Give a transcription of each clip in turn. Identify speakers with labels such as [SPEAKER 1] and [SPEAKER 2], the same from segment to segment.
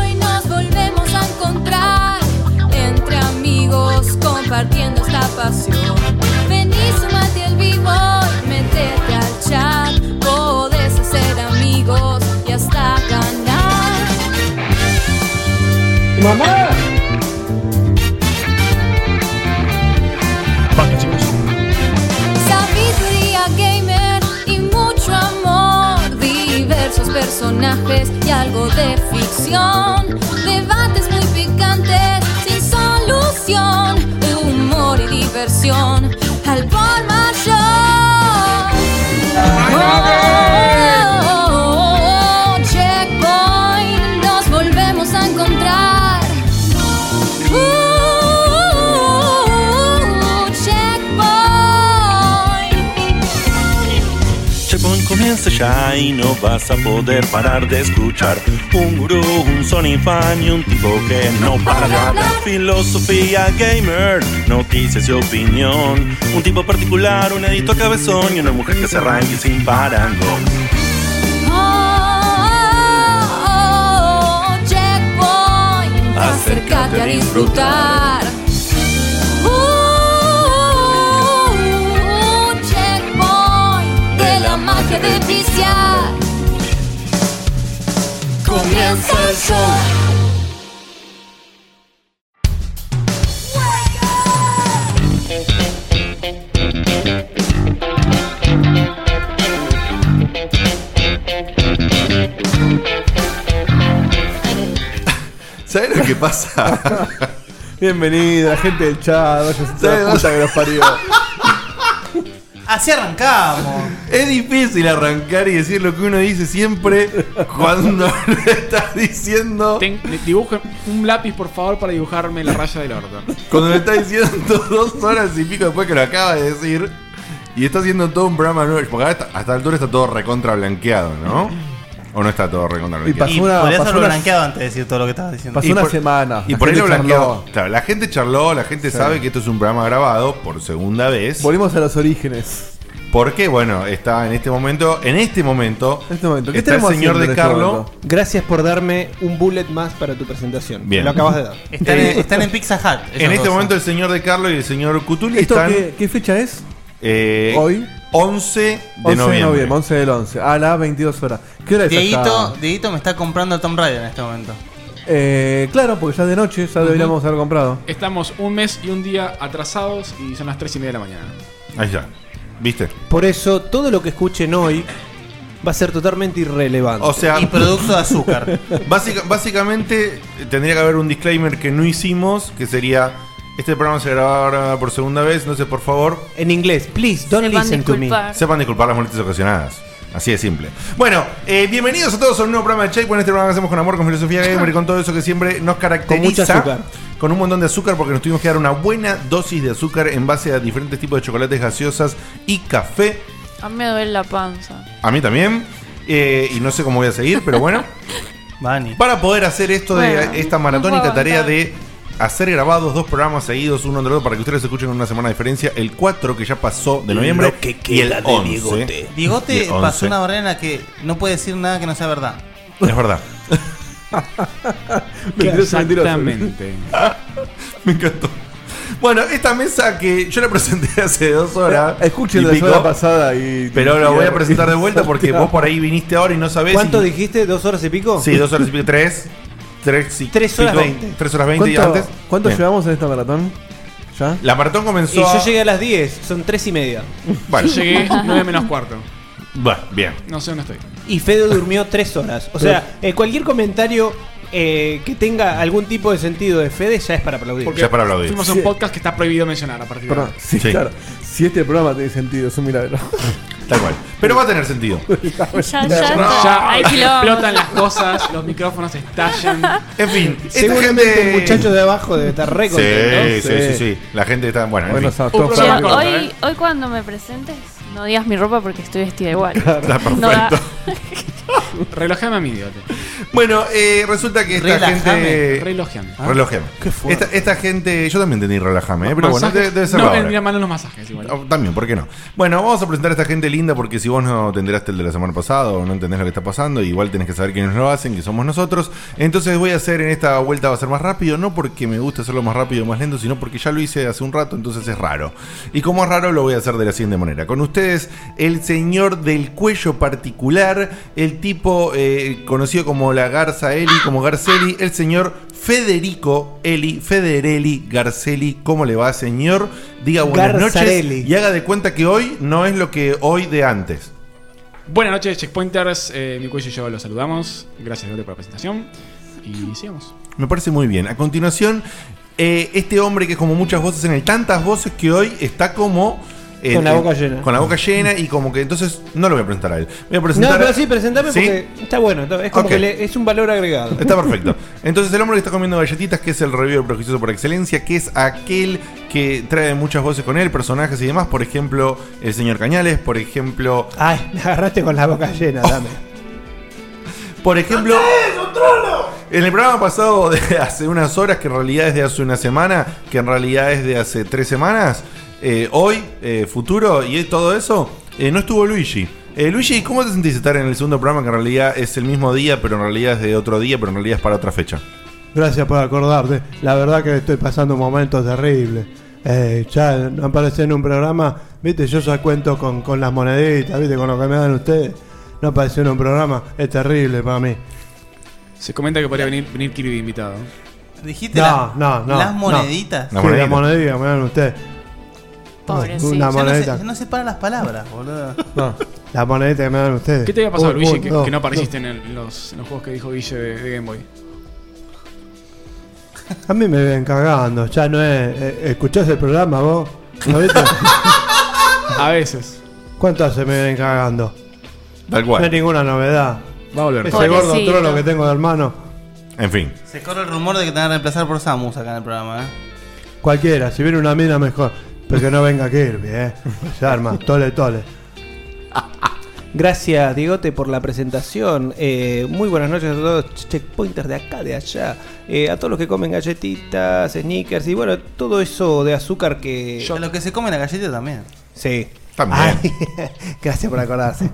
[SPEAKER 1] Hoy nos volvemos a encontrar entre amigos compartiendo esta pasión. Vení, sumate al vivo y métete al chat. Podés hacer amigos y hasta ganar.
[SPEAKER 2] ¡Mamá!
[SPEAKER 3] Baja, chicos.
[SPEAKER 1] Sabiduría gamer y mucho amor, diversos personajes y algo de ficción, debates muy picantes sin solución, humor y diversión al por mayor. Oh, oh, oh, oh, checkpoint, nos volvemos a encontrar. Uh, checkpoint.
[SPEAKER 4] Checkpoint comienza ya y no vas a poder parar de escuchar Un gurú, un Sony fan y un tipo que no para de hablar Filosofía gamer, noticias y opinión Un tipo particular, un editor cabezón y una mujer que se arranque sin parangón
[SPEAKER 1] Oh, oh, oh, oh, checkpoint, acércate a disfrutar. Uh, uh, uh, checkpoint, de la magia de viciar. Comienza el show.
[SPEAKER 5] ¿Sabes lo que pasa?
[SPEAKER 2] Bienvenida, gente del chat. Vaya a ser la puta que los parió.
[SPEAKER 6] Así arrancamos.
[SPEAKER 5] es difícil arrancar y decir lo que uno dice siempre cuando lo estás diciendo.
[SPEAKER 7] Ten- le- dibujen un lápiz, por favor, para dibujarme la raya del orto.
[SPEAKER 5] Cuando lo estás diciendo dos horas y pico después que lo acaba de decir. Y está haciendo todo un programa nuevo. Porque ahora está- hasta la altura está todo recontra blanqueado, ¿no? O no está todo recontra
[SPEAKER 2] Y
[SPEAKER 5] blanqueado.
[SPEAKER 2] pasó
[SPEAKER 6] Y
[SPEAKER 2] una-
[SPEAKER 6] podrías
[SPEAKER 2] pasó
[SPEAKER 6] haberlo
[SPEAKER 2] una-
[SPEAKER 6] blanqueado antes de decir todo lo que estabas diciendo.
[SPEAKER 2] Pasó
[SPEAKER 5] Y
[SPEAKER 2] una
[SPEAKER 5] por-
[SPEAKER 2] semana.
[SPEAKER 5] Y
[SPEAKER 2] la
[SPEAKER 5] por ahí lo
[SPEAKER 2] gente
[SPEAKER 5] blanqueó.
[SPEAKER 2] charló.
[SPEAKER 5] Claro, la gente charló, la gente sabe que esto es un programa grabado por segunda vez.
[SPEAKER 2] Volvimos a los orígenes.
[SPEAKER 5] Porque, bueno, está en este momento, en este momento,
[SPEAKER 2] En este momento, ¿qué
[SPEAKER 5] está el
[SPEAKER 2] tenemos
[SPEAKER 5] señor
[SPEAKER 2] haciendo en
[SPEAKER 5] de
[SPEAKER 2] este
[SPEAKER 5] Carlo.
[SPEAKER 2] momento?
[SPEAKER 8] Gracias por darme un bullet más para tu presentación.
[SPEAKER 5] Bien.
[SPEAKER 8] Lo acabas de dar.
[SPEAKER 6] Están,
[SPEAKER 5] Eh,
[SPEAKER 6] en, están en Pizza Hut. ellos
[SPEAKER 5] En este
[SPEAKER 6] dos.
[SPEAKER 5] momento el señor de Carlo y el señor Cutuli
[SPEAKER 2] ¿Esto
[SPEAKER 5] están
[SPEAKER 2] qué, qué fecha es?
[SPEAKER 5] eh,
[SPEAKER 2] Hoy.
[SPEAKER 5] 11 de
[SPEAKER 2] 11
[SPEAKER 5] noviembre.
[SPEAKER 2] 11 del 11. A las 22 horas. ¿Qué hora es
[SPEAKER 6] Dieguito,
[SPEAKER 2] acá?
[SPEAKER 6] Dieguito me está comprando el Tom Raider en este momento.
[SPEAKER 2] Eh, claro, porque ya es de noche, ya deberíamos haber comprado.
[SPEAKER 7] Estamos un mes y un día atrasados y son las 3 y media de la mañana.
[SPEAKER 5] Ahí está. ¿Viste?
[SPEAKER 8] Por eso, todo lo que escuchen hoy va a ser totalmente irrelevante.
[SPEAKER 5] O sea,
[SPEAKER 6] Y producto de azúcar.
[SPEAKER 5] básica- básicamente eh, tendría que haber un disclaimer que no hicimos, que sería, este programa se graba ahora por segunda vez, entonces por favor
[SPEAKER 8] en inglés, please, don't
[SPEAKER 1] Se van a
[SPEAKER 8] listen to me.
[SPEAKER 1] disculpar.
[SPEAKER 5] Sepan disculpar las molestias ocasionadas. Así de simple. Bueno, eh, bienvenidos a todos a un nuevo programa de Checkpoint. Este programa que hacemos con amor, con filosofía gamer y con todo eso que siempre nos caracteriza.
[SPEAKER 8] Con mucho azúcar.
[SPEAKER 5] Con un montón de azúcar porque nos tuvimos que dar una buena dosis de azúcar en base a diferentes tipos de chocolates gaseosas y café.
[SPEAKER 9] A mí me duele la panza.
[SPEAKER 5] A mí también. Eh, y no sé cómo voy a seguir, pero bueno.
[SPEAKER 6] Vani.
[SPEAKER 5] para poder hacer esto
[SPEAKER 9] Bueno,
[SPEAKER 5] de esta
[SPEAKER 9] no
[SPEAKER 5] maratónica
[SPEAKER 9] puedo
[SPEAKER 5] tarea
[SPEAKER 9] aguantar.
[SPEAKER 5] de hacer grabados dos programas seguidos uno entre otro para que ustedes escuchen en una semana de diferencia el 4 que ya pasó de noviembre
[SPEAKER 8] Lo que
[SPEAKER 5] y el
[SPEAKER 8] queda de
[SPEAKER 5] 11
[SPEAKER 8] bigote.
[SPEAKER 5] Y
[SPEAKER 6] Diegote
[SPEAKER 5] el
[SPEAKER 6] pasó
[SPEAKER 5] 11.
[SPEAKER 6] una barrera en la que no puede decir nada que no sea verdad.
[SPEAKER 5] es verdad
[SPEAKER 2] Mentiroso, mentiroso.
[SPEAKER 7] Exactamente.
[SPEAKER 5] Me encantó. Bueno, esta mesa que yo la presenté hace dos horas.
[SPEAKER 8] Ah,
[SPEAKER 2] Escuchen
[SPEAKER 5] y
[SPEAKER 2] la
[SPEAKER 5] pico,
[SPEAKER 2] semana pasada y.
[SPEAKER 5] Pero la
[SPEAKER 2] y-
[SPEAKER 5] voy a presentar de vuelta porque vos por ahí viniste ahora y no sabés.
[SPEAKER 8] ¿Cuánto
[SPEAKER 5] y-
[SPEAKER 8] dijiste? ¿Dos horas y pico?
[SPEAKER 5] Sí, dos horas y pico. Tres. Tres, y
[SPEAKER 8] Tres horas
[SPEAKER 5] pico,
[SPEAKER 8] veinte.
[SPEAKER 5] Tres horas veinte y
[SPEAKER 2] ¿Cuánto,
[SPEAKER 5] antes.
[SPEAKER 2] ¿cuánto
[SPEAKER 5] Bien.
[SPEAKER 2] llevamos en esta maratón? ¿Ya?
[SPEAKER 5] La maratón comenzó.
[SPEAKER 8] Y
[SPEAKER 5] a-
[SPEAKER 8] yo llegué a las 10, son tres y media.
[SPEAKER 5] Bueno,
[SPEAKER 7] Yo llegué 9 menos cuarto.
[SPEAKER 5] bueno, bien.
[SPEAKER 7] No sé dónde estoy.
[SPEAKER 8] Y Fede durmió tres horas. O sea, eh, cualquier comentario eh, que tenga algún tipo de sentido de Fede ya es para aplaudir.
[SPEAKER 5] Ya para aplaudir.
[SPEAKER 7] Fuimos a un podcast que está prohibido mencionar a partir de
[SPEAKER 2] Perdón,
[SPEAKER 7] ahora.
[SPEAKER 2] sí,
[SPEAKER 5] Sí.
[SPEAKER 2] claro. Si este programa tiene sentido, es un milagro.
[SPEAKER 5] Tal cual. Pero va a tener sentido.
[SPEAKER 9] Ya, ya, está.
[SPEAKER 7] Ya
[SPEAKER 9] Hay
[SPEAKER 7] explotan
[SPEAKER 9] quilombo.
[SPEAKER 7] las cosas, los micrófonos estallan.
[SPEAKER 5] En fin, esta
[SPEAKER 8] Seguramente
[SPEAKER 5] gente.
[SPEAKER 8] el muchacho de abajo debe estar re
[SPEAKER 5] Sí,
[SPEAKER 8] contento.
[SPEAKER 5] sí, sí, sí. La gente está. Bueno, en
[SPEAKER 2] Bueno,
[SPEAKER 5] fin.
[SPEAKER 2] a todos
[SPEAKER 9] Che,
[SPEAKER 7] programa
[SPEAKER 2] para-
[SPEAKER 7] corto,
[SPEAKER 9] hoy,
[SPEAKER 7] ¿eh?
[SPEAKER 9] hoy cuando me presentes, no digas mi ropa porque estoy vestida igual.
[SPEAKER 5] Está
[SPEAKER 9] No da-
[SPEAKER 5] perfecto.
[SPEAKER 7] Relojame a mí, idiota.
[SPEAKER 5] Bueno, eh, resulta que esta
[SPEAKER 6] Relajame.
[SPEAKER 5] gente.
[SPEAKER 7] Relojame.
[SPEAKER 5] Ah, Relojeme.
[SPEAKER 8] qué fuerte.
[SPEAKER 5] Esta, esta gente, yo también entendí relajame, eh, pero bueno,
[SPEAKER 7] Masajes-
[SPEAKER 5] debe, debe ser eh.
[SPEAKER 7] No,
[SPEAKER 5] la
[SPEAKER 7] me
[SPEAKER 5] hora.
[SPEAKER 7] miran mal en los masajes igual.
[SPEAKER 5] Ah, También, ¿por qué no? Bueno, vamos a presentar a esta gente linda porque si vos no te enteraste el de la semana pasada o no entendés lo que está pasando, igual tenés que saber quiénes lo hacen, que somos nosotros. Entonces voy a hacer en esta vuelta, va a ser más rápido, no porque me gusta hacerlo más rápido o más lento, sino porque ya lo hice hace un rato, entonces es raro. Y como es raro, lo voy a hacer de la siguiente manera. Con ustedes, el señor del cuello particular, el tipo eh, conocido como la Garza Eli, como Garceli, el señor Federico Eli, Federelli Garceli. ¿Cómo le va, señor? Diga buenas
[SPEAKER 8] Garzarelli.
[SPEAKER 5] noches y haga de cuenta que hoy no es lo que hoy de antes.
[SPEAKER 7] Buenas noches, Checkpointers. Eh, mi cuello y yo los saludamos. Gracias, Gabriel, por la presentación. Y sigamos.
[SPEAKER 5] Me parece muy bien. A continuación, eh, este hombre que es como muchas voces en él, tantas voces que hoy está como... eh,
[SPEAKER 8] Con la
[SPEAKER 5] eh,
[SPEAKER 8] boca llena.
[SPEAKER 5] Con la boca llena y como que entonces no lo voy a presentar a él. Voy a
[SPEAKER 8] No,
[SPEAKER 5] presentar
[SPEAKER 8] pero sí, presentame
[SPEAKER 5] ¿Sí?
[SPEAKER 8] porque está bueno. está- Es como
[SPEAKER 5] Ok.
[SPEAKER 8] que le- es un valor agregado.
[SPEAKER 5] Está perfecto. Entonces, el hombre que está comiendo galletitas, que es el reviewer prejuicioso por excelencia, que es aquel que trae muchas voces con él, personajes y demás. Por ejemplo, el señor Cañales, por ejemplo.
[SPEAKER 8] Ay, me agarraste con la boca llena, dame.
[SPEAKER 5] Por ejemplo. En el programa pasado de hace unas horas, que en realidad es de hace una semana, que en realidad es de hace tres semanas, eh, hoy, eh, futuro y todo eso, eh, no estuvo Luigi. Eh, Luigi, ¿cómo te sentís estar en el segundo programa que en realidad es el mismo día, pero en realidad es de otro día, pero en realidad es para otra fecha?
[SPEAKER 8] Gracias por acordarte. La verdad que estoy pasando un momento terrible. Eh, ya aparecí en un programa, viste, yo ya cuento con, con las moneditas, viste, con lo que me dan ustedes. No aparecí en un programa, es terrible para mí.
[SPEAKER 7] Se comenta que podría venir, venir Kirby invitado.
[SPEAKER 6] Dijiste
[SPEAKER 8] No,
[SPEAKER 6] la-
[SPEAKER 8] no, no,
[SPEAKER 6] las
[SPEAKER 8] no.
[SPEAKER 6] moneditas.
[SPEAKER 5] Las
[SPEAKER 6] Ya
[SPEAKER 8] Sí,
[SPEAKER 5] moneditas.
[SPEAKER 8] las moneditas me dan ustedes.
[SPEAKER 9] Pobrecito.
[SPEAKER 8] Una
[SPEAKER 9] Ya
[SPEAKER 6] no, se,
[SPEAKER 8] monedita.
[SPEAKER 6] ya no separa las palabras, boludo.
[SPEAKER 8] No, las moneditas que me dan ustedes.
[SPEAKER 7] ¿Qué te había pasado,
[SPEAKER 8] Un,
[SPEAKER 7] Luigi,
[SPEAKER 8] un,
[SPEAKER 7] que,
[SPEAKER 8] dos,
[SPEAKER 7] que no apareciste en, el- en los, en los juegos que dijo Guille de, de Game Boy?
[SPEAKER 8] A mí me ven cagando, ya no es. eh, ¿Escuchás el programa vos? ¿No viste?
[SPEAKER 7] A veces.
[SPEAKER 8] ¿Cuánto hace me ven cagando?
[SPEAKER 5] Tal
[SPEAKER 8] No hay
[SPEAKER 5] cual.
[SPEAKER 8] ninguna novedad.
[SPEAKER 7] Va a volver.
[SPEAKER 8] Ese gordo
[SPEAKER 9] Pobrecito.
[SPEAKER 8] trono que tengo de hermano,
[SPEAKER 5] En fin.
[SPEAKER 6] Se corre el rumor de que te van a reemplazar por Samus acá en el programa, ¿eh?
[SPEAKER 8] cualquiera, si viene una mina mejor. Pero que no venga Kirby, eh. Se arma, tole, tole.
[SPEAKER 3] Gracias, Diegote, por la presentación. Eh, muy buenas noches a todos los checkpointers de acá, de allá. Eh, a todos los que comen galletitas, sneakers y bueno, todo eso de azúcar que...
[SPEAKER 6] A los que se comen la galleta también.
[SPEAKER 3] Sí.
[SPEAKER 5] También.
[SPEAKER 3] Ay, gracias por acordarse.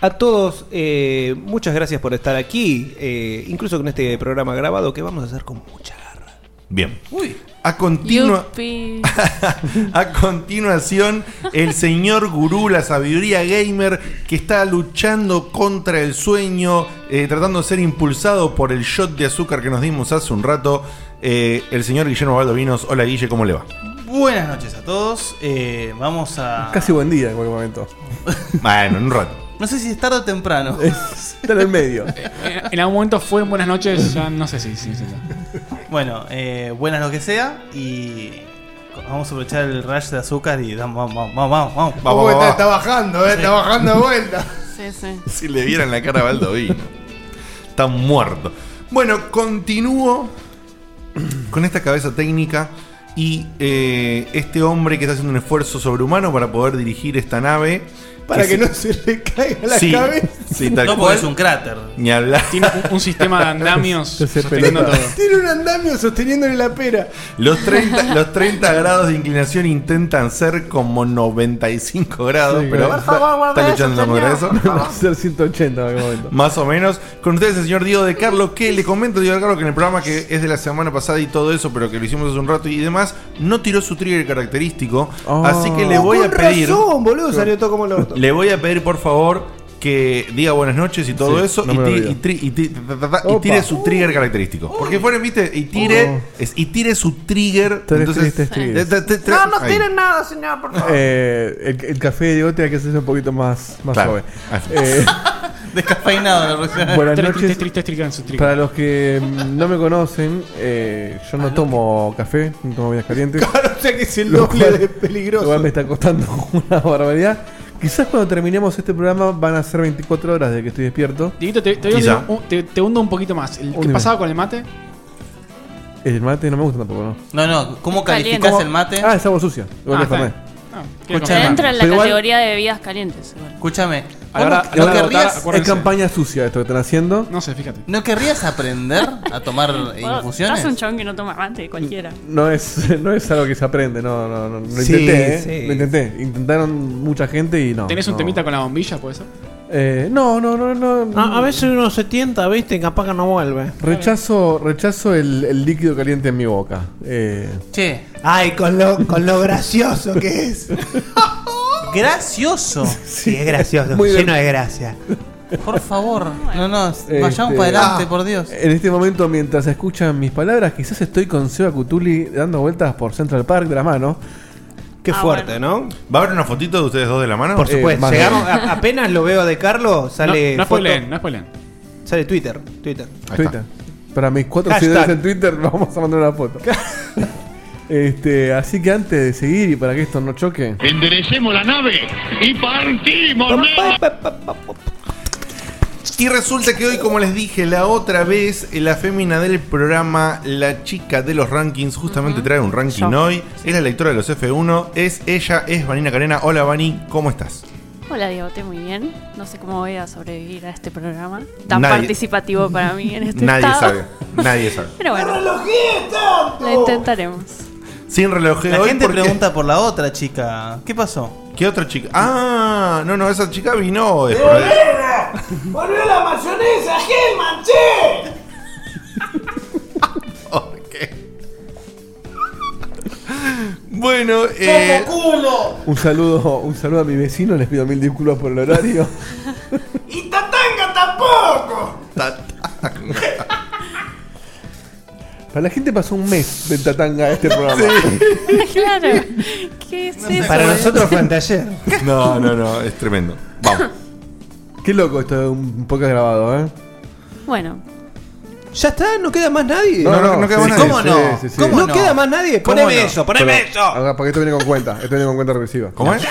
[SPEAKER 3] A todos, eh, muchas gracias por estar aquí, eh, incluso con este programa grabado que vamos a hacer con mucha garra.
[SPEAKER 5] Bien. A, continua-
[SPEAKER 9] Yupi.
[SPEAKER 5] a continuación, el señor gurú, la sabiduría gamer, que está luchando contra el sueño, eh, tratando de ser impulsado por el shot de azúcar que nos dimos hace un rato, eh, el señor Guillermo Valdovinos. Hola Guille, ¿cómo le va?
[SPEAKER 6] Buenas noches a todos. Eh, vamos a.
[SPEAKER 2] Casi buen día en cualquier momento.
[SPEAKER 5] Bueno, en un rato.
[SPEAKER 6] No sé si es tarde o temprano.
[SPEAKER 2] Está en el medio.
[SPEAKER 7] En, en algún momento fue en Buenas noches, ya no sé si. si, si-
[SPEAKER 6] bueno, eh, buenas lo que sea. Y. Vamos a aprovechar el rush de azúcar y damos- vamos, vamos, vamos, vamos.
[SPEAKER 5] Va, va, va, va.
[SPEAKER 8] bajando, eh, está bajando de vuelta.
[SPEAKER 9] Sí, sí.
[SPEAKER 5] Si le vieran la cara a Baldovino. Está muerto. Bueno, continúo con esta cabeza técnica y eh, este hombre que está haciendo un esfuerzo sobrehumano para poder dirigir esta nave.
[SPEAKER 8] Para que no se le caiga la
[SPEAKER 5] sí,
[SPEAKER 8] cabeza.
[SPEAKER 5] Sí, tal
[SPEAKER 6] No, porque
[SPEAKER 5] cual.
[SPEAKER 6] es un cráter.
[SPEAKER 5] Ni hablar.
[SPEAKER 7] Tiene un, un sistema de andamios
[SPEAKER 2] Ese
[SPEAKER 7] sosteniendo
[SPEAKER 2] pelota.
[SPEAKER 7] todo.
[SPEAKER 8] Tiene un andamio sosteniéndole la pera.
[SPEAKER 5] Los 30, los 30 grados de inclinación intentan ser como 95 grados,
[SPEAKER 2] Sí,
[SPEAKER 5] pero
[SPEAKER 2] claro.
[SPEAKER 5] está luchando contra eso.
[SPEAKER 2] Va a ser 180 en cualquier momento.
[SPEAKER 5] Más o menos. Con ustedes el señor Diego de Carlos, que le comento, Diego de Carlos, que en el programa que es de la semana pasada y todo eso, pero que lo hicimos hace un rato y demás, no tiró su trigger característico.
[SPEAKER 2] Oh.
[SPEAKER 5] Así que le
[SPEAKER 3] Ah.
[SPEAKER 5] voy a
[SPEAKER 8] Con
[SPEAKER 5] pedir,
[SPEAKER 8] razón, boludo, salió todo como el orto.
[SPEAKER 5] le voy a pedir por favor que diga buenas noches y todo
[SPEAKER 2] Sí,
[SPEAKER 5] eso
[SPEAKER 2] no
[SPEAKER 5] y,
[SPEAKER 2] me lo
[SPEAKER 5] ti-
[SPEAKER 2] olvido.
[SPEAKER 5] y tri- y ti- ta- ta- ta- y
[SPEAKER 2] Opa.
[SPEAKER 5] tire su trigger característico. Porque fueron, viste, y tire, es- y tire su trigger.
[SPEAKER 2] Tres
[SPEAKER 5] entonces,
[SPEAKER 2] tristes triggers.
[SPEAKER 5] te- te- te- ahí.
[SPEAKER 3] nada, señor, por
[SPEAKER 2] Eh, el, el café de Diego tiene que hacerse un poquito más, más
[SPEAKER 5] Claro.
[SPEAKER 2] suave. Eh,
[SPEAKER 6] Descafeinado, la recién.
[SPEAKER 7] Tres
[SPEAKER 2] buenas
[SPEAKER 7] tristes,
[SPEAKER 2] noches.
[SPEAKER 7] tristes, tristes en su trigo.
[SPEAKER 2] Para los que mm, no me conocen, eh, yo no tomo café, no tomo bebidas calientes.
[SPEAKER 8] o sea que es el
[SPEAKER 2] Lo
[SPEAKER 8] doble
[SPEAKER 2] cual-
[SPEAKER 8] de
[SPEAKER 2] Lo cual
[SPEAKER 8] peligroso.
[SPEAKER 2] me está costando una barbaridad. Quizás cuando terminemos este programa van a ser 24 horas de que estoy despierto.
[SPEAKER 7] Dieguito, te, te voy a
[SPEAKER 5] Quizá.
[SPEAKER 7] decir un- te- te hundo un poquito más. El- ¿Qué
[SPEAKER 2] Hundime.
[SPEAKER 7] pasaba con el mate?
[SPEAKER 2] El mate no me gusta tampoco, ¿no?
[SPEAKER 6] No, no, ¿cómo
[SPEAKER 9] Caliente.
[SPEAKER 6] calificas
[SPEAKER 9] ¿Cómo?
[SPEAKER 6] el mate?
[SPEAKER 2] Ah, es agua sucia. Igual
[SPEAKER 7] Ah,
[SPEAKER 2] que
[SPEAKER 7] está
[SPEAKER 2] Fernet.
[SPEAKER 7] bien. Ah, quería
[SPEAKER 6] Escucha,
[SPEAKER 7] confirmar.
[SPEAKER 9] Entra en la
[SPEAKER 2] Pero igual-
[SPEAKER 9] categoría de bebidas calientes. igual.
[SPEAKER 6] Escúchame,
[SPEAKER 7] A la hora- a la
[SPEAKER 2] No
[SPEAKER 7] hora de votar,
[SPEAKER 2] querrías- es
[SPEAKER 7] acuérdense.
[SPEAKER 2] campaña sucia esto que están haciendo.
[SPEAKER 7] No sé, fíjate.
[SPEAKER 10] ¿No querrías aprender a tomar
[SPEAKER 9] Estás un
[SPEAKER 10] infusiones?
[SPEAKER 9] chabón que no toma mate, cualquiera.
[SPEAKER 2] No es, no es algo que se aprende, no, no, no. Lo
[SPEAKER 3] Sí,
[SPEAKER 2] intenté, ¿eh?
[SPEAKER 3] sí.
[SPEAKER 2] Lo intenté. Intentaron mucha gente y no.
[SPEAKER 7] ¿Tenés un
[SPEAKER 2] no.
[SPEAKER 7] temita con la bombilla, puede ser?
[SPEAKER 2] Eh, no, no, no, no.
[SPEAKER 3] A, veces uno se tienta, viste, capaz que no vuelve.
[SPEAKER 2] Rechazo, rechazo el, el líquido caliente en mi boca. Eh,
[SPEAKER 10] Che,
[SPEAKER 3] Ay, con lo, con lo gracioso que es.
[SPEAKER 10] gracioso.
[SPEAKER 3] Sí, es gracioso,
[SPEAKER 2] Muy bien.
[SPEAKER 3] lleno de gracia.
[SPEAKER 10] Por favor. No, no,
[SPEAKER 2] Este,
[SPEAKER 10] vayamos para
[SPEAKER 3] Ah.
[SPEAKER 10] adelante, por Dios.
[SPEAKER 2] en este momento, mientras escuchan mis palabras, quizás estoy con Seba Cutuli dando vueltas por Central Park de la mano.
[SPEAKER 3] Qué
[SPEAKER 9] Ah,
[SPEAKER 3] fuerte, ¿no?
[SPEAKER 5] ¿Va a haber una fotito de ustedes dos de la mano?
[SPEAKER 3] Por supuesto,
[SPEAKER 2] más
[SPEAKER 3] llegamos, a- apenas lo veo de Carlos, sale
[SPEAKER 7] no, no
[SPEAKER 3] foto-
[SPEAKER 7] spoileen, no spoileen.
[SPEAKER 3] sale Twitter, Twitter.
[SPEAKER 5] Ahí
[SPEAKER 2] Twitter. Para mis cuatro
[SPEAKER 3] Hashtag.
[SPEAKER 2] seguidores en Twitter, vamos a mandar una foto. este, así que antes de seguir y para que esto no choque,
[SPEAKER 11] Enderecemos la nave y partimos.
[SPEAKER 5] Y resulta que hoy, como les dije la otra vez, la fémina del programa, la chica de los rankings, justamente trae un ranking
[SPEAKER 9] Yo.
[SPEAKER 5] hoy. Es la lectora de los F1, es ella, es Vanina Carena. Hola, Vani, ¿cómo estás?
[SPEAKER 9] Hola, Diego, te muy bien. No sé cómo voy a sobrevivir a este programa tan
[SPEAKER 5] Nadie-
[SPEAKER 9] participativo para mí en este
[SPEAKER 5] Nadie
[SPEAKER 9] estado.
[SPEAKER 5] sabe, nadie sabe.
[SPEAKER 9] Pero bueno. Lo intentaremos.
[SPEAKER 5] Sin relojeo
[SPEAKER 6] La
[SPEAKER 5] hoy
[SPEAKER 6] gente
[SPEAKER 5] porque-
[SPEAKER 6] pregunta por la otra chica. ¿Qué pasó?
[SPEAKER 5] ¿Qué otra chica? Ah, no, no, esa chica vino después.
[SPEAKER 6] ¡Eh!
[SPEAKER 11] ¡Volvió la mayonesa, Helman, che!
[SPEAKER 5] ¿Por qué? Bueno, eh,
[SPEAKER 11] ¡Culo!
[SPEAKER 2] un saludo, un saludo a mi vecino, les pido mil disculpas por el horario.
[SPEAKER 11] ¡Y Tatanga tampoco!
[SPEAKER 2] Para la gente pasó un mes de tatanga a este programa.
[SPEAKER 9] claro. ¿Qué es eso?
[SPEAKER 3] Para nosotros fue anteayer.
[SPEAKER 5] no, no, no, es tremendo. Vamos.
[SPEAKER 2] Qué loco esto de un poco grabado, ¿eh?
[SPEAKER 9] Bueno,
[SPEAKER 3] Ya está, no queda más nadie.
[SPEAKER 5] No, no, no queda más nadie.
[SPEAKER 2] ¿Cómo
[SPEAKER 10] no?
[SPEAKER 3] ¿Cómo
[SPEAKER 10] ¿Cómo
[SPEAKER 3] no,
[SPEAKER 10] no?
[SPEAKER 3] queda más
[SPEAKER 2] Eh,
[SPEAKER 3] nadie.
[SPEAKER 10] ¿Cómo
[SPEAKER 3] Poneme
[SPEAKER 10] no?
[SPEAKER 3] eso, poneme eso.
[SPEAKER 2] Ah, porque esto viene con cuenta, esto viene con cuenta regresiva.
[SPEAKER 5] ¿Cómo es?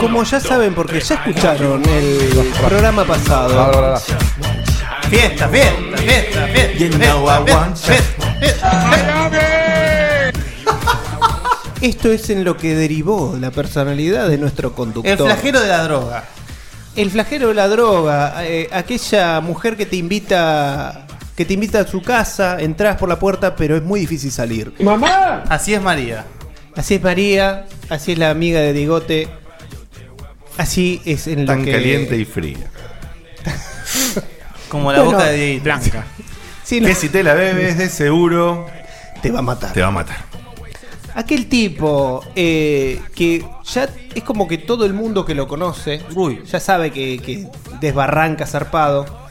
[SPEAKER 3] Como ya saben, porque ya escucharon el programa
[SPEAKER 2] Ah,
[SPEAKER 3] pasado.
[SPEAKER 2] bla, bla, bla.
[SPEAKER 6] Fiesta, fiesta, fiesta, fiesta.
[SPEAKER 5] You know I want you.
[SPEAKER 3] Esto es en lo que derivó la personalidad de nuestro conductor.
[SPEAKER 6] El flagelo de la droga.
[SPEAKER 3] El flagelo de la droga, eh, aquella mujer que te invita que te invita a su casa, entras por la puerta, pero es muy difícil salir. Ah,
[SPEAKER 6] Así es María.
[SPEAKER 3] Así es María, así es la amiga de Digote. Así es en lo
[SPEAKER 5] Tan
[SPEAKER 3] que
[SPEAKER 5] caliente y fría.
[SPEAKER 6] Como la
[SPEAKER 3] Bueno.
[SPEAKER 6] boca de Dieguito.
[SPEAKER 7] Blanca.
[SPEAKER 3] Sí, no,
[SPEAKER 5] Que si te la bebes, de seguro
[SPEAKER 3] te va a matar.
[SPEAKER 5] te va a matar.
[SPEAKER 3] Aquel tipo eh, que ya es como que todo el mundo que lo conoce
[SPEAKER 6] Uy.
[SPEAKER 3] ya sabe que, que desbarranca zarpado.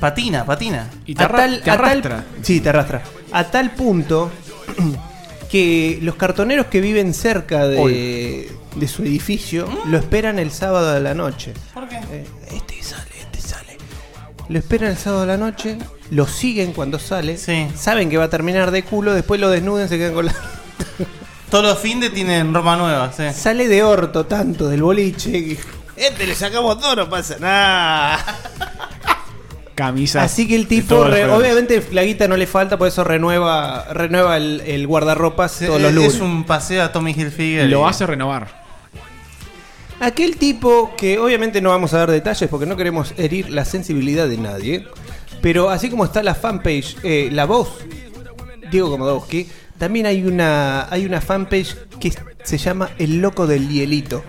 [SPEAKER 6] Patina, patina.
[SPEAKER 7] Y te, arra- te arrastra.
[SPEAKER 3] sí, te arrastra. A tal punto que los cartoneros que viven cerca de, de su edificio lo esperan el sábado de la noche.
[SPEAKER 6] ¿Por qué?
[SPEAKER 3] Eh, este sale, este sale. Lo esperan el sábado de la noche, lo siguen cuando sale,
[SPEAKER 6] Sí.
[SPEAKER 3] saben que va a terminar de culo, después lo desnuden, se quedan con la...
[SPEAKER 6] Todos los fines tienen ropa nueva, sí.
[SPEAKER 3] Sale de orto tanto del boliche que- Este le sacamos todo, no pasa nada.
[SPEAKER 7] Camisas.
[SPEAKER 3] Así que el tipo,
[SPEAKER 7] todos los
[SPEAKER 3] re-
[SPEAKER 7] colores.
[SPEAKER 3] obviamente la guita no le falta, por eso renueva, renueva el, el guardarropas
[SPEAKER 6] Es-
[SPEAKER 3] todos los lunes.
[SPEAKER 6] Es un paseo a Tommy Hilfiger.
[SPEAKER 7] lo
[SPEAKER 6] y-
[SPEAKER 7] hace renovar.
[SPEAKER 3] Aquel tipo que obviamente no vamos a dar detalles porque no queremos herir la sensibilidad de nadie, pero así como está la fanpage, eh, la voz, Diego Komodowski, también hay una, hay una fanpage que se llama El Loco del Hielito.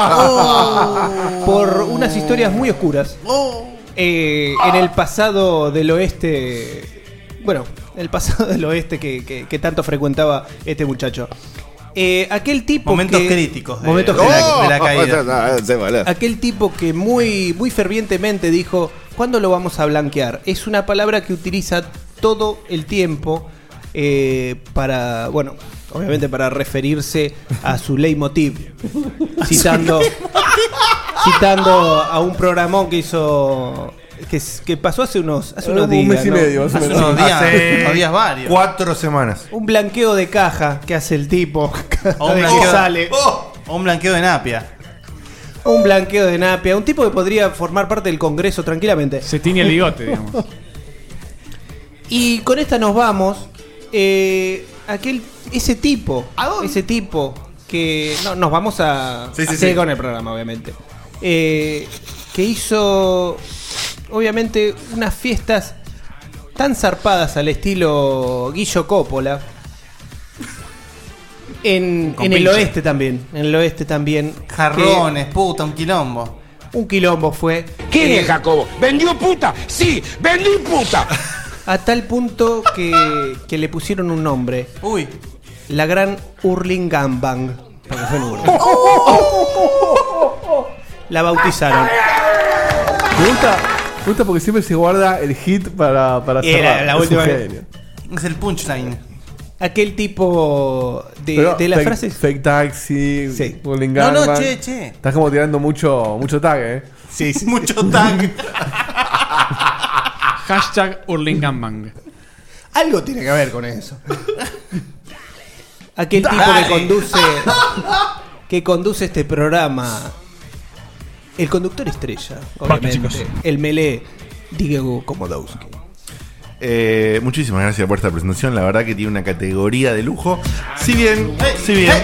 [SPEAKER 3] Por unas historias muy oscuras. Eh, en el pasado del oeste. Bueno, el pasado del oeste que, que- que tanto frecuentaba este muchacho. Eh, aquel tipo.
[SPEAKER 6] Momentos
[SPEAKER 3] que-
[SPEAKER 6] críticos eh. Oh. de-
[SPEAKER 3] momentos
[SPEAKER 6] de
[SPEAKER 3] críticos.
[SPEAKER 6] la, de la caída.
[SPEAKER 3] Aquel tipo que muy, muy fervientemente dijo, ¿cuándo lo vamos a blanquear? Es una palabra que utiliza todo el tiempo eh, para, bueno, obviamente para referirse a su leitmotiv, citando, citando a un programón que hizo, que, s- que pasó hace unos, hace unos
[SPEAKER 2] Un
[SPEAKER 3] días.
[SPEAKER 2] mes y
[SPEAKER 3] ¿no?
[SPEAKER 2] medio, más o
[SPEAKER 6] Hace
[SPEAKER 2] menos.
[SPEAKER 6] unos días,
[SPEAKER 5] Hace
[SPEAKER 6] unos días varios.
[SPEAKER 5] Cuatro semanas.
[SPEAKER 3] Un blanqueo de caja que hace el tipo.
[SPEAKER 6] O un
[SPEAKER 3] cada vez que
[SPEAKER 6] blanqueo-
[SPEAKER 3] sale.
[SPEAKER 6] ¡Oh! O un blanqueo de napia.
[SPEAKER 3] Un blanqueo de napia. Un tipo que podría formar parte del Congreso tranquilamente.
[SPEAKER 7] Se tiñe el bigote, digamos.
[SPEAKER 3] Y con esta nos vamos. Eh, aquel, ese tipo, ese tipo que no, nos vamos a,
[SPEAKER 10] Sí, sí,
[SPEAKER 3] a seguir
[SPEAKER 10] sí.
[SPEAKER 3] con el programa, obviamente. Eh, que hizo, obviamente, unas fiestas tan zarpadas al estilo Guillo Coppola. En,
[SPEAKER 10] Con
[SPEAKER 3] en el
[SPEAKER 10] pinche.
[SPEAKER 3] oeste también. En el oeste también.
[SPEAKER 10] Jarrones,
[SPEAKER 3] puta, un quilombo. Un quilombo fue. eh,
[SPEAKER 10] ¿Quién es
[SPEAKER 3] Jacobo? ¿Vendió puta? Sí, vendí puta. A tal punto que, que le pusieron un nombre. Uy. La gran Hurlinganbang. Porque fue en Hurling.
[SPEAKER 9] Oh.
[SPEAKER 3] La bautizaron.
[SPEAKER 2] Me gusta, me gusta porque siempre se guarda el hit para, para
[SPEAKER 3] Y era
[SPEAKER 2] cerrar.
[SPEAKER 3] la
[SPEAKER 2] Es un
[SPEAKER 3] última que-
[SPEAKER 2] genio.
[SPEAKER 3] Es el punchline. Aquel tipo de,
[SPEAKER 2] Pero
[SPEAKER 3] de las
[SPEAKER 2] fake-
[SPEAKER 3] frases.
[SPEAKER 2] Fake taxi, sí.
[SPEAKER 3] No, no, che, che.
[SPEAKER 2] Estás como tirando mucho, mucho tag, ¿eh?
[SPEAKER 3] Sí, sí. mucho tag.
[SPEAKER 6] Ah.
[SPEAKER 7] Hashtag Urlingambang.
[SPEAKER 3] Algo tiene que ver con eso. Aquel tipo
[SPEAKER 7] Dale.
[SPEAKER 3] que conduce. Que conduce este programa. El conductor estrella, obviamente.
[SPEAKER 5] chicos.
[SPEAKER 3] El melee, Diego Komodowski.
[SPEAKER 5] Eh, muchísimas gracias por esta presentación. La verdad que tiene una categoría de lujo. Si bien, si bien,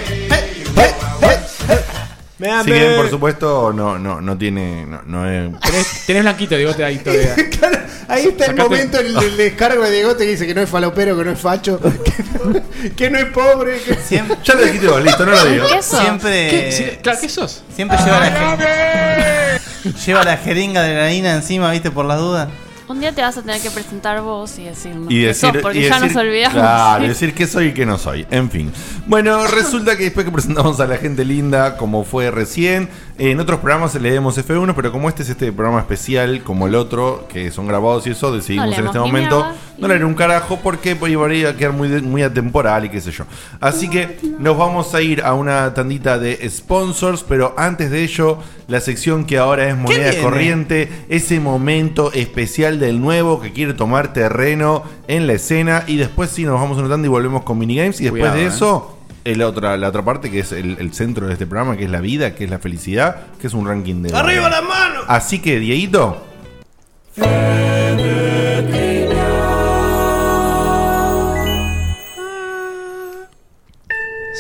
[SPEAKER 5] si bien, por supuesto, no, no, no tiene. No, no es-
[SPEAKER 7] Tenés, tenés blanquito, digote ahí todavía.
[SPEAKER 12] Ahí está
[SPEAKER 5] Sacate-
[SPEAKER 12] el momento del, del descargo de Diegote que dice que no es falopero, que no es facho, que no, que no es pobre. Que...
[SPEAKER 5] Ya lo dijiste vos, listo, no lo digo.
[SPEAKER 12] ¿Qué sos?
[SPEAKER 10] Siempre.
[SPEAKER 12] ¿Qué? Sí,
[SPEAKER 10] claro, ¿qué sos? Siempre lleva la, je- lleva la jeringa de la harina encima, ¿viste? Por las dudas.
[SPEAKER 9] Un día te vas a tener que presentar vos y decirnos
[SPEAKER 5] Y
[SPEAKER 9] qué
[SPEAKER 5] decir,
[SPEAKER 9] sos, porque
[SPEAKER 5] y
[SPEAKER 9] ya
[SPEAKER 5] decir-
[SPEAKER 9] nos olvidamos.
[SPEAKER 5] Claro, y decir qué soy y qué no soy. En fin. Bueno, resulta que después que presentamos a la gente linda, como fue recién, en otros programas leemos F1, pero como este es este programa especial, como el otro, que son grabados y eso, decidimos en
[SPEAKER 4] leemos
[SPEAKER 5] este
[SPEAKER 4] ni
[SPEAKER 5] momento
[SPEAKER 4] mierda.
[SPEAKER 5] no leer un carajo porque pues, iba a quedar muy, de- muy atemporal y qué sé yo. Así que nos vamos a ir a una tandita de sponsors, pero antes de ello, la sección que ahora es moneda
[SPEAKER 4] viene?
[SPEAKER 5] corriente, ese momento especial del nuevo que quiere tomar terreno en la escena y después sí nos vamos a una tanda y volvemos con minigames y después
[SPEAKER 4] Cuidado,
[SPEAKER 5] de
[SPEAKER 4] eh.
[SPEAKER 5] eso... el otra, la otra parte que es el, el centro de este programa, que es la vida, que es la felicidad, que es un ranking de...
[SPEAKER 11] ¡Arriba las
[SPEAKER 5] mano! Así que, Dieguito,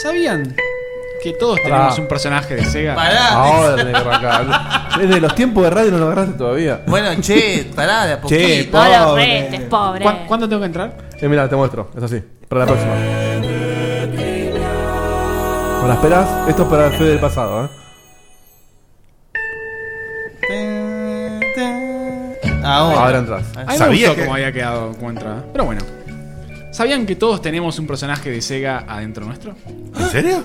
[SPEAKER 7] ¿Sabían que todos
[SPEAKER 2] Pará.
[SPEAKER 7] tenemos un personaje de Sega?
[SPEAKER 2] Ahora tenés que arrancar. Desde los tiempos de radio no lo agarraste todavía.
[SPEAKER 10] Bueno, che, pará de a poquito.
[SPEAKER 2] Che,
[SPEAKER 9] No lo retes, pobre.
[SPEAKER 7] ¿Cuán- ¿Cuándo tengo que entrar?
[SPEAKER 2] Eh, mira, te muestro, eso sí. Para la próxima. Ahora esperás, esto es para el Fede del pasado, ¿eh?
[SPEAKER 10] Ahora.
[SPEAKER 2] Ahora entras.
[SPEAKER 7] A mí me
[SPEAKER 2] Sabía
[SPEAKER 7] gustó
[SPEAKER 2] que-
[SPEAKER 7] cómo había quedado como entrada. Pero bueno. ¿Sabían que todos tenemos un personaje de Sega adentro nuestro?
[SPEAKER 5] ¿En serio?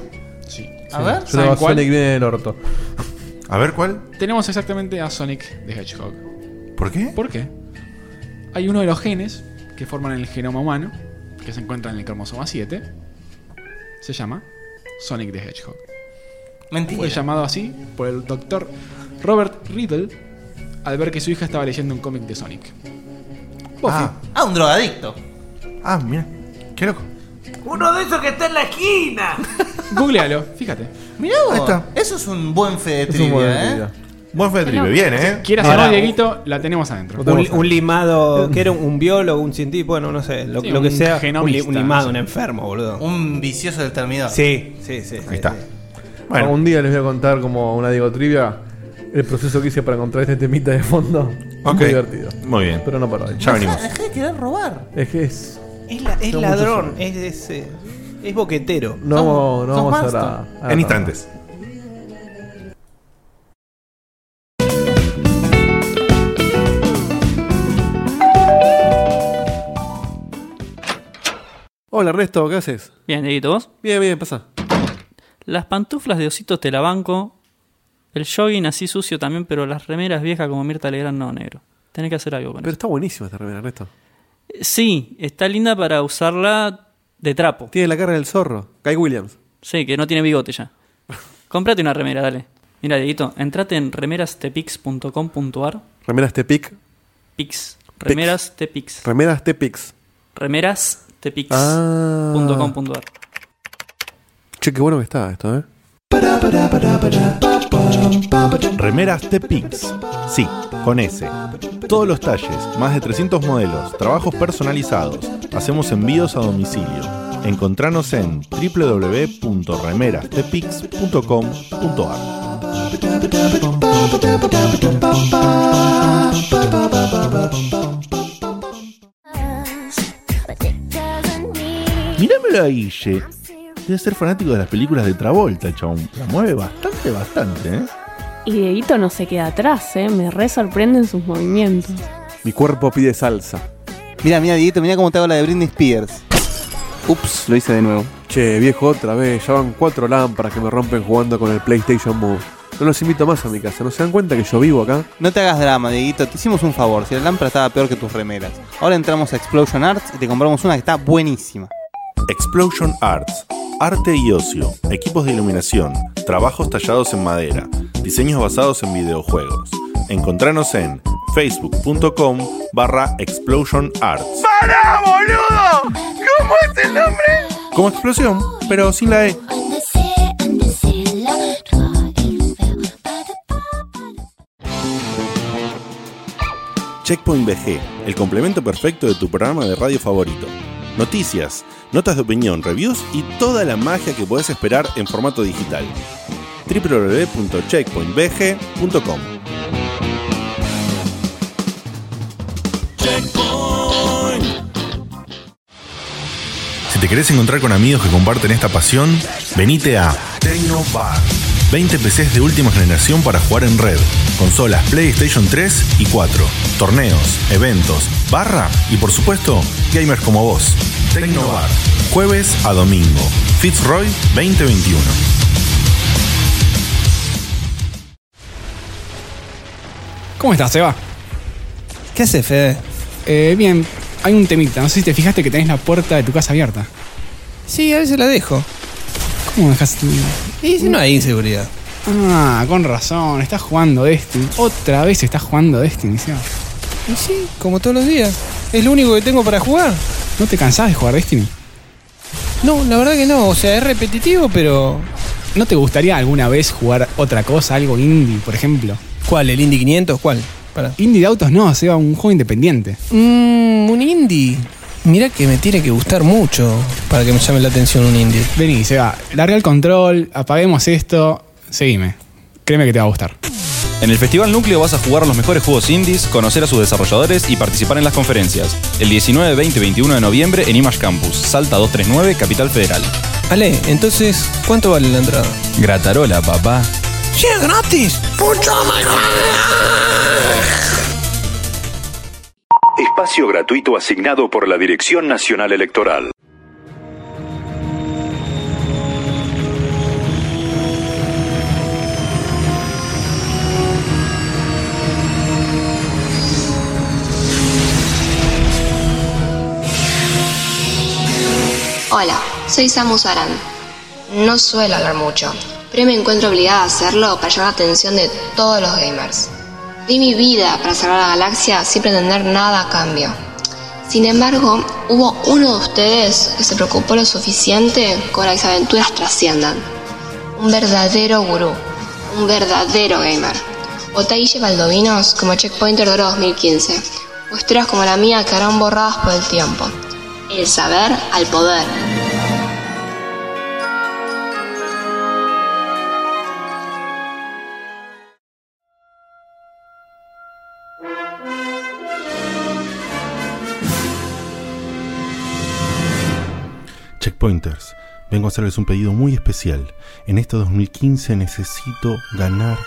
[SPEAKER 7] Sí.
[SPEAKER 2] Sí. Yo
[SPEAKER 7] ¿Saben
[SPEAKER 2] tengo a
[SPEAKER 7] cuál?
[SPEAKER 2] Sonic viene del orto.
[SPEAKER 5] A ver cuál.
[SPEAKER 7] Tenemos exactamente a Sonic the Hedgehog.
[SPEAKER 5] ¿Por qué?
[SPEAKER 7] ¿Por qué? Hay uno de los genes que forman el genoma humano, que se encuentra en el cromosoma 7. Se llama Sonic the Hedgehog.
[SPEAKER 10] Mentira.
[SPEAKER 7] Fue llamado así por el doctor Robert Riddle al ver que su hija estaba leyendo un cómic de Sonic. Buffy.
[SPEAKER 10] Ah. Ah, un drogadicto.
[SPEAKER 5] Ah, mira. Qué loco.
[SPEAKER 11] Uno de esos que está en la esquina.
[SPEAKER 7] Googlealo, fíjate.
[SPEAKER 10] Mirá vos. Eso es un buen fe de trivia, ¿eh?
[SPEAKER 5] Buen fe
[SPEAKER 10] Pero-
[SPEAKER 5] bien, ¿eh?
[SPEAKER 7] Quieras o
[SPEAKER 3] Ahora,
[SPEAKER 7] no, Dieguito, la tenemos adentro.
[SPEAKER 3] Un, un limado, que era un, un biólogo, un científico, bueno, no sé, lo,
[SPEAKER 7] Sí,
[SPEAKER 3] lo que
[SPEAKER 7] un
[SPEAKER 3] sea. Un, li-
[SPEAKER 7] genomista,
[SPEAKER 3] un limado,
[SPEAKER 7] sí.
[SPEAKER 3] un enfermo, boludo.
[SPEAKER 10] Un vicioso del termidor.
[SPEAKER 3] Sí, sí, sí.
[SPEAKER 5] Ahí está.
[SPEAKER 2] Bueno. Un día les voy a contar como una digo trivia el proceso que hice para encontrar este temita de fondo.
[SPEAKER 5] Ok.
[SPEAKER 2] Muy divertido.
[SPEAKER 5] Muy bien.
[SPEAKER 2] Pero no para hoy.
[SPEAKER 5] Ya venimos.
[SPEAKER 3] Dejá de querer robar.
[SPEAKER 2] Es que es.
[SPEAKER 3] Es, la- es
[SPEAKER 2] Son
[SPEAKER 3] ladrón, es, es, eh, es boquetero.
[SPEAKER 2] No, no
[SPEAKER 3] son
[SPEAKER 2] vamos a
[SPEAKER 3] Marston.
[SPEAKER 2] la.
[SPEAKER 13] Eh,
[SPEAKER 5] En instantes.
[SPEAKER 14] Hola, Resto, ¿qué haces? Bien, Dieguito, ¿vos? Bien, bien, pasa. Las pantuflas de ositos te la banco. El jogging así sucio también, pero las remeras viejas como Mirta Legrand no, negro. Tenés que hacer algo con
[SPEAKER 2] Pero está buenísima esta remera, Ernesto.
[SPEAKER 14] eso. Sí, está linda para usarla de trapo.
[SPEAKER 2] Tiene la cara del zorro. Kai Williams.
[SPEAKER 14] Sí, que no tiene bigote ya. Cómprate una remera, dale. Mira, Dieguito, entrate en remerastepix.com.ar.
[SPEAKER 2] Remeras Tepic.
[SPEAKER 14] Pix. Remeras Tepix.
[SPEAKER 2] Remeras Tepix.
[SPEAKER 14] Remeras Tepix.
[SPEAKER 2] Ah.
[SPEAKER 14] punto com punto ar.
[SPEAKER 2] Che, qué bueno que está esto, ¿eh?
[SPEAKER 5] Remeras Tepix. Sí, con S. Todos los talles, más de 300 modelos, trabajos personalizados. Hacemos envíos a domicilio. Encontranos en www.remerastepix.com.ar. Mirámelo a Guille. Debe ser fanático de las películas de Travolta, el chabón. La mueve bastante, bastante, ¿eh?
[SPEAKER 9] Y Dieguito no se queda atrás, ¿eh? Me re sorprenden sus movimientos.
[SPEAKER 15] Mi cuerpo pide salsa.
[SPEAKER 10] Mira, mira, Dieguito, mira cómo te hago la de Britney Spears.
[SPEAKER 15] Ups, lo hice de nuevo. Che, viejo, otra vez. Ya van cuatro lámparas que me rompen jugando con el PlayStation Move. No los invito más a mi casa. ¿No se dan cuenta que yo vivo acá?
[SPEAKER 10] No te hagas drama, Dieguito, te hicimos un favor. Si la lámpara estaba peor que tus remeras. Ahora entramos a Explosion Arts y te compramos una que está buenísima.
[SPEAKER 5] Explosion Arts. Arte y ocio, equipos de iluminación, trabajos tallados en madera, diseños basados en videojuegos. Encontranos en facebook.com barra explosion arts.
[SPEAKER 11] ¡Para, boludo! ¿Cómo es el nombre?
[SPEAKER 5] Como explosión, pero sin la E. Checkpoint BG, el complemento perfecto de tu programa de radio favorito. Noticias, notas de opinión, reviews y toda la magia que puedes esperar en formato digital. www.checkpointbg.com Si te querés encontrar con amigos que comparten esta pasión, venite a Tecnobar. 20 PCs de última generación para jugar en red, consolas PlayStation 3 y 4, torneos, eventos, barra y por supuesto, gamers como vos. Tecnobar, jueves a domingo, Fitzroy 2021.
[SPEAKER 7] ¿Cómo estás, Seba?
[SPEAKER 13] ¿Qué haces, Fede?
[SPEAKER 7] Eh, bien, hay un temita. No sé si te fijaste que tenés la puerta de tu casa abierta.
[SPEAKER 13] Sí, a veces la dejo.
[SPEAKER 7] ¿Cómo dejas tu.?
[SPEAKER 2] Ah.
[SPEAKER 13] Y si no hay inseguridad.
[SPEAKER 7] Ah, con razón. Estás jugando Destiny. Otra vez estás jugando Destiny, Seba.
[SPEAKER 13] Y sí, como todos los días. Es lo único que tengo para jugar.
[SPEAKER 7] ¿No te cansás de jugar Destiny?
[SPEAKER 13] No, la verdad que no. O sea, es repetitivo, pero.
[SPEAKER 7] ¿No te gustaría alguna vez jugar otra cosa, algo indie, por ejemplo?
[SPEAKER 13] ¿Cuál? ¿El Indy 500? ¿Cuál? Para.
[SPEAKER 7] Indie de autos no, Seba, un juego independiente.
[SPEAKER 13] Mmm, un indie. Mirá que me tiene que gustar mucho para que me llame la atención un indie.
[SPEAKER 7] Vení, Seba, larga el control, apaguemos esto, seguime. Créeme que te va a gustar.
[SPEAKER 16] En el Festival Núcleo vas a jugar los mejores juegos indies, conocer a sus desarrolladores y participar en las conferencias. El 19, 20 y 21 de noviembre en Image Campus, Salta 239, Capital Federal.
[SPEAKER 13] Ale, entonces, ¿cuánto vale la entrada?
[SPEAKER 16] Gratarola, papá.
[SPEAKER 11] ¡Sí, es gratis! ¡Mucho
[SPEAKER 17] Espacio gratuito asignado por la Dirección Nacional Electoral.
[SPEAKER 18] Hola, soy Samu Saran. No suelo hablar mucho, pero me encuentro obligada a hacerlo para llamar la atención de todos los gamers. Di mi vida para salvar la galaxia sin pretender nada a cambio. Sin embargo, hubo uno de ustedes que se preocupó lo suficiente con las aventuras trasciendan. Un verdadero gurú, un verdadero gamer. Otaille Baldovinos como Checkpointer de oro 2015, o historias como la mía quedarán borradas por el tiempo. El saber al poder.
[SPEAKER 5] Checkpointers, vengo a hacerles un pedido muy especial. En este 2015 necesito ganar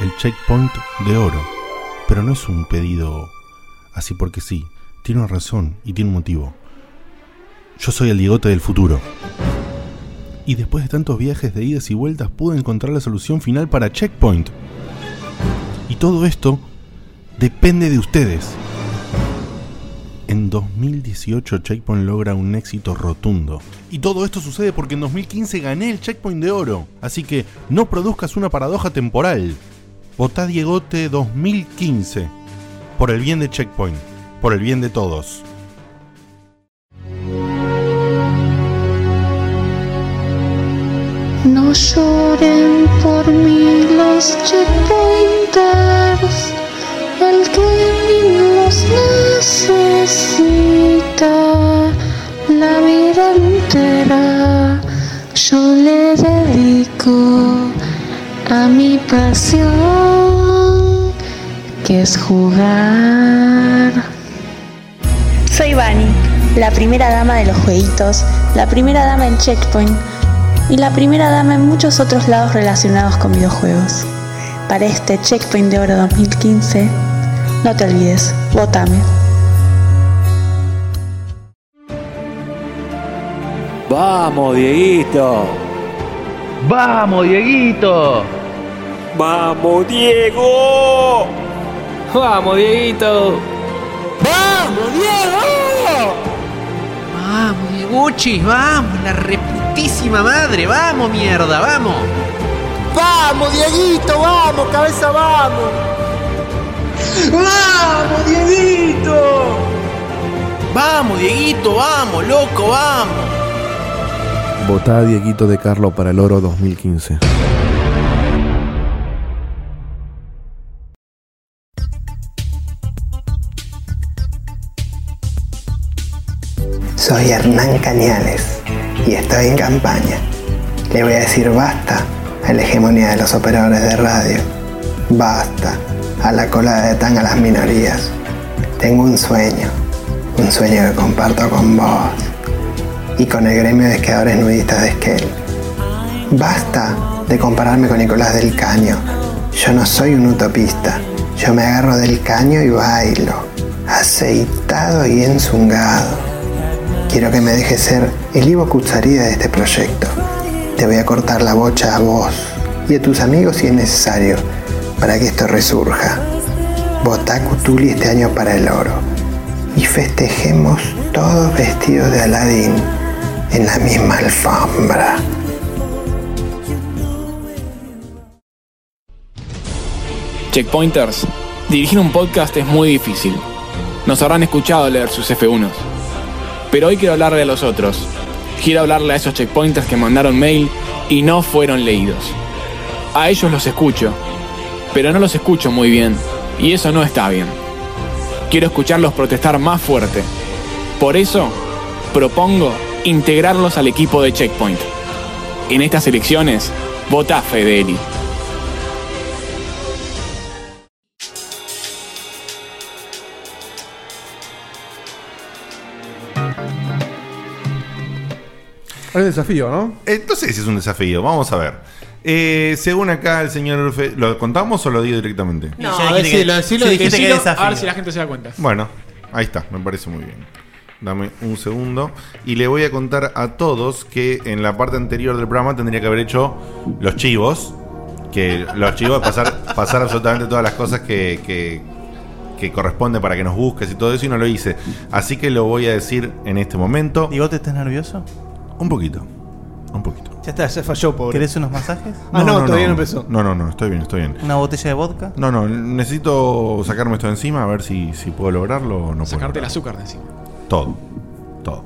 [SPEAKER 5] el checkpoint de oro. Pero no es un pedido así porque sí. Tiene una razón y tiene un motivo. Yo soy el Diegote del futuro. Y después de tantos viajes de idas y vueltas pude encontrar la solución final para Checkpoint. Y todo esto depende de ustedes. En 2018 Checkpoint logra un éxito rotundo. Y todo esto sucede porque en 2015 gané el Checkpoint de Oro. Así que no produzcas una paradoja temporal. Votá Diegote 2015. Por el bien de Checkpoint. Por el bien de todos.
[SPEAKER 19] No lloren por mí los checkpointers, el gaming los necesita la vida entera. pasión que es jugar. Soy Vani, la primera dama de los jueguitos, la primera dama en Checkpoint y la primera dama en muchos otros lados relacionados con videojuegos. Para este Checkpoint de Oro 2015, no te olvides, votame.
[SPEAKER 20] Vamos, Dieguito. Vamos, Dieguito. Vamos, Diego. Vamos, Dieguito.
[SPEAKER 11] ¡Vamos, Diego! ¡Vamos, Dieguchi! ¡Vamos, la reputísima madre! ¡Vamos, mierda! ¡Vamos!
[SPEAKER 12] ¡Vamos, Dieguito! ¡Vamos, cabeza, vamos! ¡Vamos, Dieguito!
[SPEAKER 3] Vamos, Dieguito, vamos, loco, vamos.
[SPEAKER 2] Votá a Dieguito de Carlo para el Oro 2015.
[SPEAKER 21] Soy Hernán Cañales y estoy en campaña. Le voy a decir basta a la hegemonía de los operadores de radio. Basta a la cola de tan a las minorías. Tengo un sueño, un sueño que comparto con vos y con el gremio de esquiadores nudistas de Esquel. Basta de compararme con Nicolás del Caño. Yo no soy un utopista. Yo me agarro del caño y bailo, aceitado y enzungado. Quiero que me dejes ser el Ivo Kutsarida de este proyecto. Te voy a cortar la bocha a vos y a tus amigos si es necesario para que esto resurja. Votá Cutuli este año para el oro y festejemos todos vestidos de Aladín en la misma alfombra.
[SPEAKER 22] Checkpointers, dirigir un podcast es muy difícil. Nos habrán escuchado leer sus F1s. Pero hoy quiero hablarle a los otros. Quiero hablarle a esos checkpointers que mandaron mail y no fueron leídos. A ellos los escucho, pero no los escucho muy bien, y eso no está bien. Quiero escucharlos protestar más fuerte. Por eso, propongo integrarlos al equipo de Checkpoint. En estas elecciones, vota Fedeli.
[SPEAKER 2] Hay un desafío, ¿no?
[SPEAKER 5] Entonces es un desafío, vamos a ver. Eh, según acá el señor... Fe- ¿Lo contamos o lo digo directamente?
[SPEAKER 7] No, Ya dijiste decilo, que- decilo, ya dijiste decilo, que desafío. a ver si la gente se da cuenta.
[SPEAKER 5] Bueno, ahí está, me parece muy bien. Dame un segundo. Y le voy a contar a todos que en la parte anterior del programa tendría que haber hecho los chivos. Que los chivos, pasar, pasar absolutamente todas las cosas que, que, que corresponde para que nos busques y todo eso, y no lo hice. Así que lo voy a decir en este momento. ¿Y vos te estás nervioso? Un poquito. Un poquito.
[SPEAKER 3] Ya está, ya falló, pobre.
[SPEAKER 6] ¿Querés unos masajes?
[SPEAKER 3] Ah, no, todavía no empezó.
[SPEAKER 5] No, no, no, estoy bien, estoy bien.
[SPEAKER 6] ¿Una botella de vodka?
[SPEAKER 5] No, no, necesito sacarme esto de encima a ver si, si puedo lograrlo o no puedo.
[SPEAKER 7] Sacarte el azúcar de encima.
[SPEAKER 5] Todo, todo.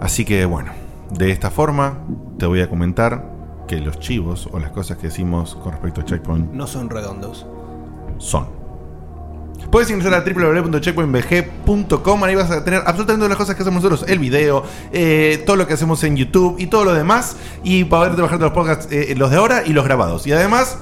[SPEAKER 5] Así que bueno, de esta forma te voy a comentar que los chivos o las cosas que decimos con respecto a Checkpoint
[SPEAKER 3] No son redondos.
[SPEAKER 5] son. Puedes ingresar a www.checkpointbg.com, ahí vas a tener absolutamente todas las cosas que hacemos nosotros, el video, eh, todo lo que hacemos en YouTube y todo lo demás, y poder trabajar los podcasts, eh, los de ahora y los grabados. Y además...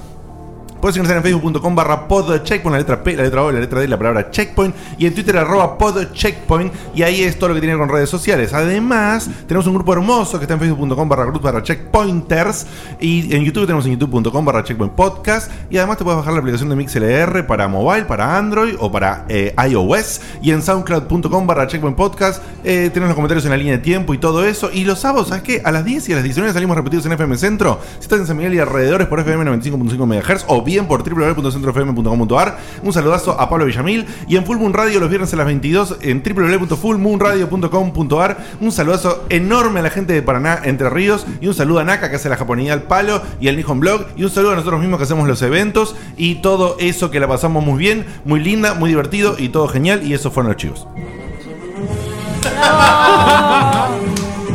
[SPEAKER 5] Puedes ingresar en facebook.com barra podcheckpoint, la letra P, la letra O, la letra D, la palabra checkpoint. Y en Twitter arroba podcheckpoint. Y ahí es todo lo que tiene con redes sociales. Además, tenemos un grupo hermoso que está en facebook.com barra group barra checkpointers. Y en YouTube tenemos en youtube.com barra checkpoint podcast. Y además te puedes bajar la aplicación de MixLR para mobile, para Android o para eh, iOS. Y en soundcloud.com barra checkpoint podcast. Eh, tenemos los comentarios en la línea de tiempo y todo eso. Y los sábados, ¿sabes qué? A las 10 y a las 19 salimos repetidos en FM Centro. Si estás en San Miguel y alrededores por FM 95.5 MHz o bien por www.centrofm.com.ar. Un saludazo a Pablo Villamil. Y en Full Moon Radio los viernes a las 22 en www.fullmoonradio.com.ar. Un saludazo enorme a la gente de Paraná, Entre Ríos. Y un saludo a Naka que hace la japonía al palo y al Nihon Blog. Y un saludo a nosotros mismos que hacemos los eventos. Y todo eso que la pasamos muy bien, muy linda, muy divertido y todo genial. Y eso fueron los chivos.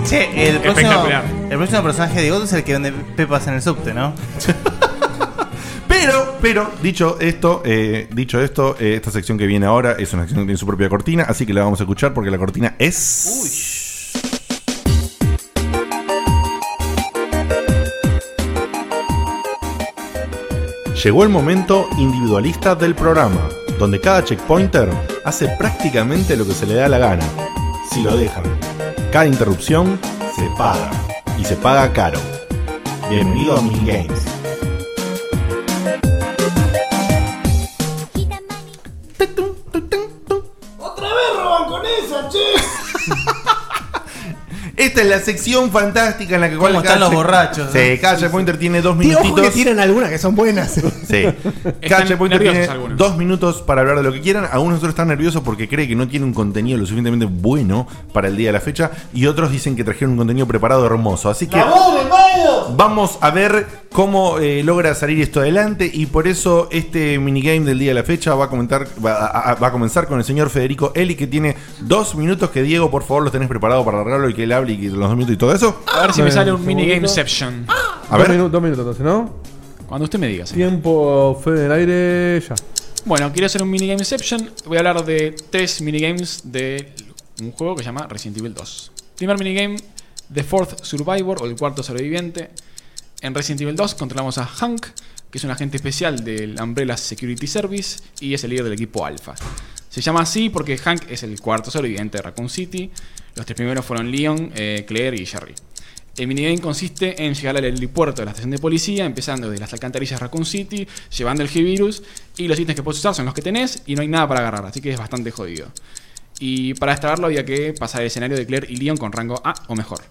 [SPEAKER 6] Che, el próximo,
[SPEAKER 5] Espectacular.
[SPEAKER 6] el próximo personaje de God es el que vende pepas en el subte, ¿no?
[SPEAKER 5] Pero, pero, dicho esto, eh, dicho esto, eh, esta sección que viene ahora es una sección que tiene su propia cortina, así que la vamos a escuchar porque la cortina es. Llegó el momento individualista del programa, donde cada checkpointer hace prácticamente lo que se le da la gana, si lo dejan. Cada interrupción se paga, y se paga caro. Bienvenido a Mil Games.
[SPEAKER 11] roban con esa,
[SPEAKER 5] Esta es la sección fantástica en la que ¿Cómo
[SPEAKER 6] están los borrachos,
[SPEAKER 5] Sí,
[SPEAKER 6] no?
[SPEAKER 5] cada
[SPEAKER 6] Sí,
[SPEAKER 5] checkpointer tiene dos
[SPEAKER 12] Tío, ojo que
[SPEAKER 5] minutitos.
[SPEAKER 12] tiran algunas que son buenas.
[SPEAKER 5] Sí. Cada checkpoint tiene dos minutos para hablar de lo que quieran. Algunos otros están nerviosos porque cree que no tiene un contenido lo suficientemente bueno para el día de la fecha. Y otros dicen que trajeron un contenido preparado hermoso. Así que vamos a ver cómo eh, logra salir esto adelante. Y por eso este minigame del día de la fecha va a, comentar, va, a- a- va a comenzar con el señor Federico Eli, que tiene dos minutos. Que Diego, por favor, los tenés preparado para arreglarlo y que él hable y que los dos minutos y todo eso.
[SPEAKER 7] A ver si me sale un minigameception.
[SPEAKER 5] A ver.
[SPEAKER 2] Minu- dos minutos entonces, ¿no?
[SPEAKER 7] Cuando usted me diga.
[SPEAKER 2] Tiempo fue del aire ya.
[SPEAKER 7] Bueno, quiero hacer un minigameception. Voy a hablar de tres minigames de un juego que se llama Resident Evil 2. Primer minigame, The Fourth Survivor o el cuarto sobreviviente. En Resident Evil 2 controlamos a Hank, que es un agente especial del Umbrella Security Service y es el líder del equipo Alpha. Se llama así porque Hank es el cuarto sobreviviente de Raccoon City. Los tres primeros fueron Leon, eh, Claire y Jerry. El minigame consiste en llegar al helipuerto de la estación de policía, empezando desde las alcantarillas Raccoon City, llevando el G-Virus, y los ítems que puedes usar son los que tenés y no hay nada para agarrar, así que es bastante jodido. Y para destrabarlo había que pasar el escenario de Claire y Leon con rango A o mejor.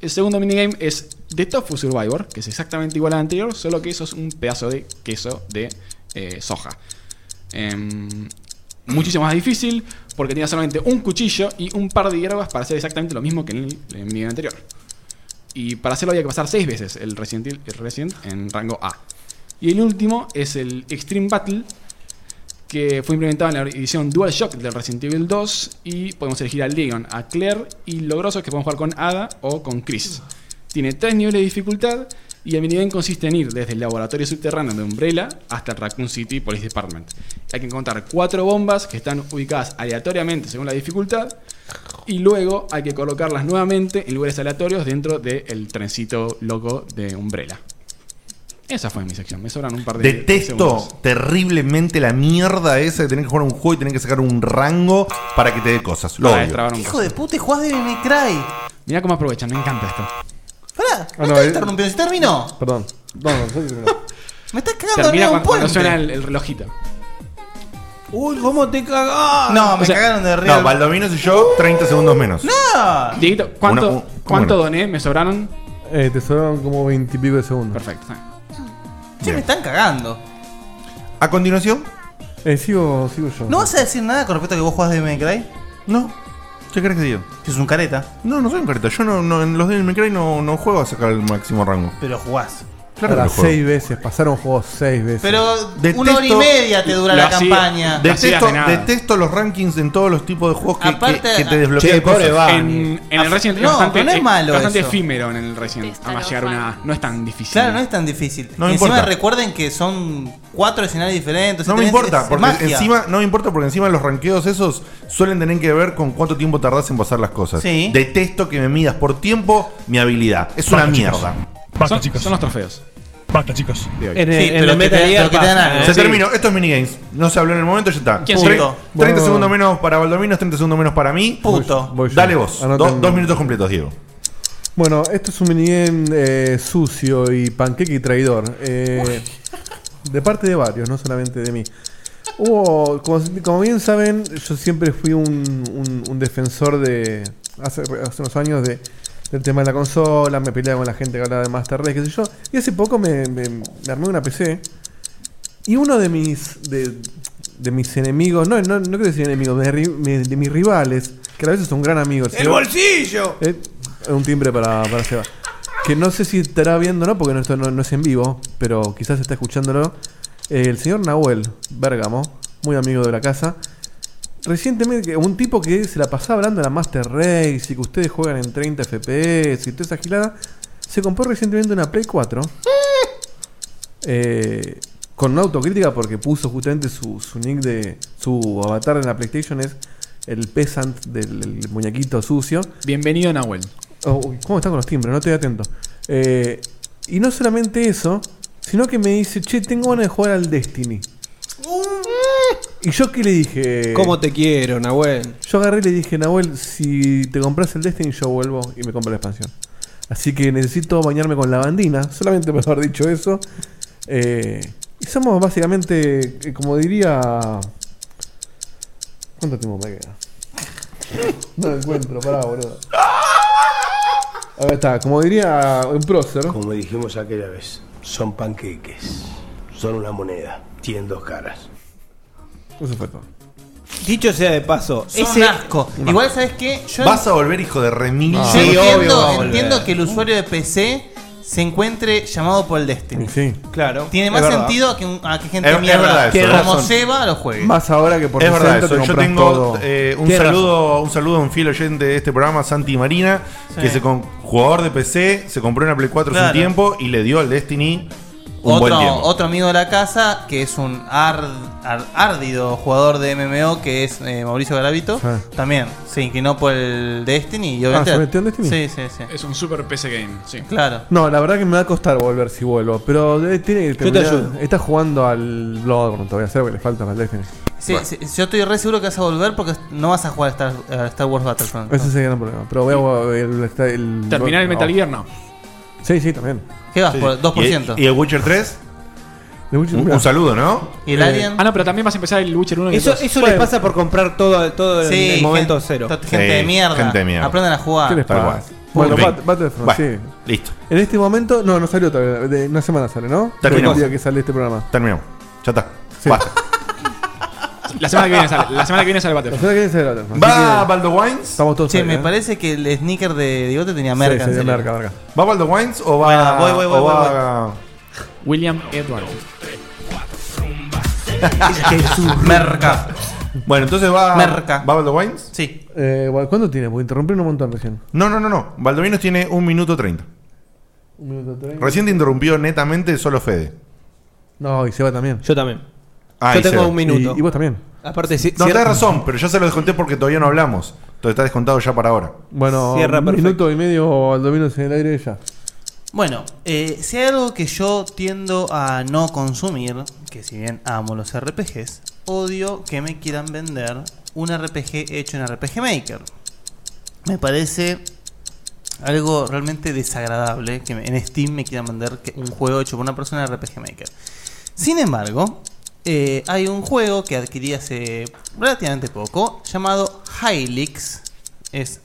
[SPEAKER 7] El segundo minigame es The Tofu Survivor, que es exactamente igual al anterior, solo que eso es un pedazo de queso de eh, soja. Em, muchísimo más difícil, porque tenía solamente un cuchillo y un par de hierbas para hacer exactamente lo mismo que en el, en el minigame anterior. Y para hacerlo había que pasar seis veces el Resident, Evil- el Resident en rango A. Y el último es el Extreme Battle, que fue implementado en la edición DualShock del Resident Evil 2 y podemos elegir a Leon, a Claire y lo grosso es que podemos jugar con Ada o con Chris. Tiene tres niveles de dificultad y el minigame consiste en ir desde el laboratorio subterráneo de Umbrella hasta el Raccoon City Police Department. Hay que encontrar cuatro bombas que están ubicadas aleatoriamente según la dificultad y luego hay que colocarlas nuevamente en lugares aleatorios dentro del trencito loco de Umbrella. Esa fue mi sección, me sobran un par de
[SPEAKER 5] Detesto
[SPEAKER 7] segundos.
[SPEAKER 5] terriblemente la mierda esa de tener que jugar un juego y tener que sacar un rango para que te dé cosas. Lo
[SPEAKER 7] Para
[SPEAKER 5] odio.
[SPEAKER 7] destrabar un
[SPEAKER 6] Hijo de puta, y jugás de Baby Cry.
[SPEAKER 7] Mirá cómo aprovechan, me encanta esto.
[SPEAKER 6] Pará,
[SPEAKER 7] Ah,
[SPEAKER 6] no,
[SPEAKER 7] no,
[SPEAKER 6] estás
[SPEAKER 7] eh.
[SPEAKER 6] interrumpiendo, se terminó.
[SPEAKER 2] Perdón. No, no, sí, no.
[SPEAKER 6] Me estás cagando
[SPEAKER 7] Termina
[SPEAKER 6] arriba de
[SPEAKER 7] cuando,
[SPEAKER 6] un
[SPEAKER 7] cuando
[SPEAKER 6] puente.
[SPEAKER 7] suena el, el relojito.
[SPEAKER 6] Uy, cómo te cagás. No, me cagaron de arriba.
[SPEAKER 5] No, Baldominos y yo, 30 segundos menos.
[SPEAKER 6] No.
[SPEAKER 7] Dieguito, ¿cuánto,
[SPEAKER 5] Una- un-
[SPEAKER 7] ¿cuánto doné? ¿Me sobraron?
[SPEAKER 2] Eh, te sobraron como veintipico de segundos.
[SPEAKER 7] Perfecto.
[SPEAKER 6] Che, me están cagando.
[SPEAKER 5] A continuación.
[SPEAKER 2] Eh, sigo, sigo yo.
[SPEAKER 6] ¿No vas a decir nada con respecto a que vos jugás de May Cry?
[SPEAKER 5] No. ¿Qué crees que digo?
[SPEAKER 6] Que es un careta.
[SPEAKER 5] No, no soy un careta. Yo no, no- en los de Cry no, no juego a sacar el máximo rango.
[SPEAKER 6] Pero jugás.
[SPEAKER 5] Claro que
[SPEAKER 2] Para
[SPEAKER 5] lo juego.
[SPEAKER 2] seis veces, pasaron juegos seis veces.
[SPEAKER 6] Pero una hora y media te dura
[SPEAKER 5] lo
[SPEAKER 6] la
[SPEAKER 5] hacía-
[SPEAKER 6] campaña.
[SPEAKER 5] Detesto, detesto los rankings en todos los tipos de juegos que,
[SPEAKER 6] Aparte-
[SPEAKER 5] que- que te desbloquean cosas.
[SPEAKER 7] En, en el Resident
[SPEAKER 6] No,
[SPEAKER 7] es bastante, e-
[SPEAKER 6] no es malo
[SPEAKER 7] bastante
[SPEAKER 6] eso.
[SPEAKER 7] efímero en el Resident. Vamos a llegar a una. No es tan difícil.
[SPEAKER 6] Claro, no es tan difícil.
[SPEAKER 7] No
[SPEAKER 6] y
[SPEAKER 7] me
[SPEAKER 6] encima
[SPEAKER 7] importa.
[SPEAKER 6] recuerden que son cuatro escenarios diferentes.
[SPEAKER 5] No me
[SPEAKER 6] tenés-
[SPEAKER 5] importa,
[SPEAKER 6] es
[SPEAKER 5] porque
[SPEAKER 6] magia.
[SPEAKER 5] encima, no me importa porque encima los ranqueos esos suelen tener que ver con cuánto tiempo tardás en pasar las cosas.
[SPEAKER 6] Sí.
[SPEAKER 5] Detesto que me midas por tiempo mi habilidad. Es una mierda.
[SPEAKER 7] son, son los trofeos.
[SPEAKER 5] Basta, chicos.
[SPEAKER 7] En el- Sí, en pero el que Metal te- Gear pero que te dan pasa, algo.
[SPEAKER 5] Se
[SPEAKER 7] ¿eh? Sí.
[SPEAKER 5] terminó. Esto es minigames. No se habló en el momento, ya está.
[SPEAKER 6] ¿Quién
[SPEAKER 5] Tre-
[SPEAKER 6] sigue?
[SPEAKER 5] 30
[SPEAKER 6] Bueno.
[SPEAKER 5] segundos menos para Valdominos, 30 segundos menos para mí.
[SPEAKER 6] Puto.
[SPEAKER 2] Voy yo.
[SPEAKER 5] Dale vos.
[SPEAKER 2] Anoten.
[SPEAKER 5] Do- dos minutos completos, Diego.
[SPEAKER 2] Bueno, esto es un minigame eh, sucio y panqueque y traidor. eh, de parte de varios, no solamente de mí. Hubo, como, como bien saben, yo siempre fui un, un- un defensor de. Hace, hace unos años de, del tema de la consola, me peleaba con la gente que hablaba de Master Race, qué sé yo. Y hace poco me, me- me armé una PC. Y uno de mis. de, de mis enemigos, no, no, no quiero decir enemigos, de, ri- de- de mis rivales, que a veces son gran amigos.
[SPEAKER 11] ¡El bolsillo!
[SPEAKER 2] Eh, un timbre para, para Seba. Que no sé si estará viendo, ¿no? Porque no, esto no, no es en vivo, pero quizás está escuchándolo. Eh, el señor Nahuel Bergamo, muy amigo de la casa. Recientemente, un tipo que se la pasaba hablando de la Master Race y que ustedes juegan en 30 FPS y toda esa gilada, se compró recientemente una Play 4. eh, con una autocrítica porque puso justamente su, su nick de. su avatar en la PlayStation es el peasant del el muñequito sucio.
[SPEAKER 7] Bienvenido, Nahuel.
[SPEAKER 2] Oh, uy, ¿Cómo están con los timbres? No estoy atento. Eh, y no solamente eso, Sino que me dice, che, tengo ganas de jugar al Destiny. ¿Y yo qué le dije?
[SPEAKER 3] ¿Cómo te quiero, Nahuel?
[SPEAKER 2] Yo agarré y le dije, Nahuel, si te compras el Destiny, yo vuelvo y me compro la expansión. Así que necesito bañarme con lavandina, solamente por haber dicho eso. Eh, y somos básicamente, eh, como diría. ¿Cuánto tiempo me queda? No lo encuentro, pará, boludo. Ahora está, como diría un prócer.
[SPEAKER 1] Como dijimos aquella vez, son panqueques. Son una moneda. Tienen dos caras.
[SPEAKER 2] Eso fue todo.
[SPEAKER 3] Dicho sea de paso,
[SPEAKER 6] Son
[SPEAKER 3] ese
[SPEAKER 6] asco.
[SPEAKER 3] Un
[SPEAKER 6] Igual,
[SPEAKER 3] asco.
[SPEAKER 6] ¿sabes qué? Yo
[SPEAKER 5] Vas a volver, hijo de
[SPEAKER 2] Ah.
[SPEAKER 5] remil.
[SPEAKER 7] Ah,
[SPEAKER 6] Yo entiendo, entiendo que el usuario de PC se encuentre llamado por el Destiny.
[SPEAKER 2] Sí.
[SPEAKER 6] Claro. Tiene
[SPEAKER 2] Es
[SPEAKER 6] más
[SPEAKER 2] verdad.
[SPEAKER 6] sentido que un- a que gente
[SPEAKER 5] Es- es verdad
[SPEAKER 6] mierda
[SPEAKER 5] eso,
[SPEAKER 6] como
[SPEAKER 5] razón.
[SPEAKER 6] Seba lo juegue.
[SPEAKER 2] Más ahora que por
[SPEAKER 5] es verdad
[SPEAKER 2] 60
[SPEAKER 5] eso.
[SPEAKER 2] te
[SPEAKER 5] Yo
[SPEAKER 2] compras
[SPEAKER 5] tengo
[SPEAKER 2] todo.
[SPEAKER 5] eh, un,
[SPEAKER 2] Tienes
[SPEAKER 5] saludo, un saludo a un fiel oyente de este programa, Santi Marina,
[SPEAKER 6] Sí.
[SPEAKER 5] que es jugador de PC, se compró una Play 4 hace
[SPEAKER 6] Claro.
[SPEAKER 5] un tiempo y le dio al Destiny un buen
[SPEAKER 6] Otro,
[SPEAKER 5] tiempo.
[SPEAKER 6] otro amigo de la casa que es un ard- ar- árdido jugador de MMO que es eh, Mauricio Garavito.
[SPEAKER 2] Sí.
[SPEAKER 6] También se inclinó por el Destiny y obviamente.
[SPEAKER 2] Ah. ¿se metió en Destiny?
[SPEAKER 6] Sí, sí, sí.
[SPEAKER 7] Es un super PC game, sí.
[SPEAKER 6] Claro.
[SPEAKER 2] No, la verdad que me va a costar volver si vuelvo. Pero eh, tiene que
[SPEAKER 6] Yo te
[SPEAKER 2] terminar-
[SPEAKER 6] ayudo.
[SPEAKER 2] Está jugando al Bloodborne todavía, sé que le falta para el Destiny.
[SPEAKER 6] Sí, sí, yo estoy re seguro que vas a volver porque no vas a jugar a Star, a Star Wars Battlefront.
[SPEAKER 2] Ese es el gran problema. Pero voy a el, el-
[SPEAKER 6] Terminar el Metal Gear, no.
[SPEAKER 2] Sí, sí, también.
[SPEAKER 6] ¿Qué vas?
[SPEAKER 2] Sí.
[SPEAKER 6] Por 2%.
[SPEAKER 5] ¿Y, y el Witcher 3?
[SPEAKER 2] The Witcher,
[SPEAKER 5] un,
[SPEAKER 2] mirá.
[SPEAKER 5] un saludo, ¿no? Eh,
[SPEAKER 6] ¿Y el Alien?
[SPEAKER 7] Ah, no, pero también vas a empezar el Witcher 1 y el
[SPEAKER 3] Eso,
[SPEAKER 7] 2.
[SPEAKER 3] eso les
[SPEAKER 7] Bueno.
[SPEAKER 3] pasa por comprar todo, todo en
[SPEAKER 7] Sí,
[SPEAKER 3] el
[SPEAKER 7] gente-
[SPEAKER 3] momento cero.
[SPEAKER 7] tot- gente de mierda.
[SPEAKER 5] Gente de mierda.
[SPEAKER 6] Aprendan a jugar.
[SPEAKER 2] ¿Qué les
[SPEAKER 5] Tal
[SPEAKER 2] pasa?
[SPEAKER 5] cual.
[SPEAKER 2] Bueno,
[SPEAKER 5] En fin.
[SPEAKER 2] Bat- Battlefront,
[SPEAKER 5] Bueno,
[SPEAKER 2] sí.
[SPEAKER 5] Listo.
[SPEAKER 2] En este momento, no, no salió todavía. De una semana sale, ¿no?
[SPEAKER 5] Terminamos.
[SPEAKER 2] El día que sale este programa.
[SPEAKER 5] Terminamos. Ya está.
[SPEAKER 2] Sí.
[SPEAKER 5] Basta.
[SPEAKER 7] La semana que viene sale. La semana que viene sale
[SPEAKER 2] La
[SPEAKER 7] Battlefront.
[SPEAKER 2] semana que viene sale Battlefront.
[SPEAKER 5] ¿Va Baldo Wines? Estamos
[SPEAKER 2] todos
[SPEAKER 6] Che,
[SPEAKER 2] ahí,
[SPEAKER 6] me
[SPEAKER 2] ¿eh?
[SPEAKER 6] parece que el sneaker de Digote tenía
[SPEAKER 2] Sí,
[SPEAKER 6] merca.
[SPEAKER 2] sí,
[SPEAKER 6] en
[SPEAKER 2] de
[SPEAKER 6] serio.
[SPEAKER 2] merca, merca.
[SPEAKER 5] ¿Va Baldo Wines o va.?
[SPEAKER 6] Bueno, Ah, voy, voy, voy,
[SPEAKER 5] o
[SPEAKER 6] voy,
[SPEAKER 5] va-
[SPEAKER 7] William Edwards.
[SPEAKER 6] merca.
[SPEAKER 5] Bueno, entonces va.
[SPEAKER 6] Merca.
[SPEAKER 5] ¿Va Baldo Wines?
[SPEAKER 6] Sí.
[SPEAKER 2] Eh, bueno, ¿Cuánto tiene? Porque interrumpieron un montón recién.
[SPEAKER 5] No, no, no, no. Baldovinos tiene un minuto 30.
[SPEAKER 2] Un minuto treinta.
[SPEAKER 5] Recién te interrumpió netamente solo Fede.
[SPEAKER 2] No, y Seba también.
[SPEAKER 3] Yo también.
[SPEAKER 5] Ah, y
[SPEAKER 3] Yo tengo
[SPEAKER 5] Seba.
[SPEAKER 3] un minuto.
[SPEAKER 2] Y, y vos también.
[SPEAKER 3] Aparte, si,
[SPEAKER 5] No,
[SPEAKER 3] cierra-
[SPEAKER 5] tenés razón, pero ya se lo desconté porque todavía no hablamos. Entonces está descontado ya para ahora.
[SPEAKER 2] Bueno,
[SPEAKER 3] Cierra
[SPEAKER 2] un
[SPEAKER 3] perfecto.
[SPEAKER 2] minuto y medio al dominio en el aire ya.
[SPEAKER 6] Bueno, eh, si hay algo que yo tiendo a no consumir, que si bien amo los RPGs, odio que me quieran vender un RPG hecho en RPG Maker. Me parece algo realmente desagradable que me- en Steam me quieran vender que- un juego hecho por una persona en RPG Maker. Sin embargo, eh, hay un juego que adquirí hace relativamente poco llamado Hylix. Es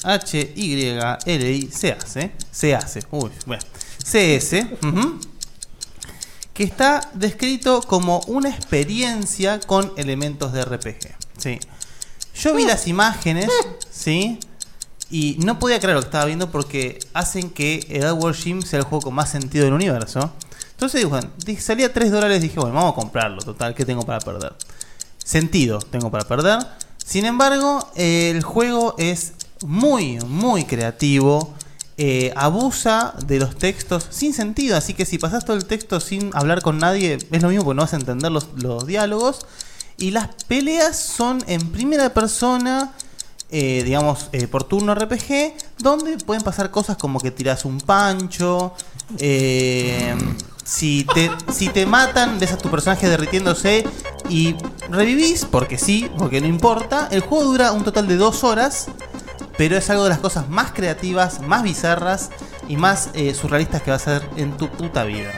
[SPEAKER 6] H-Y-L-I-C-A-C. C-A-C. Uy, bueno. C-S. ujú, Que está descrito como una experiencia con elementos de RPG. Sí. Yo vi las imágenes, ¿sí? Y no podía creer lo que estaba viendo porque hacen que Edad World Gym sea el juego con más sentido del universo. Entonces digo, bueno, di- salía 3 dólares, dije, bueno, vamos a comprarlo, total, ¿qué tengo para perder? Sentido tengo para perder. Sin embargo, eh, el juego es muy, muy creativo. eh, abusa de los textos sin sentido, así que si pasás todo el texto sin hablar con nadie, es lo mismo porque no vas a entender los, los diálogos. Y las peleas son en primera persona, eh, digamos, eh, por turno RPG, donde pueden pasar cosas como que tiras un pancho, eh, si, te, si te matan, ves a tu personaje derritiéndose y revivís, porque sí, porque no importa. El juego dura un total de dos horas, pero es algo de las cosas más creativas, más bizarras y más eh, surrealistas que vas a ver en tu puta vida.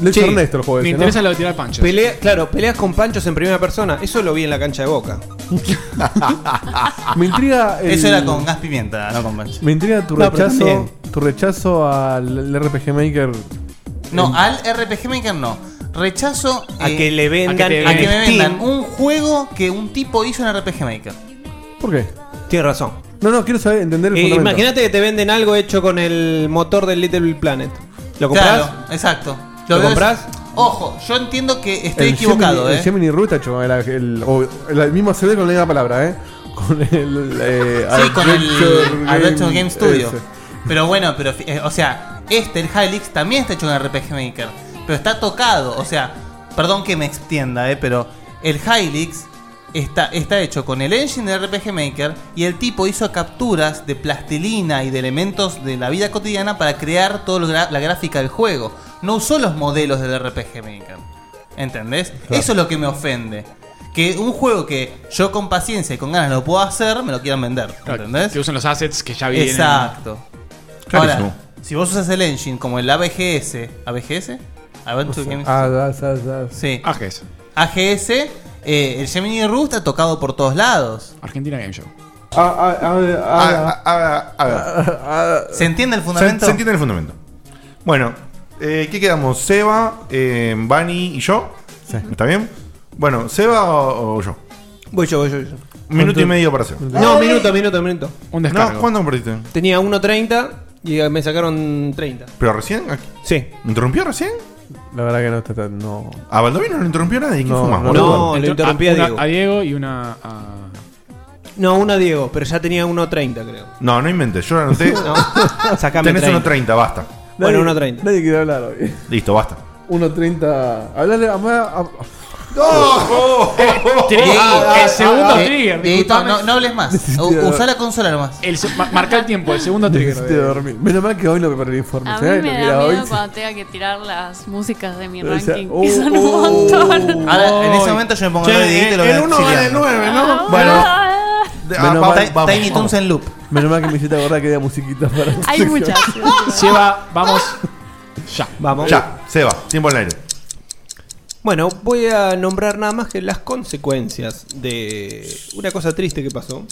[SPEAKER 2] Lo hizo
[SPEAKER 3] Sí,
[SPEAKER 2] Ernesto el juego ese, ¿no?
[SPEAKER 3] Pelea- claro, peleas con panchos en primera persona. Eso lo vi en la cancha de boca.
[SPEAKER 2] Me intriga el-
[SPEAKER 6] Eso era con gas pimienta,
[SPEAKER 3] Eh,
[SPEAKER 6] no con pancho.
[SPEAKER 2] Me intriga tu
[SPEAKER 6] No, pero
[SPEAKER 2] rechazo,
[SPEAKER 6] también.
[SPEAKER 2] tu rechazo al al RPG Maker.
[SPEAKER 6] No, al RPG Maker no. Rechazo eh,
[SPEAKER 3] A que le vendan
[SPEAKER 6] a que,
[SPEAKER 3] en
[SPEAKER 6] a que me
[SPEAKER 3] Steam.
[SPEAKER 6] vendan un juego que un tipo hizo en RPG Maker.
[SPEAKER 2] ¿Por qué?
[SPEAKER 3] Tienes razón.
[SPEAKER 2] No, no, quiero saber, entender el
[SPEAKER 3] Eh,
[SPEAKER 2] fundamento.
[SPEAKER 3] Imagínate que te venden algo hecho con el motor del Little Big Planet. ¿Lo compras?
[SPEAKER 6] Claro, exacto.
[SPEAKER 3] ¿Lo,
[SPEAKER 6] veo-
[SPEAKER 3] compras?
[SPEAKER 6] Ojo, yo entiendo que estoy
[SPEAKER 2] El
[SPEAKER 6] equivocado,
[SPEAKER 2] Gemini,
[SPEAKER 6] eh.
[SPEAKER 2] El Gemini Rue está hecho con el, el, o el- el mismo CD con la misma palabra, ¿eh? Con el. eh,
[SPEAKER 6] Sí, con el
[SPEAKER 2] Adventure Game-
[SPEAKER 6] Adventure Game Studio.
[SPEAKER 2] ese.
[SPEAKER 6] Pero bueno, pero fi- eh, o sea, este, el Hylix, también está hecho con RPG Maker. Pero está tocado, o sea, perdón que me extienda, eh, pero el Hylix Está, está hecho con el engine de RPG Maker y el tipo hizo capturas de plastilina y de elementos de la vida cotidiana para crear toda la gráfica del juego. No usó los modelos del RPG Maker. ¿Entendés? Eso es lo que me ofende. Que un juego que yo con paciencia y con ganas lo puedo hacer, me lo quieran vender. ¿Entendés?
[SPEAKER 7] Que usen los assets que ya vienen.
[SPEAKER 6] Exacto.
[SPEAKER 7] Clarísimo.
[SPEAKER 6] Ahora, si vos usas el engine como el ABGS, ¿ABGS? Advanced Game
[SPEAKER 2] Ah, ah, ah, ah.
[SPEAKER 6] Sí. AGS. AGS, eh, el Gemini Rue está tocado por todos lados.
[SPEAKER 7] Argentina Game Show.
[SPEAKER 5] Ah, ah, ah, ah.
[SPEAKER 6] ¿Se entiende el
[SPEAKER 5] Se,
[SPEAKER 6] fundamento?
[SPEAKER 5] se entiende el fundamento. Bueno, eh, ¿qué quedamos? ¿Seba, eh, Bani y yo? ¿Está bien? Bueno, ¿Seba o, o yo?
[SPEAKER 3] Voy yo, voy yo. voy yo.
[SPEAKER 5] Minuto y medio para Seba.
[SPEAKER 3] No, minuto, minuto, minuto.
[SPEAKER 7] Un
[SPEAKER 5] descargo. No, ¿cuándo perdiste?
[SPEAKER 3] Tenía 1.30 y eh, me sacaron 30.
[SPEAKER 5] ¿Pero recién? Aquí.
[SPEAKER 3] Sí.
[SPEAKER 5] ¿Me interrumpió recién?
[SPEAKER 2] La verdad que no está tan. No.
[SPEAKER 5] A Baldovino no le interrumpió nadie. Ah, ¿Qué
[SPEAKER 2] No,
[SPEAKER 5] fumas,
[SPEAKER 2] no,
[SPEAKER 5] boludo?
[SPEAKER 2] no,
[SPEAKER 3] lo interrumpí a
[SPEAKER 7] una
[SPEAKER 3] Diego.
[SPEAKER 7] a Diego y una a.
[SPEAKER 3] No, una Diego, pero ya tenía 1.30 creo.
[SPEAKER 5] No, no inventes. Yo lo anoté.
[SPEAKER 3] No, sacame
[SPEAKER 5] Tenés
[SPEAKER 3] 30.
[SPEAKER 5] 1.30, basta.
[SPEAKER 3] Bueno,
[SPEAKER 2] Nadie-
[SPEAKER 3] 1.30.
[SPEAKER 2] Nadie quiere hablar hoy.
[SPEAKER 5] Listo, basta.
[SPEAKER 2] 1.30. Hablale a. a, a
[SPEAKER 7] el segundo trigger.
[SPEAKER 6] Dieguito,
[SPEAKER 7] disculpame.
[SPEAKER 6] Eh, no, no hables más.
[SPEAKER 2] Necesito-
[SPEAKER 6] U- Usá la consola nomás.
[SPEAKER 7] El, se- ma- marca el tiempo, el segundo trigger.
[SPEAKER 2] Necesito dormir. Menos mal que hoy ¿eh? no preparé el informe.
[SPEAKER 9] A mí
[SPEAKER 2] ¿sabes
[SPEAKER 9] me
[SPEAKER 2] lo que
[SPEAKER 9] da
[SPEAKER 2] era
[SPEAKER 9] miedo
[SPEAKER 2] hoy?
[SPEAKER 9] cuando tenga que tirar las músicas de mi
[SPEAKER 2] O sea,
[SPEAKER 9] ranking,
[SPEAKER 2] oh,
[SPEAKER 9] que son un
[SPEAKER 2] oh,
[SPEAKER 9] montón.
[SPEAKER 6] Ahora, en ese momento yo me pongo
[SPEAKER 2] Che,
[SPEAKER 6] a
[SPEAKER 7] eh,
[SPEAKER 6] ver Dieguito y lo voy
[SPEAKER 2] el uno
[SPEAKER 6] exiliando.
[SPEAKER 2] vale nueve,
[SPEAKER 9] Ah,
[SPEAKER 2] ¿no?
[SPEAKER 6] Bueno,
[SPEAKER 2] Menos
[SPEAKER 6] ah,
[SPEAKER 2] mal-
[SPEAKER 6] Tiny
[SPEAKER 2] vamos,
[SPEAKER 6] Tiny
[SPEAKER 2] vamos.
[SPEAKER 6] Toons en loop.
[SPEAKER 2] Menos mal que me hiciste acordar que había musiquitas para. tu
[SPEAKER 9] Hay
[SPEAKER 2] sección.
[SPEAKER 9] muchas.
[SPEAKER 7] Seba, vamos. Ya.
[SPEAKER 3] Vamos.
[SPEAKER 5] Ya, Seba, tiempo en el aire.
[SPEAKER 3] Bueno, voy a nombrar nada más que las consecuencias de una cosa triste que pasó.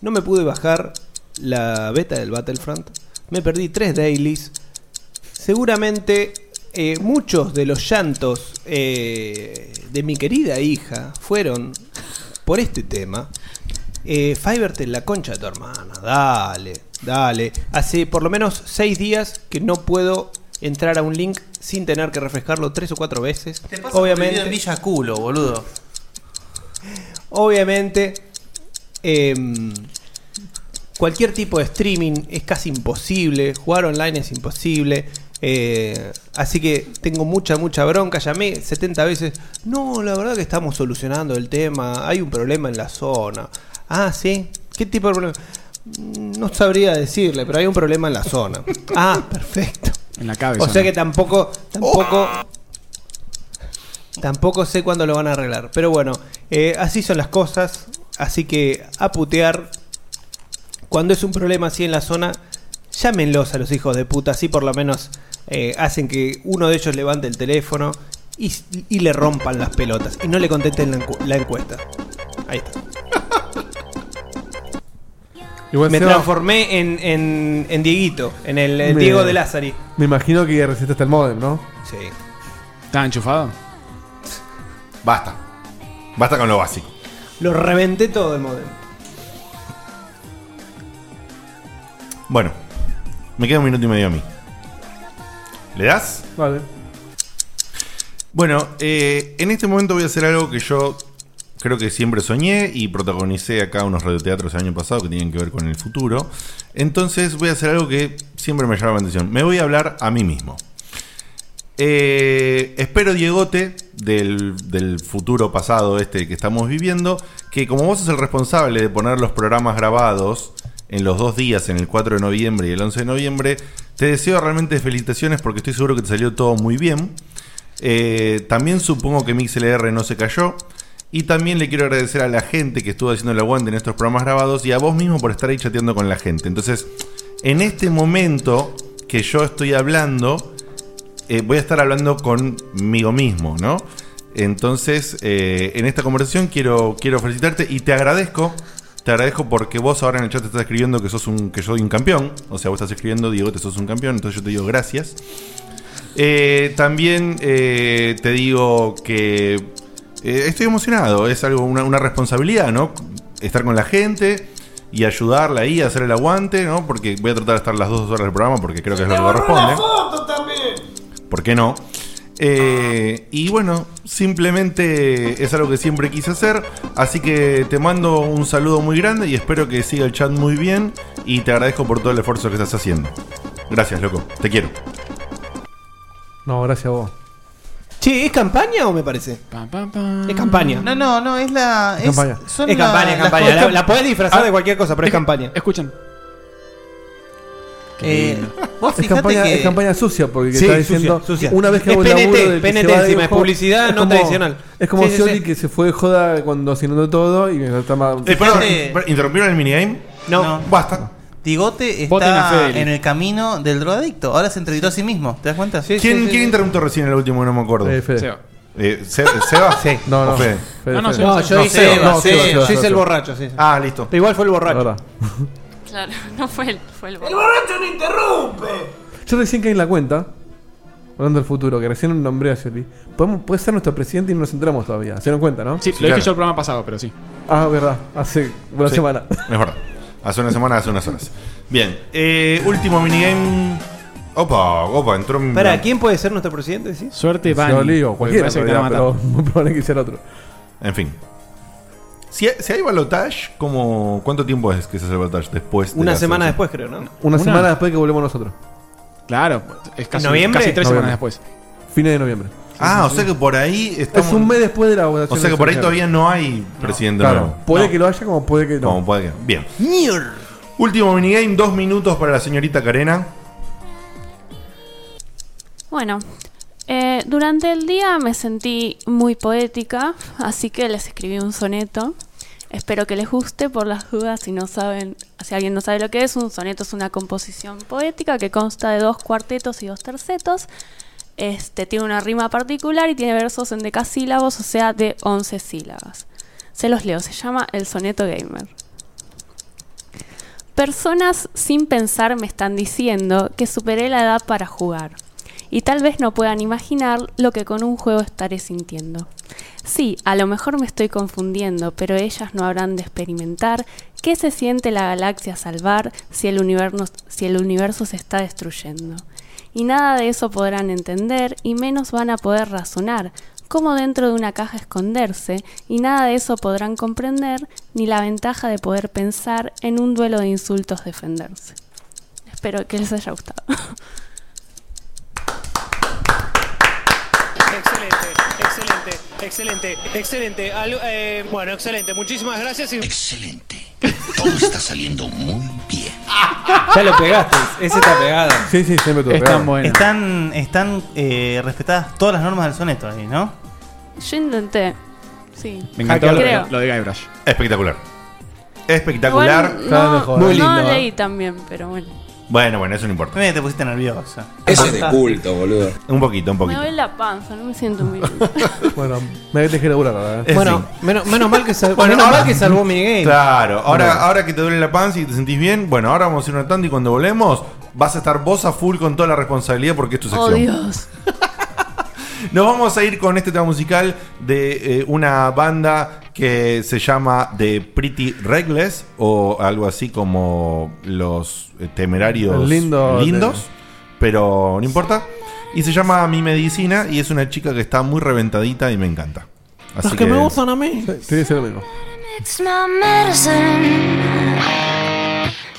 [SPEAKER 3] No me pude bajar la beta del Battlefront. Me perdí tres dailies. Seguramente eh, muchos de los llantos eh, de mi querida hija fueron por este tema. Eh, Fivertel, la concha de tu hermana. Dale, dale. Hace por lo menos seis días que no puedo entrar a un link sin tener que refrescarlo tres o cuatro veces.
[SPEAKER 6] Te pasa
[SPEAKER 3] Obviamente.
[SPEAKER 6] prohibido en Villa Culo, boludo.
[SPEAKER 3] Obviamente, em, cualquier tipo de streaming es casi imposible, jugar online es imposible. eh, así que tengo mucha, mucha bronca. Llamé 70 veces. No, la verdad que estamos solucionando el tema. Hay un problema en la zona. Ah, sí. ¿Qué tipo de problema? Mm, No sabría decirle, pero hay un problema en la zona. Ah, perfecto.
[SPEAKER 7] En la cabeza.
[SPEAKER 3] O sea
[SPEAKER 7] ¿no?
[SPEAKER 3] que tampoco, tampoco, tampoco sé cuándo lo van a arreglar. Pero bueno, eh, así son las cosas. Así que a putear. Cuando es un problema así en la zona, llámenlos a los hijos de puta. Así por lo menos eh, hacen que uno de ellos levante el teléfono y, y le rompan las pelotas. Y no le contesten la, encu- la encuesta. Ahí está.
[SPEAKER 2] Igual
[SPEAKER 3] Me
[SPEAKER 2] Seba-
[SPEAKER 3] transformé en, en- en Dieguito, en el, el
[SPEAKER 2] Me-
[SPEAKER 3] Diego de Lázari.
[SPEAKER 2] Me imagino que resiste hasta el modem, ¿no?
[SPEAKER 3] Sí.
[SPEAKER 7] ¿Estaba enchufado?
[SPEAKER 5] Basta. Basta con lo básico.
[SPEAKER 3] Lo reventé todo el modem.
[SPEAKER 5] Bueno, me queda un minuto y medio a mí. ¿Le das?
[SPEAKER 2] Vale.
[SPEAKER 5] Bueno, eh, en este momento voy a hacer algo que yo creo que siempre soñé y protagonicé acá unos radioteatros el año pasado que tienen que ver con el futuro. Entonces voy a hacer algo que siempre me llama la atención. Me voy a hablar a mí mismo. Eh, espero, Diegote, del, del futuro pasado este que estamos viviendo, que como vos sos el responsable de poner los programas grabados en los dos días, en el 4 de noviembre y el 11 de noviembre, te deseo realmente felicitaciones porque estoy seguro que te salió todo muy bien. Eh, también supongo que MixLR no se cayó. Y también le quiero agradecer a la gente que estuvo haciendo el aguante en estos programas grabados y a vos mismo por estar ahí chateando con la gente. Entonces, en este momento que yo estoy hablando, eh, voy a estar hablando conmigo mismo, ¿no? Entonces, eh, en esta conversación quiero, quiero felicitarte y te agradezco. Te agradezco porque vos ahora en el chat te estás escribiendo que sos un, que yo soy un campeón. O sea, vos estás escribiendo, Diego, te sos un campeón. Entonces yo te digo gracias. Eh, también eh, te digo que eh, estoy emocionado. Es algo, una, una responsabilidad, ¿no? Estar con la gente y ayudarla ahí a hacer el aguante, ¿no? Porque voy a tratar de estar las dos horas del programa porque creo que es lo que corresponde. ¿Por qué no? Eh, y bueno, simplemente es algo que siempre quise hacer. Así que te mando un saludo muy grande y espero que siga el chat muy bien. Y te agradezco por todo el esfuerzo que estás haciendo. Gracias, loco. Te quiero.
[SPEAKER 2] No, gracias a vos.
[SPEAKER 3] Che, ¿es campaña o me parece? Es campaña.
[SPEAKER 6] No, no, no, es la. Es,
[SPEAKER 3] campaña.
[SPEAKER 6] son
[SPEAKER 3] es
[SPEAKER 6] la-
[SPEAKER 3] campaña, es
[SPEAKER 6] las
[SPEAKER 3] campaña.
[SPEAKER 6] cosas-
[SPEAKER 3] la, la podés disfrazar de cualquier cosa, pero es campaña.
[SPEAKER 7] Ah, Escuchen.
[SPEAKER 6] Eh, vos
[SPEAKER 2] Es
[SPEAKER 6] fijate
[SPEAKER 2] campaña,
[SPEAKER 6] que.
[SPEAKER 2] es campaña sucia porque
[SPEAKER 3] Sí,
[SPEAKER 2] está
[SPEAKER 3] sucia,
[SPEAKER 2] diciendo
[SPEAKER 3] sucia.
[SPEAKER 2] una vez que
[SPEAKER 3] Es
[SPEAKER 2] hago el
[SPEAKER 3] PNT,
[SPEAKER 2] laburo del que
[SPEAKER 3] PNT
[SPEAKER 2] se va de
[SPEAKER 3] encima, es
[SPEAKER 2] joda-
[SPEAKER 3] publicidad no
[SPEAKER 2] como-
[SPEAKER 3] tradicional.
[SPEAKER 2] Es como
[SPEAKER 3] Sí, sí,
[SPEAKER 2] Scioli
[SPEAKER 3] sí.
[SPEAKER 2] que se fue de joda cuando se inundó todo y me está más-
[SPEAKER 5] Eh, perdón, per- ¿Interrumpieron el minigame?
[SPEAKER 6] No. Basta. Digote
[SPEAKER 5] Voten a
[SPEAKER 6] está
[SPEAKER 5] Fedeli.
[SPEAKER 6] en el camino del drogadicto. Ahora se entrevistó a sí mismo. ¿Te das cuenta?
[SPEAKER 5] ¿Quién, quién interrumpió recién el último? No me acuerdo.
[SPEAKER 6] Eh, Fede. Seba.
[SPEAKER 5] Eh, Se- ¿Seba? Sí.
[SPEAKER 2] No, no.
[SPEAKER 5] Fede?
[SPEAKER 2] Fede, No, no,
[SPEAKER 3] Seba, No, Seba. yo hice- no, Seba, Seba, yo hice el borracho, sí.
[SPEAKER 5] Ah, listo.
[SPEAKER 3] Pero igual fue el borracho.
[SPEAKER 9] Claro, no fue el, fue el borracho.
[SPEAKER 11] no interrumpe!
[SPEAKER 2] Yo recién caí en la cuenta, hablando del futuro, que recién nombré a Scioli. Podemos- Puede ser nuestro presidente y no nos enteramos todavía. ¿Se dan cuenta, no?
[SPEAKER 7] Sí, lo dije yo el programa pasado, pero sí.
[SPEAKER 2] Ah, verdad. Hace una
[SPEAKER 5] Sí.
[SPEAKER 2] semana.
[SPEAKER 5] Es verdad. Hace una semana, hace unas horas. Bien. Eh, último minigame. Opa, opa, entró mi.
[SPEAKER 3] Para, ¿quién puede ser nuestro presidente? decís?
[SPEAKER 2] Scioli o cualquiera, en realidad, pero muy probable que sea el otro.
[SPEAKER 5] En fin. Si, si hay balotage, como ¿cuánto tiempo es que se hace el balotage después? de
[SPEAKER 3] Una
[SPEAKER 5] la
[SPEAKER 3] semana
[SPEAKER 5] selección?
[SPEAKER 3] después, creo, ¿no?
[SPEAKER 2] Una, semana después que volvemos nosotros.
[SPEAKER 7] Claro, es
[SPEAKER 3] casi- noviembre? casi tres
[SPEAKER 5] semanas
[SPEAKER 7] después.
[SPEAKER 2] Fines de noviembre.
[SPEAKER 5] Ah, o sea que por ahí estamos-
[SPEAKER 2] Es un mes después de la
[SPEAKER 5] O
[SPEAKER 2] votación.
[SPEAKER 5] sea que por ahí todavía no hay presidente
[SPEAKER 2] Claro.
[SPEAKER 5] nuevo.
[SPEAKER 2] Puede que lo haya como puede que no.
[SPEAKER 5] Como puede que no. Bien. Último minigame, dos minutos para la señorita Carena.
[SPEAKER 9] Bueno, eh, durante el día me sentí muy poética, así que les escribí un soneto. Espero que les guste por las dudas si no saben, si alguien no sabe lo que es, un soneto es una composición poética que consta de dos cuartetos y dos tercetos. Este tiene una rima particular y tiene versos en decasílabos, o sea, de 11 sílabas. Se los leo, se llama El soneto gamer. Personas sin pensar me están diciendo que superé la edad para jugar. Y tal vez no puedan imaginar lo que con un juego estaré sintiendo. Sí, a lo mejor me estoy confundiendo, pero ellas no habrán de experimentar qué se siente la galaxia salvar si el universo, si el universo se está destruyendo. Y nada de eso podrán entender y menos van a poder razonar, cómo dentro de una caja esconderse, y nada de eso podrán comprender, ni la ventaja de poder pensar en un duelo de insultos defenderse. Espero que les haya gustado.
[SPEAKER 11] Excelente, excelente, excelente, excelente. Al- eh, bueno, excelente. Muchísimas gracias y. Excelente.
[SPEAKER 4] Todo está saliendo muy bien.
[SPEAKER 3] Ya lo pegaste, ese está pegado.
[SPEAKER 2] Sí, sí, siempre
[SPEAKER 3] todo pegado.
[SPEAKER 6] Están, están eh, respetadas todas las normas del soneto ahí, ¿no?
[SPEAKER 9] Yo intenté. Sí.
[SPEAKER 5] Me encantó lo,
[SPEAKER 9] Creo.
[SPEAKER 5] de Guybrush. Espectacular. Espectacular.
[SPEAKER 9] Igual no, no
[SPEAKER 2] ¿eh?
[SPEAKER 9] leí también, pero bueno.
[SPEAKER 5] Bueno, bueno, eso no importa.
[SPEAKER 6] Mira, te pusiste nerviosa.
[SPEAKER 5] Eso es de culto, boludo. Un poquito, un
[SPEAKER 9] Me
[SPEAKER 5] poquito.
[SPEAKER 9] duele la panza, no me siento muy bien.
[SPEAKER 2] Bueno, me voy a ¿eh? tener que laburar, la verdad.
[SPEAKER 3] Bueno, menos, menos mal que, sal-
[SPEAKER 5] Bueno,
[SPEAKER 3] menos
[SPEAKER 5] ahora-
[SPEAKER 3] mal que salvó mi game.
[SPEAKER 5] Claro, ahora,
[SPEAKER 3] Bueno.
[SPEAKER 5] ahora que te duele la panza y te sentís bien, bueno, ahora vamos a ir notando y cuando volvemos vas a estar vos a full con toda la responsabilidad porque es tu
[SPEAKER 9] Oh
[SPEAKER 5] sección.
[SPEAKER 9] Dios.
[SPEAKER 5] Nos vamos a ir con este tema musical de eh, una banda que se llama The Pretty Reckless o algo así como los eh, temerarios
[SPEAKER 2] Lindo de-
[SPEAKER 5] lindos, pero no importa. Y se llama Mi Medicina y es una chica que está muy reventadita y me encanta. Así
[SPEAKER 11] Los que me gustan a mí.
[SPEAKER 2] Sí, te voy a decir lo mismo.
[SPEAKER 11] It's my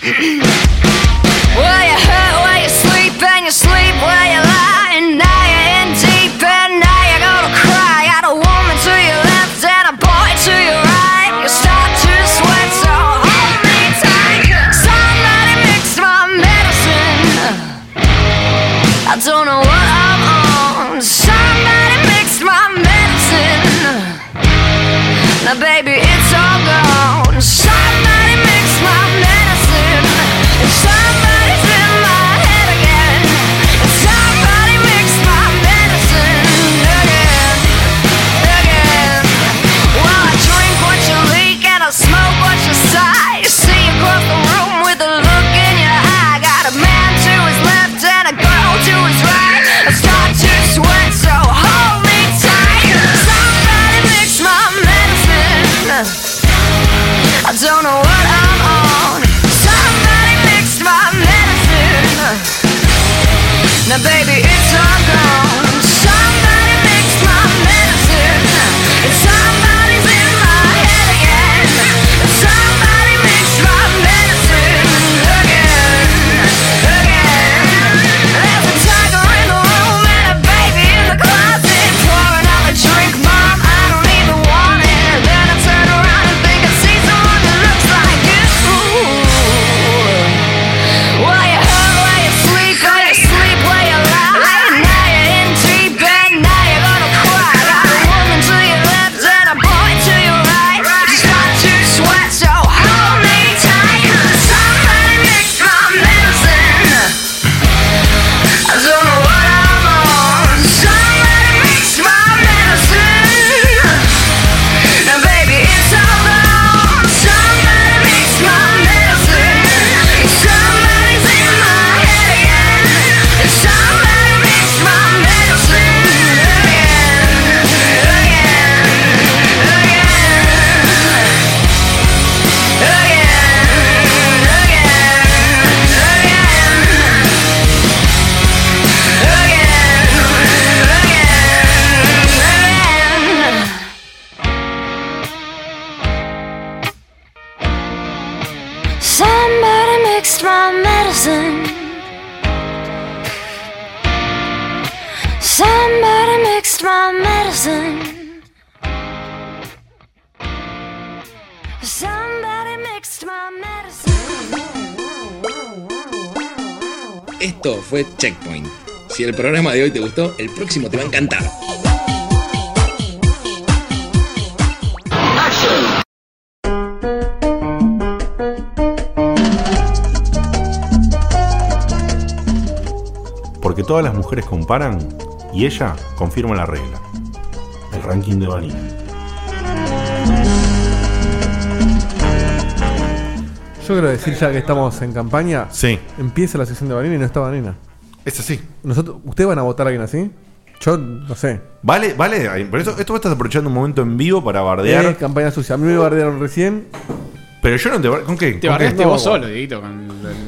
[SPEAKER 11] medicine.
[SPEAKER 8] Well, you hurt while you sleep, and you sleep while you lie, and now you're in deep, and now you're gonna cry. Got a woman to your left and a boy to your right. You start to sweat, so hold me tight. Somebody mix my medicine. I don't know what I'm on. Somebody mix my medicine. Now, baby, it's all gone. Somebody mix my medicine. And somebody's in my head again. And somebody mix my medicine again. Again. Well, I drink what you leak and I smoke what you sigh. You see across the room with a look in your eye. Got a man to his left and a girl to his right. I start to sweat, so hold me tight. Somebody mix my medicine.
[SPEAKER 14] Esto fue Checkpoint. Si el programa de hoy te gustó, el próximo te va a encantar.
[SPEAKER 5] Porque todas las mujeres comparan y ella confirma la regla. El ranking de Vanina.
[SPEAKER 2] Yo quiero decir ya que estamos en campaña.
[SPEAKER 5] Sí.
[SPEAKER 2] Empieza la sesión de Vanina y no está Vanina.
[SPEAKER 5] Es así.
[SPEAKER 2] Nosotros, ¿Ustedes van a votar a alguien así? Yo no sé.
[SPEAKER 5] Vale, vale. Por eso, esto vos estás aprovechando un momento en vivo para bardear.
[SPEAKER 2] Eh, campaña sucia. A mí me bardearon recién.
[SPEAKER 5] Pero yo no te bar- ¿Con qué? ¿Con
[SPEAKER 7] Te
[SPEAKER 5] qué?
[SPEAKER 7] bardeaste vos solo, Dieguito. Con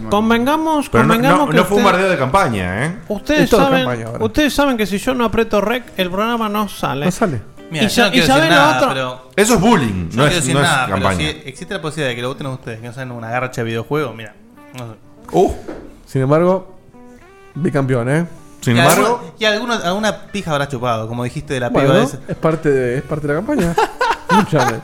[SPEAKER 3] Convengamos,
[SPEAKER 5] Pero no,
[SPEAKER 3] convengamos
[SPEAKER 5] no-
[SPEAKER 3] que
[SPEAKER 5] no fue un
[SPEAKER 3] usted-
[SPEAKER 5] bardeo de campaña, ¿eh?
[SPEAKER 3] Ustedes
[SPEAKER 5] Es todo
[SPEAKER 3] saben,
[SPEAKER 5] campaña ahora.
[SPEAKER 3] ustedes saben que si yo no aprieto rec, el programa no sale.
[SPEAKER 5] No sale.
[SPEAKER 6] Mira,
[SPEAKER 3] y
[SPEAKER 6] yo
[SPEAKER 3] ya,
[SPEAKER 6] no
[SPEAKER 3] y
[SPEAKER 6] quiero
[SPEAKER 3] ya
[SPEAKER 6] decir
[SPEAKER 3] ven lo
[SPEAKER 6] nada,
[SPEAKER 3] otro.
[SPEAKER 6] pero-
[SPEAKER 5] Eso es
[SPEAKER 6] Yo
[SPEAKER 5] bullying, no
[SPEAKER 6] no
[SPEAKER 5] es-
[SPEAKER 6] quiero decir
[SPEAKER 5] no es
[SPEAKER 6] nada, pero
[SPEAKER 5] campaña.
[SPEAKER 6] si existe la posibilidad de que lo voten ustedes, que no sean una garcha de videojuegos, mira. No sé.
[SPEAKER 2] Uh. Sin embargo, bicampeón, ¿eh?
[SPEAKER 6] y alguno- y alguno- alguna pija habrá chupado, como dijiste de la
[SPEAKER 2] Bueno,
[SPEAKER 6] piba esa.
[SPEAKER 2] es parte de, es parte de la campaña. Escúchame.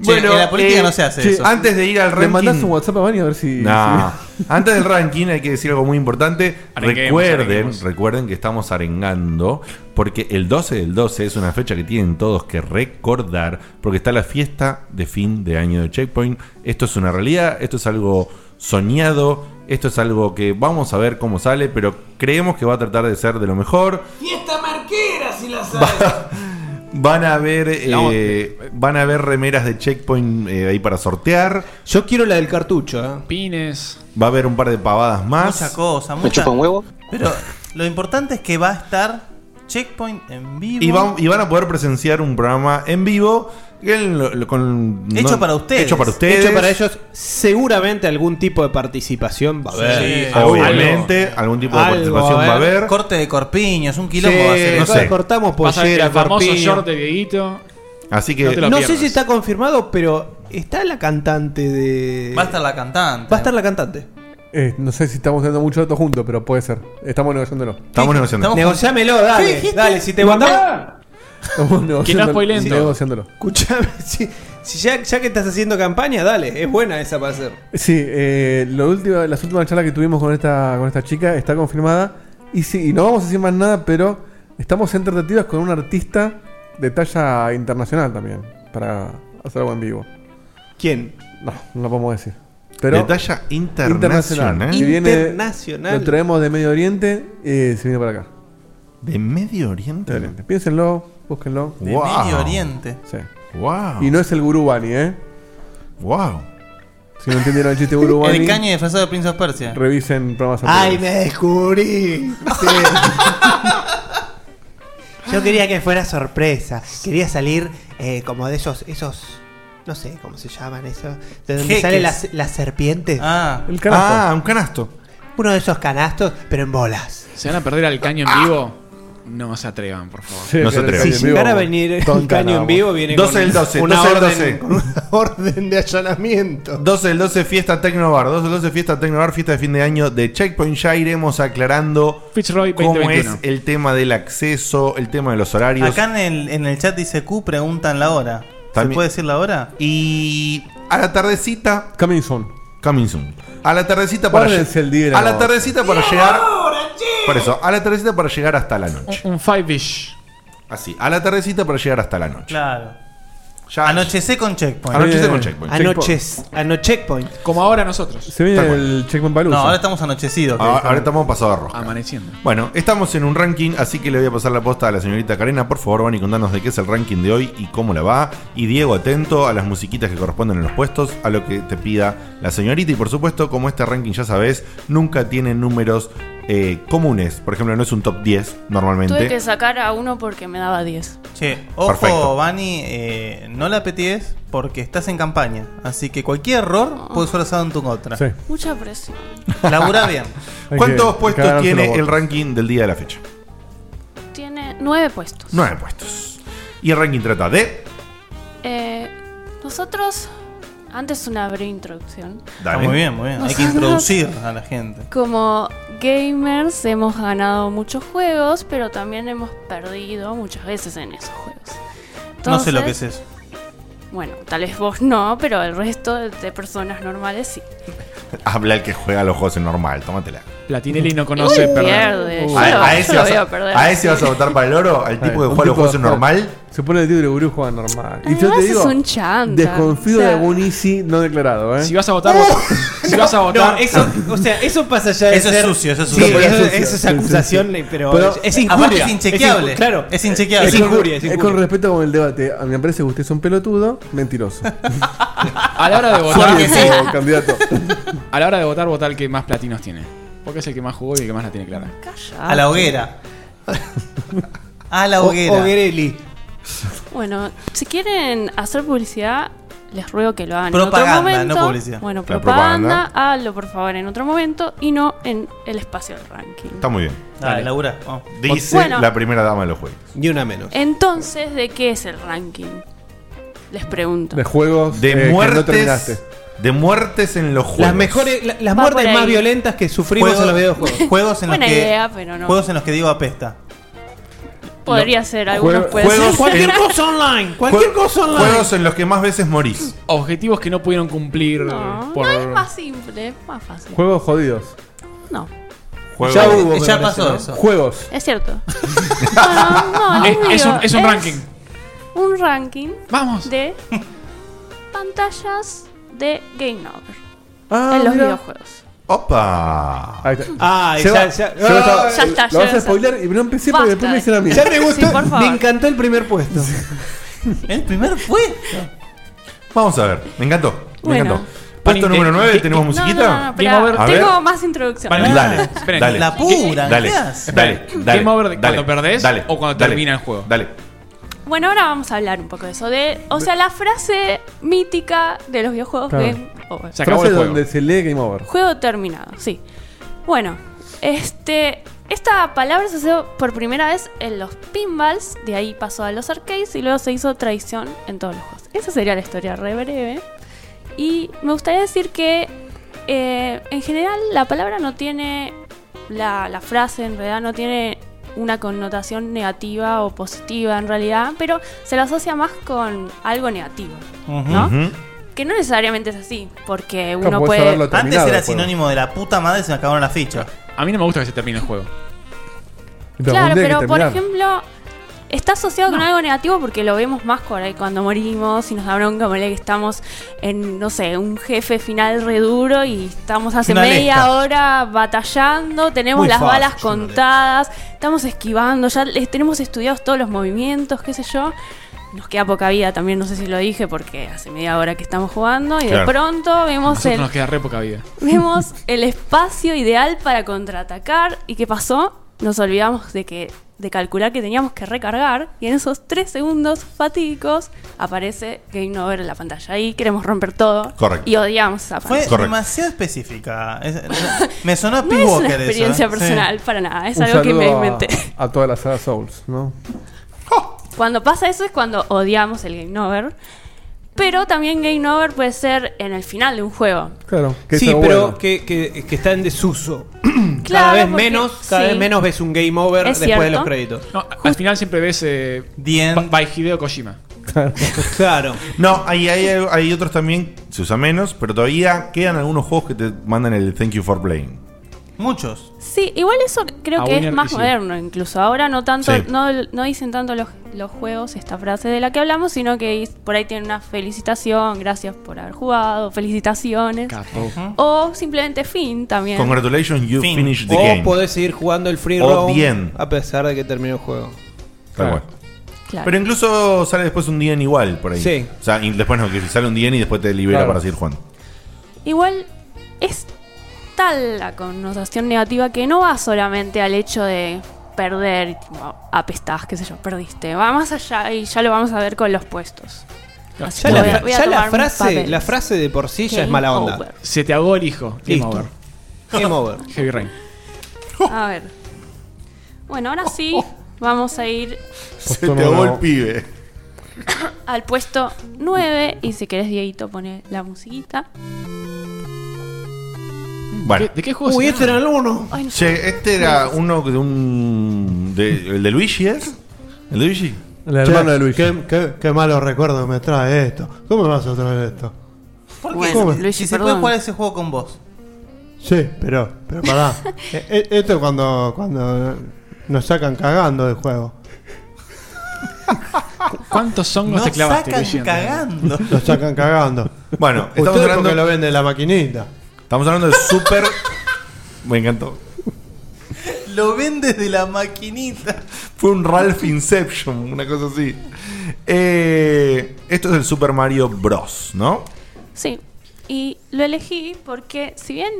[SPEAKER 6] Bueno, en la política no se hace
[SPEAKER 5] eh, che,
[SPEAKER 6] eso.
[SPEAKER 5] Antes de ir al
[SPEAKER 2] Le
[SPEAKER 5] ranking.
[SPEAKER 2] mandás un WhatsApp a Vani a ver si.
[SPEAKER 5] Nah.
[SPEAKER 2] si-
[SPEAKER 5] Antes del ranking hay que decir algo muy importante.
[SPEAKER 2] Arenguemos,
[SPEAKER 5] recuerden,
[SPEAKER 2] arenguemos.
[SPEAKER 5] recuerden que estamos arengando porque el 12 del 12 es una fecha que tienen todos que recordar porque está la fiesta de fin de año de Checkpoint. Esto es una realidad, esto es algo soñado, esto es algo que vamos a ver cómo sale, pero creemos que va a tratar de ser de lo mejor.
[SPEAKER 11] Fiesta marquera si la sabes.
[SPEAKER 5] Van a haber, eh, van a haber remeras de Checkpoint eh, ahí para sortear.
[SPEAKER 3] Yo quiero la del cartucho. ¿eh?
[SPEAKER 7] Pines.
[SPEAKER 5] Va a haber un par de pavadas más.
[SPEAKER 6] Mucha cosa, mucha. Pero lo importante es que va a estar Checkpoint en vivo.
[SPEAKER 5] Y van, y van a poder presenciar un programa en vivo que en lo- lo- con-
[SPEAKER 6] Hecho
[SPEAKER 5] no-
[SPEAKER 6] para ustedes.
[SPEAKER 5] Hecho para ustedes.
[SPEAKER 3] Hecho para ellos, seguramente algún tipo de participación va a haber.
[SPEAKER 5] Sí, obviamente, algún tipo de participación va a haber.
[SPEAKER 6] Corte de corpiños, un
[SPEAKER 3] quilombo va a ser.
[SPEAKER 5] no sé.
[SPEAKER 3] cortamos
[SPEAKER 7] Pasa que
[SPEAKER 3] pollera,
[SPEAKER 7] el famoso
[SPEAKER 3] corpiño.
[SPEAKER 7] short de Dieguito.
[SPEAKER 5] Así que
[SPEAKER 3] No, sé si está confirmado, pero está la cantante de.
[SPEAKER 6] Va a estar la cantante.
[SPEAKER 3] Va a estar la cantante.
[SPEAKER 2] Eh, no sé si estamos dando mucho dato juntos, pero puede ser. Estamos negociándolo.
[SPEAKER 5] Estamos negociando.
[SPEAKER 3] Negociámelo,
[SPEAKER 2] ¿Qué
[SPEAKER 3] dale.
[SPEAKER 2] dijiste?
[SPEAKER 3] Dale, si te mandamos.
[SPEAKER 2] Estamos negociándolo. negociándolo.
[SPEAKER 3] Escuchame, si, si ya, ya que estás haciendo campaña, dale. Es buena esa para hacer.
[SPEAKER 2] Sí, eh, lo último- las últimas charlas que tuvimos con esta, con esta chica está confirmada. Y sí, y no vamos a decir más nada, pero estamos en tratativas con un artista de talla internacional también. Para hacer algo en vivo.
[SPEAKER 3] ¿Quién?
[SPEAKER 2] No, no lo podemos decir. Pero
[SPEAKER 5] De talla internacional, ¿eh?
[SPEAKER 2] Que viene-
[SPEAKER 3] Internacional.
[SPEAKER 2] lo traemos de Medio Oriente y se viene para acá.
[SPEAKER 5] ¿De Medio Oriente?
[SPEAKER 2] Piénsenlo, búsquenlo.
[SPEAKER 5] De Wow. Medio Oriente.
[SPEAKER 2] Sí.
[SPEAKER 5] Wow.
[SPEAKER 2] Y no es el gurú Bani, ¿eh?
[SPEAKER 5] Wow.
[SPEAKER 2] Si no entendieron el chiste gurú Bani,
[SPEAKER 6] El caño disfrazado de Prince of Persia.
[SPEAKER 2] revisen programas
[SPEAKER 6] Ay,
[SPEAKER 2] anteriores.
[SPEAKER 3] descubrí! Yo quería que fuera sorpresa. Quería salir eh, como de esos, esos, no sé cómo se llaman esos, de donde
[SPEAKER 6] Jeques.
[SPEAKER 3] salen las, las serpientes.
[SPEAKER 6] Ah,
[SPEAKER 7] El canasto. Ah,
[SPEAKER 5] un canasto.
[SPEAKER 3] Uno de esos canastos, pero en bolas.
[SPEAKER 7] ¿Se van a perder al caño en vivo? No se atrevan, por favor.
[SPEAKER 3] Sí, No se pero atrevan. el caño en
[SPEAKER 7] Si
[SPEAKER 3] vivo,
[SPEAKER 7] llegara
[SPEAKER 3] vamos. Tonta, nada, vamos.
[SPEAKER 5] 12 del 12, 12 del 12.
[SPEAKER 12] Orden de allanamiento.
[SPEAKER 5] 12 del 12 fiesta Tecnobar, 12 del 12 fiesta Tecnobar, fiesta de fin de año de Checkpoint. Ya iremos aclarando cómo
[SPEAKER 6] 2021.
[SPEAKER 5] es el tema del acceso, el tema de los horarios.
[SPEAKER 6] Acá en el, en el chat dice Q, preguntan la hora. ¿Se
[SPEAKER 5] También-
[SPEAKER 6] puede decir la hora?
[SPEAKER 5] Y a la tardecita.
[SPEAKER 2] Coming soon.
[SPEAKER 5] Coming soon. A la tardecita para
[SPEAKER 2] Guárdense el
[SPEAKER 5] lle-
[SPEAKER 2] día,
[SPEAKER 5] A la
[SPEAKER 2] no.
[SPEAKER 5] tardecita para llegar. Por eso, a la tardecita para llegar hasta la noche.
[SPEAKER 7] Un five-ish.
[SPEAKER 5] Así, a la tardecita para llegar hasta la noche.
[SPEAKER 6] Claro. Anochecé con Checkpoint.
[SPEAKER 5] Anochecé con Checkpoint.
[SPEAKER 3] Anoches, ano checkpoint.
[SPEAKER 7] Como ahora nosotros.
[SPEAKER 2] Se viene
[SPEAKER 5] Tal cual.
[SPEAKER 2] el Checkpoint Palooza.
[SPEAKER 6] No, ahora estamos anochecidos.
[SPEAKER 5] Ahora, Ah, ahora estamos pasados de rosca.
[SPEAKER 7] Amaneciendo.
[SPEAKER 5] Bueno, estamos en un ranking, así que le voy a pasar la posta a la señorita Karena. Por favor, van y contanos de qué es el ranking de hoy y cómo la va. Y Diego, atento a las musiquitas que corresponden en los puestos, a lo que te pida la señorita. Y por supuesto, como este ranking ya sabes, nunca tiene números eh, comunes. Por ejemplo, no es un top 10
[SPEAKER 9] Tuve
[SPEAKER 5] normalmente.
[SPEAKER 9] que sacar a uno porque me daba 10.
[SPEAKER 6] Che, ojo,
[SPEAKER 5] Perfecto.
[SPEAKER 6] Vani, eh, no la petees porque estás en campaña. Así que cualquier error puede ser usado en tu contra.
[SPEAKER 2] Sí.
[SPEAKER 9] Mucha presión.
[SPEAKER 6] Labura bien.
[SPEAKER 5] ¿Cuántos
[SPEAKER 6] que
[SPEAKER 5] puestos
[SPEAKER 6] ganarse los
[SPEAKER 5] tiene
[SPEAKER 6] votos.
[SPEAKER 5] el ranking del día de la fecha?
[SPEAKER 9] Tiene 9 puestos.
[SPEAKER 5] Nueve puestos. Y el ranking trata de.
[SPEAKER 9] Eh, nosotros, antes una breve introducción.
[SPEAKER 6] Está muy bien, muy bien. Hay que
[SPEAKER 9] Nosotros-
[SPEAKER 6] introducir a la gente.
[SPEAKER 9] Como gamers hemos ganado muchos juegos, pero también hemos perdido muchas veces en esos juegos.
[SPEAKER 6] no sé lo que
[SPEAKER 9] Entonces,
[SPEAKER 6] es eso.
[SPEAKER 9] Bueno, tal vez vos no, pero el resto de personas normales sí.
[SPEAKER 5] Habla el que juega los juegos en normal, tómatela.
[SPEAKER 7] Platinelli no conoce,
[SPEAKER 9] Uy,
[SPEAKER 7] perdón.
[SPEAKER 2] Uh.
[SPEAKER 9] pierde. Yo
[SPEAKER 5] a,
[SPEAKER 9] lo-
[SPEAKER 5] a ese
[SPEAKER 9] yo lo
[SPEAKER 5] vas
[SPEAKER 9] veo
[SPEAKER 5] a,
[SPEAKER 9] perder.
[SPEAKER 5] a ese vas a votar para el oro, al tipo que juega los juegos en normal.
[SPEAKER 2] Se pone el tigre gurú juega normal. Y yo
[SPEAKER 9] Además
[SPEAKER 2] te
[SPEAKER 9] es
[SPEAKER 2] digo,
[SPEAKER 9] un chanta.
[SPEAKER 2] desconfío
[SPEAKER 9] O sea-
[SPEAKER 2] de algún easy no declarado, ¿eh?
[SPEAKER 7] Si vas a votar, vota- si vas a votar.
[SPEAKER 3] No, eso, o sea, eso pasa ya de
[SPEAKER 2] Eso es
[SPEAKER 3] ser-
[SPEAKER 2] sucio, eso es
[SPEAKER 3] Sí, eso,
[SPEAKER 2] sucio. Sucio,
[SPEAKER 3] eso es
[SPEAKER 2] sí, sí,
[SPEAKER 3] acusación,
[SPEAKER 2] sí.
[SPEAKER 3] pero,
[SPEAKER 2] Pero-
[SPEAKER 3] es injuria.
[SPEAKER 6] Aparte es inchequeable.
[SPEAKER 3] inju- claro.
[SPEAKER 6] Es inchequeable.
[SPEAKER 3] Es
[SPEAKER 2] con-
[SPEAKER 3] injuria, es
[SPEAKER 2] es
[SPEAKER 3] injuria.
[SPEAKER 2] con respeto con el debate. A mí me parece que usted es un pelotudo, mentiroso.
[SPEAKER 7] A la hora de votar.
[SPEAKER 2] Suave, suave, candidato.
[SPEAKER 7] A la hora de votar, vota el que más platinos tiene. Porque es el que más jugó y el que más la tiene clara.
[SPEAKER 6] A la hoguera.
[SPEAKER 9] Ah,
[SPEAKER 6] A la
[SPEAKER 3] O-
[SPEAKER 6] hoguera.
[SPEAKER 3] hoguereli.
[SPEAKER 9] Bueno, si quieren hacer publicidad, les ruego que lo hagan
[SPEAKER 6] Propaganda,
[SPEAKER 9] en otro momento.
[SPEAKER 6] no publicidad.
[SPEAKER 9] Bueno,
[SPEAKER 5] La
[SPEAKER 9] propaganda,
[SPEAKER 5] propaganda.
[SPEAKER 9] hazlo por favor en otro momento y no en el espacio del ranking.
[SPEAKER 5] Está muy bien.
[SPEAKER 6] Dale, Laura.
[SPEAKER 9] Ah.
[SPEAKER 6] vamos.
[SPEAKER 5] Dice
[SPEAKER 9] Bueno. Eh,
[SPEAKER 5] la primera dama de los juegos.
[SPEAKER 3] Ni una menos.
[SPEAKER 9] Entonces, ¿de qué es el ranking? Les pregunto.
[SPEAKER 2] De juegos
[SPEAKER 5] De
[SPEAKER 2] eh, que no
[SPEAKER 5] muertes.
[SPEAKER 2] terminaste.
[SPEAKER 5] de muertes en los juegos.
[SPEAKER 3] Las mejores, la- las
[SPEAKER 9] Va por
[SPEAKER 3] muertes
[SPEAKER 9] ahí.
[SPEAKER 3] más violentas que sufrimos
[SPEAKER 6] Juego-
[SPEAKER 3] en los videojuegos.
[SPEAKER 6] Juegos en los
[SPEAKER 9] Buena
[SPEAKER 6] que.
[SPEAKER 9] idea, pero no.
[SPEAKER 6] Juegos en los que digo apesta.
[SPEAKER 9] Podría ser, algunos
[SPEAKER 5] Juego-
[SPEAKER 9] pueden
[SPEAKER 5] juegos-
[SPEAKER 9] ser.
[SPEAKER 5] Cualquier
[SPEAKER 9] Cualquier
[SPEAKER 3] cosa online, cualquier
[SPEAKER 5] Jue-
[SPEAKER 3] cosa online.
[SPEAKER 5] Juegos en los que más veces morís.
[SPEAKER 7] Objetivos que no pudieron cumplir
[SPEAKER 9] No,
[SPEAKER 7] por.
[SPEAKER 9] no es más simple, es más fácil.
[SPEAKER 2] Juegos jodidos.
[SPEAKER 9] No.
[SPEAKER 5] Juegos-
[SPEAKER 2] Ya hubo, me
[SPEAKER 6] Ya
[SPEAKER 2] parece,
[SPEAKER 6] pasó
[SPEAKER 2] ¿no?
[SPEAKER 6] eso.
[SPEAKER 2] Juegos.
[SPEAKER 9] Es cierto. Bueno, no, les
[SPEAKER 7] Es- es
[SPEAKER 9] digo,
[SPEAKER 7] un- es un ranking.
[SPEAKER 9] Un ranking.
[SPEAKER 7] Vamos.
[SPEAKER 9] De pantallas de Game Over.
[SPEAKER 2] Ah,
[SPEAKER 9] en los
[SPEAKER 2] mira.
[SPEAKER 9] videojuegos.
[SPEAKER 5] ¡Opa!
[SPEAKER 2] Ahí está.
[SPEAKER 3] Ah,
[SPEAKER 2] Seba-
[SPEAKER 3] ya, ya,
[SPEAKER 2] Seba está-
[SPEAKER 9] Ya está,
[SPEAKER 2] Lo
[SPEAKER 9] ya
[SPEAKER 2] vas a
[SPEAKER 9] está.
[SPEAKER 2] spoiler y no empecé
[SPEAKER 9] Basta.
[SPEAKER 2] porque después me dicen a mí.
[SPEAKER 3] Ya me gustó,
[SPEAKER 9] Sí, por favor.
[SPEAKER 3] me encantó el primer puesto.
[SPEAKER 6] El primer puesto.
[SPEAKER 5] Vamos a ver. Me encantó. Me
[SPEAKER 9] Bueno.
[SPEAKER 5] encantó. Puesto
[SPEAKER 7] Pani-
[SPEAKER 5] número
[SPEAKER 7] eh,
[SPEAKER 5] 9,
[SPEAKER 7] eh,
[SPEAKER 5] ¿tenemos
[SPEAKER 7] eh,
[SPEAKER 9] No, no,
[SPEAKER 5] musiquita?
[SPEAKER 9] no, no, espera,
[SPEAKER 7] Game over.
[SPEAKER 5] A ver.
[SPEAKER 9] tengo más introducción.
[SPEAKER 7] Vale.
[SPEAKER 5] Dale,
[SPEAKER 7] Esperen.
[SPEAKER 5] dale.
[SPEAKER 6] La pura.
[SPEAKER 5] Dale,
[SPEAKER 6] ¿qué haces?
[SPEAKER 5] dale, dale.
[SPEAKER 7] Game over de
[SPEAKER 5] dale,
[SPEAKER 7] cuando perdés
[SPEAKER 5] dale,
[SPEAKER 7] o cuando
[SPEAKER 5] dale,
[SPEAKER 7] termina el juego.
[SPEAKER 5] Dale.
[SPEAKER 9] Bueno, ahora vamos a hablar un poco de eso. De, o sea, la frase mítica de los videojuegos
[SPEAKER 2] Claro.
[SPEAKER 9] Game Over.
[SPEAKER 7] Se acabó
[SPEAKER 2] Frase
[SPEAKER 7] el juego.
[SPEAKER 2] donde se lee Game Over.
[SPEAKER 9] Juego terminado, sí. Bueno, este. Esta palabra se usó por primera vez en los pinballs, de ahí pasó a los arcades y luego se hizo tradición en todos los juegos. Esa sería la historia re breve. Y me gustaría decir que eh, en general la palabra no tiene. La, la frase en realidad no tiene una connotación negativa o positiva en realidad, pero se la asocia más con algo negativo, ¿no?
[SPEAKER 5] Ujú.
[SPEAKER 9] Que no necesariamente es así, porque uno
[SPEAKER 2] Claro, podés
[SPEAKER 9] puede...
[SPEAKER 2] haberlo
[SPEAKER 6] Antes
[SPEAKER 2] terminado
[SPEAKER 6] era
[SPEAKER 2] el juego.
[SPEAKER 6] sinónimo de la puta madre, se me acabaron las fichas.
[SPEAKER 7] A mí no me gusta que se termine el juego.
[SPEAKER 2] Pero
[SPEAKER 9] Claro,
[SPEAKER 2] algún día hay que
[SPEAKER 9] pero por
[SPEAKER 2] terminar.
[SPEAKER 9] ejemplo, está asociado con algo negativo porque lo vemos más por ahí cuando morimos y nos da bronca, ponele que estamos en, no sé, un jefe final re duro y estamos hace
[SPEAKER 6] Una
[SPEAKER 9] media
[SPEAKER 6] lesta.
[SPEAKER 9] hora batallando, tenemos
[SPEAKER 6] Muy
[SPEAKER 9] las
[SPEAKER 6] fácil,
[SPEAKER 9] balas
[SPEAKER 6] una lesta.
[SPEAKER 9] contadas, estamos esquivando, ya les tenemos estudiados todos los movimientos, qué sé yo. Nos queda poca vida también, no sé si lo dije, porque hace media hora que estamos jugando y
[SPEAKER 5] Claro.
[SPEAKER 9] de pronto
[SPEAKER 7] A
[SPEAKER 9] vemos
[SPEAKER 7] nosotros
[SPEAKER 9] el,
[SPEAKER 7] nos queda re poca vida.
[SPEAKER 9] Vemos el espacio ideal para contraatacar. ¿Y qué pasó? Nos olvidamos de que de calcular que teníamos que recargar y en esos tres segundos fatídicos aparece Game Over en la pantalla. Ahí queremos romper todo
[SPEAKER 5] Correcto.
[SPEAKER 9] y odiamos esa
[SPEAKER 6] Fue
[SPEAKER 9] pantalla.
[SPEAKER 5] Correcto.
[SPEAKER 6] demasiado específica. Es- me sonó a
[SPEAKER 9] No es una
[SPEAKER 6] Pivoker eso,
[SPEAKER 9] experiencia
[SPEAKER 6] ¿eh?
[SPEAKER 9] personal para nada, es
[SPEAKER 2] Un
[SPEAKER 9] algo que me
[SPEAKER 2] saludo a-
[SPEAKER 9] inventé.
[SPEAKER 2] A, toda la saga Souls, ¿no?
[SPEAKER 9] Cuando pasa eso es cuando odiamos el Game Over. Pero también Game Over puede ser en el final de un juego.
[SPEAKER 2] Claro. que
[SPEAKER 3] sí,
[SPEAKER 2] está
[SPEAKER 3] pero
[SPEAKER 2] bueno.
[SPEAKER 3] que, que- que está en desuso. cada
[SPEAKER 9] Claro,
[SPEAKER 3] vez
[SPEAKER 9] porque-
[SPEAKER 3] menos, cada
[SPEAKER 9] sí.
[SPEAKER 3] vez menos ves un game over
[SPEAKER 9] Es
[SPEAKER 3] después de
[SPEAKER 9] cierto.
[SPEAKER 3] los créditos.
[SPEAKER 7] No, al final siempre ves eh,
[SPEAKER 6] The End.
[SPEAKER 7] Ba- by Hideo Kojima.
[SPEAKER 3] Claro.
[SPEAKER 5] No, hay, hay, hay otros también, se usa menos, pero todavía quedan algunos juegos que te mandan el thank you for playing.
[SPEAKER 6] Muchos.
[SPEAKER 9] Sí, igual eso creo
[SPEAKER 7] A
[SPEAKER 9] que es
[SPEAKER 7] Winner
[SPEAKER 9] más
[SPEAKER 7] y sí.
[SPEAKER 9] moderno, incluso. Ahora no tanto,
[SPEAKER 5] Sí.
[SPEAKER 9] no, no dicen tanto los, los juegos esta frase de la que hablamos, sino que is- por ahí tienen una felicitación, gracias por haber jugado, felicitaciones.
[SPEAKER 7] Capo.
[SPEAKER 9] O simplemente fin también.
[SPEAKER 5] Congratulations, you
[SPEAKER 6] Fin.
[SPEAKER 5] finished the
[SPEAKER 3] o
[SPEAKER 5] game.
[SPEAKER 3] podés seguir jugando el free
[SPEAKER 5] O
[SPEAKER 3] roam
[SPEAKER 5] bien.
[SPEAKER 3] a pesar de que terminó el juego.
[SPEAKER 5] Tal cual.
[SPEAKER 9] Claro.
[SPEAKER 5] Pero incluso sale después un día en igual por ahí.
[SPEAKER 3] Sí.
[SPEAKER 5] O sea, y después no, que sale un día y después te libera
[SPEAKER 2] Claro.
[SPEAKER 5] para seguir jugando.
[SPEAKER 9] Igual es tal la connotación negativa que no va solamente al hecho de perder, y, tipo, apestás, qué sé yo, perdiste. Va más allá y ya lo vamos a ver con los puestos. Así
[SPEAKER 3] Ya,
[SPEAKER 9] que
[SPEAKER 3] la,
[SPEAKER 9] voy a-
[SPEAKER 3] fra-
[SPEAKER 9] voy a
[SPEAKER 3] ya la
[SPEAKER 9] tomar mis
[SPEAKER 3] frase,
[SPEAKER 9] papeles.
[SPEAKER 3] la frase de por sí ya es
[SPEAKER 9] Game
[SPEAKER 3] mala onda.
[SPEAKER 9] over.
[SPEAKER 7] Se te ahogó el hijo. Game
[SPEAKER 3] Listo.
[SPEAKER 7] over.
[SPEAKER 3] Game over.
[SPEAKER 7] Heavy Rain.
[SPEAKER 9] A ver. Bueno, ahora sí vamos a ir
[SPEAKER 5] Se
[SPEAKER 2] Postón
[SPEAKER 5] te ahogó el
[SPEAKER 2] número-
[SPEAKER 5] pibe.
[SPEAKER 9] al puesto 9 y si querés Dieguito pone la musiquita.
[SPEAKER 5] Bueno.
[SPEAKER 7] ¿Qué- ¿De qué juego
[SPEAKER 3] Uy,
[SPEAKER 7] se
[SPEAKER 3] este era el uno.
[SPEAKER 9] Ay, no sé.
[SPEAKER 5] Che, este era uno de un. de- ¿El de Luigi es? ¿El de Luigi?
[SPEAKER 2] El hermano de Luis.
[SPEAKER 12] malos recuerdos me trae esto. ¿Cómo me vas a traer esto?
[SPEAKER 6] ¿Por qué?
[SPEAKER 9] Bueno,
[SPEAKER 6] si
[SPEAKER 9] Luigi,
[SPEAKER 6] se puede
[SPEAKER 9] perdón.
[SPEAKER 6] jugar ese juego con vos.
[SPEAKER 12] Sí, pero, pero pará. Eh, eh, Esto es cuando, cuando nos sacan cagando del juego.
[SPEAKER 7] ¿Cuántos hongos
[SPEAKER 12] Nos
[SPEAKER 7] te clavaste?
[SPEAKER 12] sacan
[SPEAKER 7] Guillermo?
[SPEAKER 6] cagando.
[SPEAKER 12] Nos sacan cagando.
[SPEAKER 5] Bueno,
[SPEAKER 12] Ustedes
[SPEAKER 5] estamos hablando-
[SPEAKER 12] porque lo vende la maquinita.
[SPEAKER 5] Estamos hablando de Super. Me encantó.
[SPEAKER 6] Lo ven desde la maquinita.
[SPEAKER 5] Fue un Ralph Inception, una cosa así. Eh, esto es el Super Mario Bros, ¿no?
[SPEAKER 9] Sí. Y lo elegí porque, si bien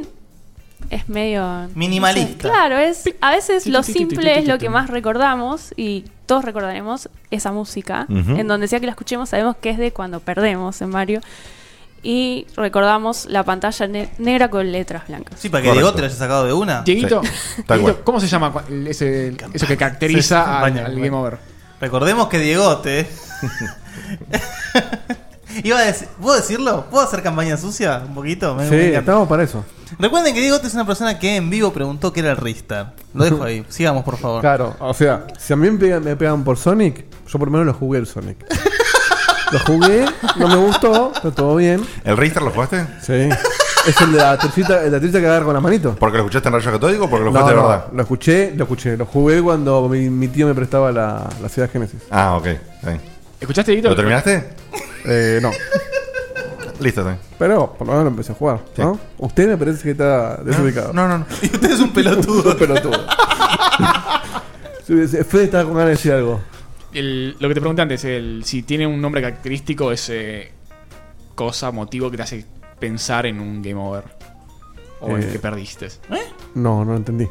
[SPEAKER 9] es medio.
[SPEAKER 6] Minimalista.
[SPEAKER 9] no sé, claro, es. A veces
[SPEAKER 6] Tic,
[SPEAKER 9] lo
[SPEAKER 6] tic, tic, tic,
[SPEAKER 9] simple
[SPEAKER 6] tic,
[SPEAKER 9] es lo
[SPEAKER 6] tic,
[SPEAKER 9] que
[SPEAKER 6] tic.
[SPEAKER 9] más recordamos y todos recordaremos esa música.
[SPEAKER 6] Ujú.
[SPEAKER 9] En donde sea que la escuchemos, sabemos que es de cuando perdemos en Mario. Y recordamos la pantalla ne- negra con letras blancas.
[SPEAKER 6] Sí, para que
[SPEAKER 7] Correcto.
[SPEAKER 6] Diego te lo haya sacado de una.
[SPEAKER 7] Dieguito, Dieguito, ¿cómo se llama cua- el- ese- eso que caracteriza
[SPEAKER 6] Sí,
[SPEAKER 7] al-
[SPEAKER 6] campaña,
[SPEAKER 7] al,
[SPEAKER 6] campaña.
[SPEAKER 7] Game Over?
[SPEAKER 6] Recordemos que Diegote. Iba a decir, ¿Puedo decirlo? ¿Puedo hacer campaña sucia? Un poquito. Me-
[SPEAKER 2] Sí,
[SPEAKER 6] me encanta.
[SPEAKER 2] estamos para eso.
[SPEAKER 6] Recuerden que Diegote es una persona que en vivo preguntó qué era el Ristar. Lo dejo ahí. Sigamos, por favor.
[SPEAKER 2] Claro, o sea, si a mí me pegan, me pegan por Sonic, yo por lo menos lo jugué el Sonic. lo jugué, no me gustó, pero todo bien.
[SPEAKER 5] ¿El Richter lo jugaste?
[SPEAKER 2] Sí. Es el de la tercita, el de la tercita que agarra con las manitos.
[SPEAKER 5] ¿Porque lo escuchaste en Rayo Catódico o porque lo
[SPEAKER 2] No,
[SPEAKER 5] jugaste
[SPEAKER 2] no,
[SPEAKER 5] de verdad?
[SPEAKER 2] Lo escuché, lo escuché. Lo jugué cuando mi, mi tío me prestaba la, la Ciudad Génesis.
[SPEAKER 5] Ah, ok. está bien.
[SPEAKER 7] ¿Escuchaste, Dieguito?
[SPEAKER 5] ¿Lo terminaste?
[SPEAKER 2] Eh, no.
[SPEAKER 5] Listo, está bien.
[SPEAKER 2] Pero por lo menos lo empecé a jugar, ¿no? Usted me parece que está desubicado.
[SPEAKER 5] No, no, no.
[SPEAKER 6] Y usted es un pelotudo.
[SPEAKER 2] un pelotudo. Sí, sí, Fede estaba con ganas de decir algo.
[SPEAKER 7] El- lo que te pregunté antes, el, si tiene un nombre característico, es eh, cosa, motivo que te hace pensar en un Game Over. O en
[SPEAKER 2] Eh.
[SPEAKER 7] que perdiste.
[SPEAKER 9] ¿Eh?
[SPEAKER 2] No, no lo entendí.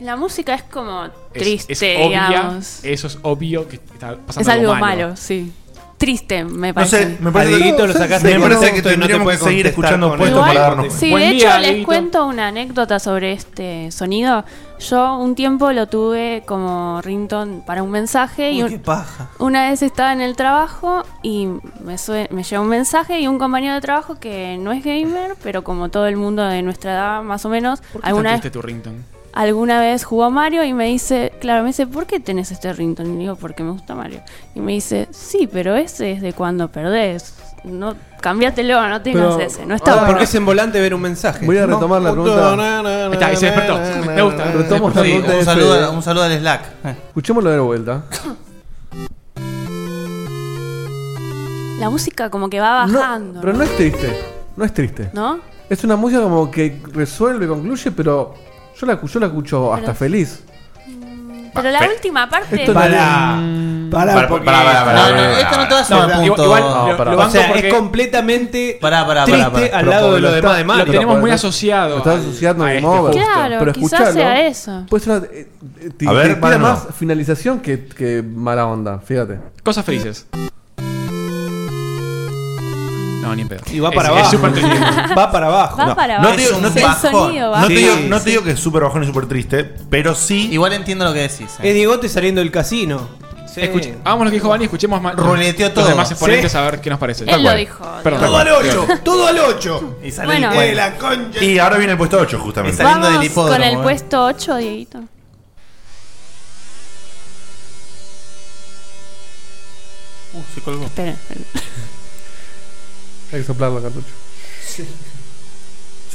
[SPEAKER 9] La música es como
[SPEAKER 7] Es-
[SPEAKER 9] triste,
[SPEAKER 7] es obvia,
[SPEAKER 9] digamos.
[SPEAKER 7] Eso es obvio que está pasando
[SPEAKER 9] Es algo malo. sí. Triste, me parece.
[SPEAKER 5] me parece- A Dieguito lo sacaste Me parece que tendríamos que seguir escuchando puestos
[SPEAKER 9] Igual,
[SPEAKER 5] para darnos
[SPEAKER 9] Sí, de hecho les cuento una anécdota sobre este sonido. Yo un tiempo lo tuve como ringtone para un mensaje y
[SPEAKER 6] Uy,
[SPEAKER 9] un-
[SPEAKER 6] qué paja.
[SPEAKER 9] una vez estaba en el trabajo y me, sue- me llegó un mensaje y un compañero de trabajo que no es gamer, pero como todo el mundo de nuestra edad más o menos,
[SPEAKER 7] ¿Por qué
[SPEAKER 9] alguna
[SPEAKER 7] trajiste
[SPEAKER 9] vez,
[SPEAKER 7] tu ringtone?
[SPEAKER 9] alguna vez jugó a Mario y me dice, claro, me dice, ¿por qué tenés este ringtone? Y le digo, porque me gusta Mario. Y me dice, sí, pero ese es de cuando perdés. No, cambiátelo, no tengas
[SPEAKER 3] Pero-
[SPEAKER 9] ese, no está bueno.
[SPEAKER 3] Ah, Porque es en volante ver un mensaje.
[SPEAKER 2] Voy a retomar la pregunta.
[SPEAKER 3] Ahí está, ahí se despertó. Me gusta.
[SPEAKER 2] Retomamos la
[SPEAKER 6] Sí,
[SPEAKER 2] pregunta
[SPEAKER 6] un
[SPEAKER 2] de
[SPEAKER 6] saludo
[SPEAKER 2] Fede.
[SPEAKER 6] a- Eh. un saludo al Slack.
[SPEAKER 2] Escuchémoslo de vuelta.
[SPEAKER 9] La música como que va bajando.
[SPEAKER 2] Pero no es triste. No es triste.
[SPEAKER 9] ¿No?
[SPEAKER 2] Es una música como que resuelve, concluye, pero yo la, escu- yo la escucho hasta feliz.
[SPEAKER 9] Pero la
[SPEAKER 2] Fe-
[SPEAKER 9] última parte.
[SPEAKER 2] Esto no-
[SPEAKER 12] Pará. Pará,
[SPEAKER 2] Pará,
[SPEAKER 12] porque-
[SPEAKER 2] pará, pará, pará. No, no, esto no te va a hacer
[SPEAKER 12] igual-
[SPEAKER 2] punto.
[SPEAKER 12] igual
[SPEAKER 2] No,
[SPEAKER 12] lo-
[SPEAKER 2] pará.
[SPEAKER 12] lo
[SPEAKER 2] O
[SPEAKER 12] banco
[SPEAKER 2] sea, es
[SPEAKER 12] porque-
[SPEAKER 3] completamente
[SPEAKER 6] Pará, pará, pará,
[SPEAKER 3] triste
[SPEAKER 6] pará.
[SPEAKER 3] al
[SPEAKER 6] Pero
[SPEAKER 3] lado de
[SPEAKER 6] porque
[SPEAKER 3] lo
[SPEAKER 6] lo
[SPEAKER 3] demás
[SPEAKER 6] está-
[SPEAKER 3] de
[SPEAKER 6] lo
[SPEAKER 3] Mario.
[SPEAKER 6] tenemos muy
[SPEAKER 7] asociado.
[SPEAKER 2] Lo estás asociando a Game Over.
[SPEAKER 9] Claro,
[SPEAKER 2] pero
[SPEAKER 9] quizás
[SPEAKER 2] escuchalo,
[SPEAKER 9] sea eso.
[SPEAKER 2] Puede ser una, eh, eh, te,
[SPEAKER 5] A ver,
[SPEAKER 2] te inspira
[SPEAKER 5] Mariano.
[SPEAKER 2] más finalización que, que mala onda, fíjate.
[SPEAKER 7] Cosas felices. No, ni en pedo.
[SPEAKER 3] Y va para
[SPEAKER 7] Es-
[SPEAKER 3] abajo.
[SPEAKER 7] es súper triste.
[SPEAKER 3] va para abajo.
[SPEAKER 9] Va
[SPEAKER 5] No,
[SPEAKER 9] para
[SPEAKER 5] no
[SPEAKER 9] abajo.
[SPEAKER 5] te digo- no te-
[SPEAKER 9] el sonido va
[SPEAKER 5] No te
[SPEAKER 9] para
[SPEAKER 5] digo-
[SPEAKER 9] abajo.
[SPEAKER 5] no te digo que es súper bajón y súper triste, pero sí.
[SPEAKER 6] Igual entiendo lo que decís.
[SPEAKER 3] Es Diegote saliendo del casino.
[SPEAKER 7] Escuche- hagamos lo que dijo Bani, escuchemos más.
[SPEAKER 6] Ruleteó todo.
[SPEAKER 7] Los demás exponentes
[SPEAKER 6] Sí.
[SPEAKER 7] a ver qué nos parece.
[SPEAKER 9] Él lo dijo.
[SPEAKER 7] Perdón.
[SPEAKER 5] Todo al ocho,
[SPEAKER 12] todo al 8.
[SPEAKER 6] Y
[SPEAKER 9] sale Bueno. el
[SPEAKER 5] cual.
[SPEAKER 12] la concha.
[SPEAKER 5] Y ahora viene el puesto 8, justamente.
[SPEAKER 9] Vamos con
[SPEAKER 5] eh.
[SPEAKER 9] el puesto 8, Dieguito.
[SPEAKER 6] Uh, se colgó.
[SPEAKER 9] Espera,
[SPEAKER 2] Hay que soplar la cartucho.
[SPEAKER 5] Se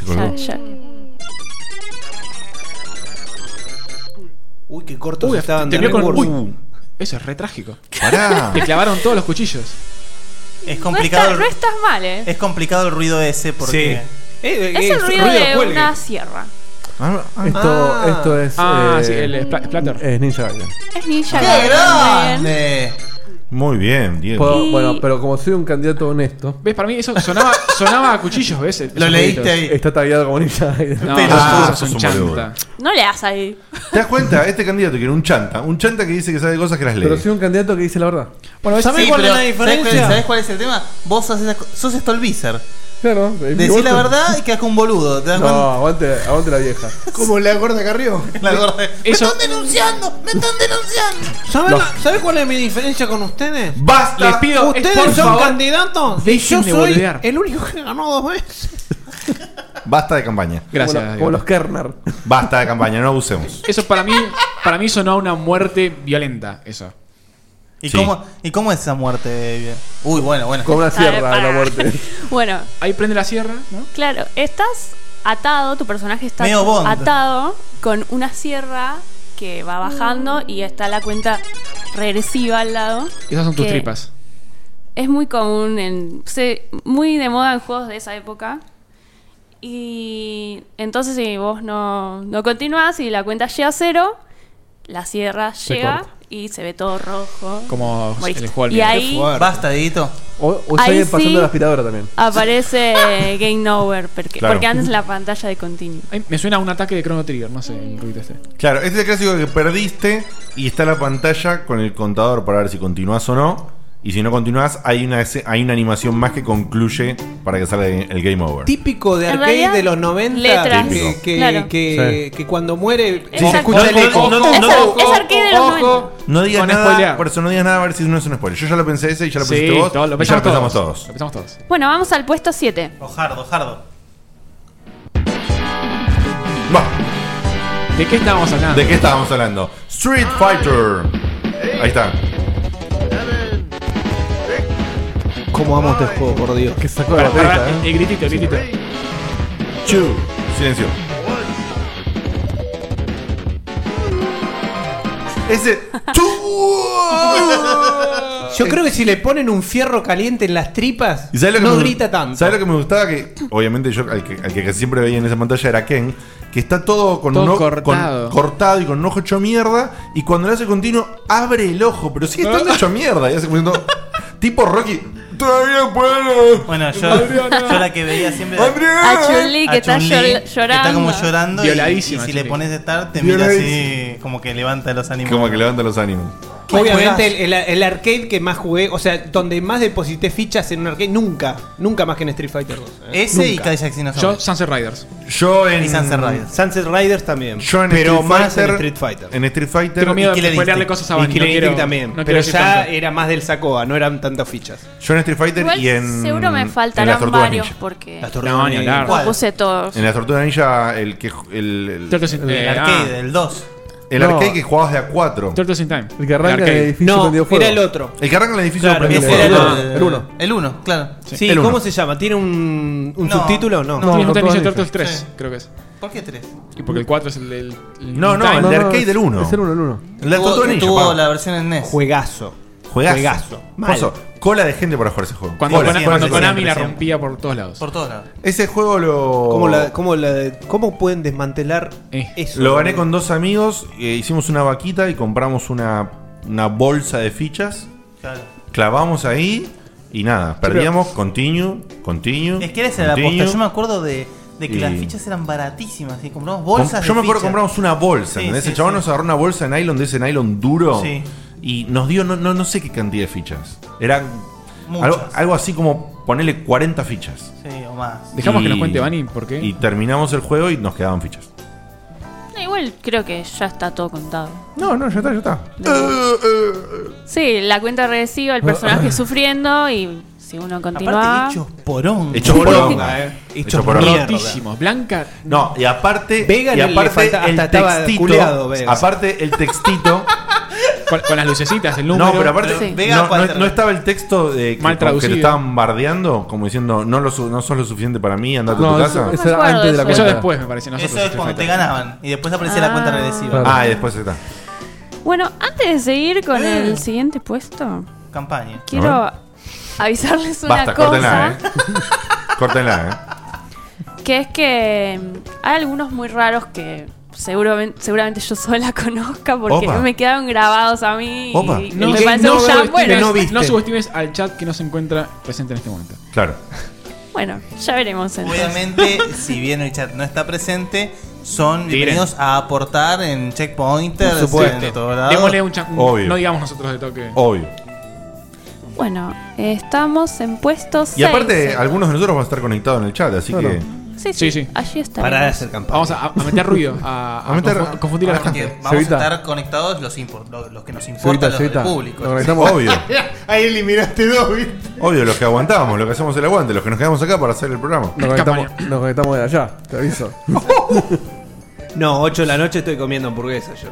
[SPEAKER 9] espera. Ya, ya.
[SPEAKER 3] Uy, qué cortos
[SPEAKER 7] Uy,
[SPEAKER 3] estaban
[SPEAKER 7] te
[SPEAKER 3] de
[SPEAKER 7] vio con.
[SPEAKER 3] recurso.
[SPEAKER 7] Uy, eso es re trágico.
[SPEAKER 5] Pará.
[SPEAKER 7] Te clavaron todos los cuchillos.
[SPEAKER 6] Es
[SPEAKER 9] No,
[SPEAKER 6] complicado.
[SPEAKER 9] estás,
[SPEAKER 6] el-
[SPEAKER 9] no estás mal, ¿eh?
[SPEAKER 6] Es complicado el ruido ese porque.
[SPEAKER 3] Eh,
[SPEAKER 9] Es el ruido de una sierra.
[SPEAKER 2] Esto,
[SPEAKER 6] Ah.
[SPEAKER 2] esto es.
[SPEAKER 6] Ah,
[SPEAKER 2] eh,
[SPEAKER 6] sí, el
[SPEAKER 7] spla- splatter.
[SPEAKER 2] Es Ninja Gaiden.
[SPEAKER 9] Es ninja.
[SPEAKER 6] ¡Qué
[SPEAKER 9] Gaiden, muy bien.
[SPEAKER 6] grande!
[SPEAKER 5] Muy bien, Diego.
[SPEAKER 2] Puedo- Bueno, pero como soy un candidato honesto.
[SPEAKER 7] ¿Ves? Para mí eso sonaba, sonaba a cuchillos, ¿ves? Esos ruiditos.
[SPEAKER 2] Está tagueado como Ninja Gaiden.
[SPEAKER 7] No,
[SPEAKER 5] Ah,
[SPEAKER 7] sos un
[SPEAKER 5] sos un boludo.
[SPEAKER 7] chanta.
[SPEAKER 9] No le das ahí.
[SPEAKER 5] ¿Te das cuenta? Este candidato que era un chanta. Un chanta que dice que sabe cosas que las lee.
[SPEAKER 2] Pero soy un candidato que dice la verdad.
[SPEAKER 3] Bueno,
[SPEAKER 6] Sí, pero ¿sabés cuál, sabés cuál es el tema? Vos sos, esas co- sos Stolbizer.
[SPEAKER 2] Claro.
[SPEAKER 6] Decís la verdad y quedás como un boludo. ¿te das
[SPEAKER 2] Eh, No,
[SPEAKER 6] cuenta?
[SPEAKER 2] aguante, aguante la vieja.
[SPEAKER 12] Como la gorda Carrió.
[SPEAKER 6] La gorda.
[SPEAKER 7] Eso-
[SPEAKER 6] denunciando! ¡Me están denunciando!
[SPEAKER 3] ¿Saben
[SPEAKER 6] Los-
[SPEAKER 3] la- ¿saben cuál es mi diferencia con ustedes?
[SPEAKER 5] ¡Basta!
[SPEAKER 3] Les pido, ustedes
[SPEAKER 7] por
[SPEAKER 3] son
[SPEAKER 7] favor,
[SPEAKER 3] candidatos y
[SPEAKER 7] dejen
[SPEAKER 3] yo
[SPEAKER 7] de
[SPEAKER 3] soy
[SPEAKER 7] boludear.
[SPEAKER 3] el único que ganó dos veces.
[SPEAKER 5] Basta de campaña.
[SPEAKER 7] Gracias, Como lo- como Diego. los
[SPEAKER 2] Kerner.
[SPEAKER 5] Basta de campaña, no abusemos.
[SPEAKER 7] Eso para mí, para mí sonó a una muerte violenta, eso.
[SPEAKER 6] ¿Y, cómo, ¿Y cómo es esa muerte? Uy, bueno, bueno.
[SPEAKER 2] Con una
[SPEAKER 9] sierra
[SPEAKER 2] la muerte.
[SPEAKER 9] Bueno,
[SPEAKER 7] Ahí prende la sierra, ¿no?
[SPEAKER 9] claro, estás atado, tu personaje está
[SPEAKER 6] Medio Bond.
[SPEAKER 9] atado con una sierra que va bajando y está la cuenta regresiva al lado.
[SPEAKER 7] Esas son tus
[SPEAKER 9] que
[SPEAKER 7] tripas.
[SPEAKER 9] Es muy común, en, se- muy de moda en juegos de esa época. Y entonces si vos no, no continuás y la cuenta llega a cero, la sierra
[SPEAKER 7] Se
[SPEAKER 9] llega
[SPEAKER 7] corta.
[SPEAKER 9] y se ve todo rojo.
[SPEAKER 7] Como
[SPEAKER 9] Moriste.
[SPEAKER 7] el juego al
[SPEAKER 9] Y
[SPEAKER 7] miedo.
[SPEAKER 9] ahí
[SPEAKER 6] Basta, Dieguito.
[SPEAKER 2] O, o
[SPEAKER 9] Ahí
[SPEAKER 2] sigue pasando
[SPEAKER 9] sí.
[SPEAKER 2] la aspiradora también.
[SPEAKER 9] aparece Game Over porque,
[SPEAKER 5] Claro.
[SPEAKER 9] porque antes la pantalla de continuo.
[SPEAKER 7] Ay, me suena a un ataque de Chrono Trigger, no sé, el ruido este.
[SPEAKER 5] Claro, este es el clásico que perdiste y está la pantalla con el contador para ver si continúas o no. Y si no continúas, hay una, esce- hay una animación más que concluye para que salga el game over.
[SPEAKER 3] Típico de
[SPEAKER 9] En
[SPEAKER 3] arcade
[SPEAKER 9] realidad,
[SPEAKER 3] de los 90
[SPEAKER 9] letras.
[SPEAKER 3] que, que-
[SPEAKER 9] Claro.
[SPEAKER 3] que- que cuando muere
[SPEAKER 9] Sí.
[SPEAKER 3] se escucha el
[SPEAKER 5] No,
[SPEAKER 3] eco.
[SPEAKER 5] no, no, Es no, ar-
[SPEAKER 9] es arcade de los
[SPEAKER 5] No digas
[SPEAKER 7] Con
[SPEAKER 5] nada,
[SPEAKER 7] spoilear.
[SPEAKER 5] por eso no digas nada a ver si no es un spoiler. Yo ya lo pensé ese y ya lo
[SPEAKER 7] Sí,
[SPEAKER 5] pensaste vos.
[SPEAKER 7] todo, lo
[SPEAKER 5] y ya
[SPEAKER 7] pensamos
[SPEAKER 5] lo pensamos
[SPEAKER 7] todos.
[SPEAKER 5] todos.
[SPEAKER 7] Lo pensamos todos.
[SPEAKER 9] Bueno, vamos al puesto 7.
[SPEAKER 6] Ojardo, ojardo.
[SPEAKER 7] ¿De qué estábamos hablando?
[SPEAKER 5] ¿De qué estábamos hablando? Street Fighter. Ahí está.
[SPEAKER 3] ¿Cómo amo este juego, por Dios?
[SPEAKER 2] Que sacó eh.
[SPEAKER 7] Pará, pará, el- el gritito, el gritito.
[SPEAKER 5] Chu. Silencio. Ese.
[SPEAKER 3] Yo creo que si le ponen un fierro caliente en las tripas,
[SPEAKER 5] ¿Y sabes lo que
[SPEAKER 3] no
[SPEAKER 5] me-
[SPEAKER 3] grita tanto.
[SPEAKER 5] ¿Sabes lo que me gustaba? Que obviamente yo, al que, al que casi siempre veía en esa pantalla era Ken, que está todo con
[SPEAKER 7] Todo
[SPEAKER 5] un ojo
[SPEAKER 7] cortado.
[SPEAKER 5] con- cortado y con un ojo hecho mierda. Y cuando lo hace continuo, abre el ojo, pero sigue estando hecho mierda. Y hace como diciendo, tipo Rocky. Todavía puedo.
[SPEAKER 6] Bueno, yo, yo la que veía siempre.
[SPEAKER 9] A Chun-Li, que
[SPEAKER 6] a
[SPEAKER 9] está
[SPEAKER 6] Chun-Li, que
[SPEAKER 9] llor-
[SPEAKER 6] Está
[SPEAKER 9] llorando.
[SPEAKER 6] como llorando. y- Y,
[SPEAKER 7] Violadísima,
[SPEAKER 6] si le
[SPEAKER 7] Chun-Li.
[SPEAKER 6] pones estar, te mira así.
[SPEAKER 5] Violadísima.
[SPEAKER 6] Como que levanta los ánimos.
[SPEAKER 5] Como que levanta los ánimos.
[SPEAKER 3] Obviamente el, el- el arcade que más jugué, o sea, donde más deposité fichas en un arcade, nunca, nunca más que en Street Fighter ¿eh? 2.
[SPEAKER 6] Ese y Kaijak Xenosaurus.
[SPEAKER 7] Yo, Sunset Riders.
[SPEAKER 5] Yo en.
[SPEAKER 6] Sunset Riders.
[SPEAKER 3] Sunset Riders también.
[SPEAKER 5] Yo en
[SPEAKER 3] pero
[SPEAKER 5] Street
[SPEAKER 3] más
[SPEAKER 5] Fighter-
[SPEAKER 3] en Street Fighter.
[SPEAKER 5] En Street Fighter.
[SPEAKER 7] Tengo miedo
[SPEAKER 5] ¿Y qué
[SPEAKER 7] de
[SPEAKER 5] le
[SPEAKER 7] spoilearle
[SPEAKER 5] diste?
[SPEAKER 7] cosas a Bani.
[SPEAKER 3] Killer
[SPEAKER 7] no quiero-
[SPEAKER 3] Instinct también.
[SPEAKER 7] no
[SPEAKER 3] pero
[SPEAKER 7] quiero decir
[SPEAKER 3] ya
[SPEAKER 7] tanto.
[SPEAKER 3] era más del Sacoa, no eran tantas fichas.
[SPEAKER 5] Yo en Street Fighter
[SPEAKER 9] Igual
[SPEAKER 5] y en.
[SPEAKER 9] seguro me
[SPEAKER 5] en las
[SPEAKER 9] faltarán
[SPEAKER 5] Tortugas
[SPEAKER 9] varios
[SPEAKER 5] Ninja.
[SPEAKER 9] porque
[SPEAKER 3] Las
[SPEAKER 5] Tortugas No, ni Ninja. hablar.
[SPEAKER 9] Lo puse todos.
[SPEAKER 5] En la Tortuga Ninja, el que. ju- El, el-
[SPEAKER 7] Turtles in-
[SPEAKER 5] el-
[SPEAKER 7] eh,
[SPEAKER 5] el
[SPEAKER 7] ah,
[SPEAKER 5] arcade.
[SPEAKER 6] El 2.
[SPEAKER 5] El
[SPEAKER 2] No.
[SPEAKER 5] arcade que jugabas de a 4.
[SPEAKER 7] Turtles in Ah. Time.
[SPEAKER 2] El que arranca
[SPEAKER 7] arcade.
[SPEAKER 2] el edificio
[SPEAKER 3] No,
[SPEAKER 2] prendido fuego.
[SPEAKER 3] era el otro.
[SPEAKER 5] El que arranca en el edificio
[SPEAKER 3] Claro,
[SPEAKER 5] prendido
[SPEAKER 3] ese
[SPEAKER 5] fuego.
[SPEAKER 3] era
[SPEAKER 5] Ah.
[SPEAKER 2] el uno.
[SPEAKER 6] El 1, claro.
[SPEAKER 3] Sí,
[SPEAKER 5] El uno.
[SPEAKER 3] ¿cómo se llama? ¿Tiene un, un
[SPEAKER 6] No.
[SPEAKER 3] subtítulo? No.
[SPEAKER 7] No,
[SPEAKER 2] No,
[SPEAKER 7] no,
[SPEAKER 2] Tortugas
[SPEAKER 7] Ninja
[SPEAKER 2] Ninja.
[SPEAKER 7] Turtles 3,
[SPEAKER 6] Sí.
[SPEAKER 7] creo que es.
[SPEAKER 6] ¿Por qué 3?
[SPEAKER 7] Y porque el 4 es el del. el
[SPEAKER 5] No, no,
[SPEAKER 7] Time.
[SPEAKER 5] el de arcade del 1.
[SPEAKER 2] Es el 1, el 1.
[SPEAKER 5] El de Tortuga Ninja.
[SPEAKER 6] tuvo
[SPEAKER 5] pa.
[SPEAKER 6] la versión
[SPEAKER 7] E
[SPEAKER 6] en NES.
[SPEAKER 3] Juegazo.
[SPEAKER 5] Juegazo.
[SPEAKER 3] Juegazo. Mal.
[SPEAKER 5] Mozo, Cola de gente para jugar ese juego.
[SPEAKER 7] Cuando,
[SPEAKER 5] Cola,
[SPEAKER 7] Kona-
[SPEAKER 5] cola
[SPEAKER 7] cuando
[SPEAKER 5] de gente.
[SPEAKER 7] Konami la
[SPEAKER 6] siempre.
[SPEAKER 7] rompía por todos lados.
[SPEAKER 6] Por todos lados.
[SPEAKER 5] Ese juego lo.
[SPEAKER 3] ¿Cómo, la- cómo la- cómo pueden desmantelar
[SPEAKER 7] Eh.
[SPEAKER 3] eso?
[SPEAKER 5] Lo gané con dos amigos, eh, hicimos una vaquita y compramos una, una bolsa de fichas,
[SPEAKER 6] Claro.
[SPEAKER 5] clavamos ahí y nada, perdíamos, continue, continue.
[SPEAKER 6] Es que eres la
[SPEAKER 5] continue.
[SPEAKER 6] aposta. Yo me acuerdo de, de que
[SPEAKER 5] Y-
[SPEAKER 6] las fichas eran baratísimas. Y compramos
[SPEAKER 5] Com-
[SPEAKER 6] bolsas
[SPEAKER 5] Yo
[SPEAKER 6] de
[SPEAKER 5] me acuerdo
[SPEAKER 6] fichas.
[SPEAKER 5] compramos una bolsa,
[SPEAKER 6] Sí,
[SPEAKER 5] ¿entendés?
[SPEAKER 6] sí,
[SPEAKER 5] el chabón
[SPEAKER 6] sí.
[SPEAKER 5] nos agarró una bolsa de nylon de ese nylon duro
[SPEAKER 6] Sí.
[SPEAKER 5] y nos dio no, no, no sé qué cantidad de fichas. Eran
[SPEAKER 6] Muchas.
[SPEAKER 5] algo, algo así como ponerle 40 fichas.
[SPEAKER 6] Sí, o más.
[SPEAKER 7] Dejamos
[SPEAKER 5] Y-
[SPEAKER 7] que nos cuente Bani por qué.
[SPEAKER 5] Y terminamos el juego y nos quedaban fichas.
[SPEAKER 9] No, igual creo que ya está todo contado.
[SPEAKER 5] No, no, ya está, ya está.
[SPEAKER 6] Eh,
[SPEAKER 9] Sí, la cuenta regresiva, el personaje sufriendo y si uno continúa.
[SPEAKER 6] Aparte, hechos Ah. poronga.
[SPEAKER 5] Hecho poronga, eh.
[SPEAKER 6] Hechos
[SPEAKER 5] Hecho poronga.
[SPEAKER 6] mierda.
[SPEAKER 7] Rotísimos. Blanca.
[SPEAKER 5] No, y aparte,
[SPEAKER 3] Vegan
[SPEAKER 5] y
[SPEAKER 3] le
[SPEAKER 5] aparte
[SPEAKER 3] falta-
[SPEAKER 5] el
[SPEAKER 3] hasta estaba
[SPEAKER 5] textito,
[SPEAKER 3] culeado, Vegan.
[SPEAKER 5] aparte el textito,
[SPEAKER 7] Con, con las lucecitas, el número.
[SPEAKER 5] no, pero aparte
[SPEAKER 9] Sí.
[SPEAKER 5] no, no-
[SPEAKER 6] Vegan,
[SPEAKER 5] no estaba el texto de que,
[SPEAKER 7] Mal
[SPEAKER 5] como que
[SPEAKER 7] traducido.
[SPEAKER 5] te estaban bardeando, como diciendo no lo su- no sos lo suficiente para mí, andate a
[SPEAKER 2] No,
[SPEAKER 5] tu
[SPEAKER 2] eso,
[SPEAKER 5] casa.
[SPEAKER 2] eso
[SPEAKER 9] No me
[SPEAKER 2] era
[SPEAKER 9] acuerdo
[SPEAKER 2] antes de la
[SPEAKER 9] de
[SPEAKER 7] Eso
[SPEAKER 2] cuenta.
[SPEAKER 7] después, me parece. Nosotros
[SPEAKER 6] Eso es cuando te ganaban. Y después aparecía la cuenta
[SPEAKER 9] Ah.
[SPEAKER 6] regresiva.
[SPEAKER 5] Ah, y después está.
[SPEAKER 9] Bueno, antes de seguir con el siguiente puesto,
[SPEAKER 6] Eh. Campaña.
[SPEAKER 9] quiero avisarles una
[SPEAKER 5] Basta,
[SPEAKER 9] cosa.
[SPEAKER 5] córtenla, eh. Córtenla,
[SPEAKER 9] Que es que mm, hay algunos muy raros que seguramente, seguramente yo sola conozca porque
[SPEAKER 5] Opa.
[SPEAKER 9] me quedaron grabados a mí. y-
[SPEAKER 5] Opa.
[SPEAKER 9] Y,
[SPEAKER 7] No,
[SPEAKER 9] me
[SPEAKER 7] que
[SPEAKER 9] parece
[SPEAKER 7] no
[SPEAKER 9] un ya
[SPEAKER 7] subestimes-
[SPEAKER 9] bueno.
[SPEAKER 7] no subestimes al chat que no se encuentra presente en este momento.
[SPEAKER 5] eh. Claro.
[SPEAKER 9] Bueno, ya veremos entonces.
[SPEAKER 6] Obviamente, si bien el chat no está presente, son
[SPEAKER 7] Tiren.
[SPEAKER 6] bienvenidos a aportar en checkpointers,
[SPEAKER 3] Por supuesto.
[SPEAKER 6] en todo lado.
[SPEAKER 7] Démosle un chat.
[SPEAKER 5] Obvio.
[SPEAKER 7] No digamos nosotros de toque.
[SPEAKER 5] Obvio.
[SPEAKER 9] Bueno, estamos en puestos
[SPEAKER 5] Y aparte,
[SPEAKER 9] seis.
[SPEAKER 5] algunos de nosotros van a estar conectados en el chat, así
[SPEAKER 2] Claro.
[SPEAKER 5] que.
[SPEAKER 9] Sí,
[SPEAKER 7] Sí,
[SPEAKER 9] sí,
[SPEAKER 7] sí.
[SPEAKER 9] allí está.
[SPEAKER 3] Para de hacer campaña.
[SPEAKER 7] Vamos a, a meter ruido. A, a
[SPEAKER 5] A meter-
[SPEAKER 7] confu- confundir a la
[SPEAKER 6] Porque
[SPEAKER 7] gente.
[SPEAKER 6] vamos
[SPEAKER 2] Cevita.
[SPEAKER 6] a estar conectados los, impor- los, los que nos
[SPEAKER 2] Cevita,
[SPEAKER 6] importan, los
[SPEAKER 2] Cevita.
[SPEAKER 6] del público.
[SPEAKER 2] Lo conectamos.
[SPEAKER 5] Obvio,
[SPEAKER 12] Ahí eliminaste dos, ¿viste?
[SPEAKER 5] obvio, los que aguantamos, los que hacemos el aguante, los que nos quedamos acá para hacer el programa.
[SPEAKER 2] Nos conectamos, nos conectamos de allá, te aviso.
[SPEAKER 3] No, 8 de la noche estoy comiendo hamburguesa yo.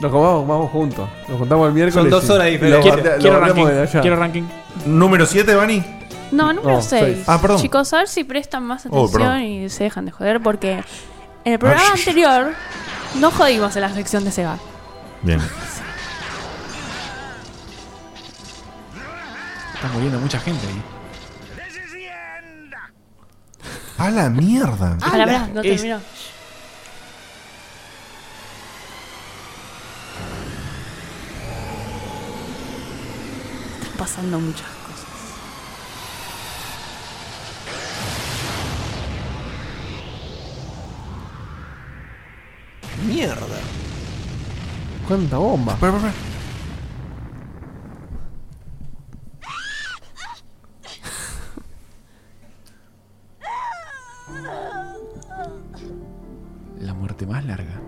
[SPEAKER 2] Nos comamos, vamos juntos. Nos juntamos el
[SPEAKER 3] Son
[SPEAKER 2] miércoles.
[SPEAKER 3] dos
[SPEAKER 2] y
[SPEAKER 3] horas diferentes.
[SPEAKER 2] Lo, guarda-
[SPEAKER 7] Quiero
[SPEAKER 2] lo guardamos
[SPEAKER 7] ranking.
[SPEAKER 2] de allá.
[SPEAKER 7] Quiero ranking.
[SPEAKER 5] Número 7, Bani.
[SPEAKER 9] No, número
[SPEAKER 5] No,
[SPEAKER 9] 6.
[SPEAKER 5] seis. Ah, perdón.
[SPEAKER 9] Chicos, a ver si prestan más
[SPEAKER 5] Oh,
[SPEAKER 9] atención
[SPEAKER 5] perdón. Ah,
[SPEAKER 9] y se dejan de joder, porque en el programa anterior no jodimos en la sección de Seba.
[SPEAKER 5] Bien.
[SPEAKER 7] Está muriendo mucha gente ahí.
[SPEAKER 5] A Ah, la mierda.
[SPEAKER 9] Pará, pará, no
[SPEAKER 7] Es-
[SPEAKER 9] terminó. Están pasando muchas cosas.
[SPEAKER 3] Mierda.
[SPEAKER 2] ¿Cuánta bomba?
[SPEAKER 7] La muerte más larga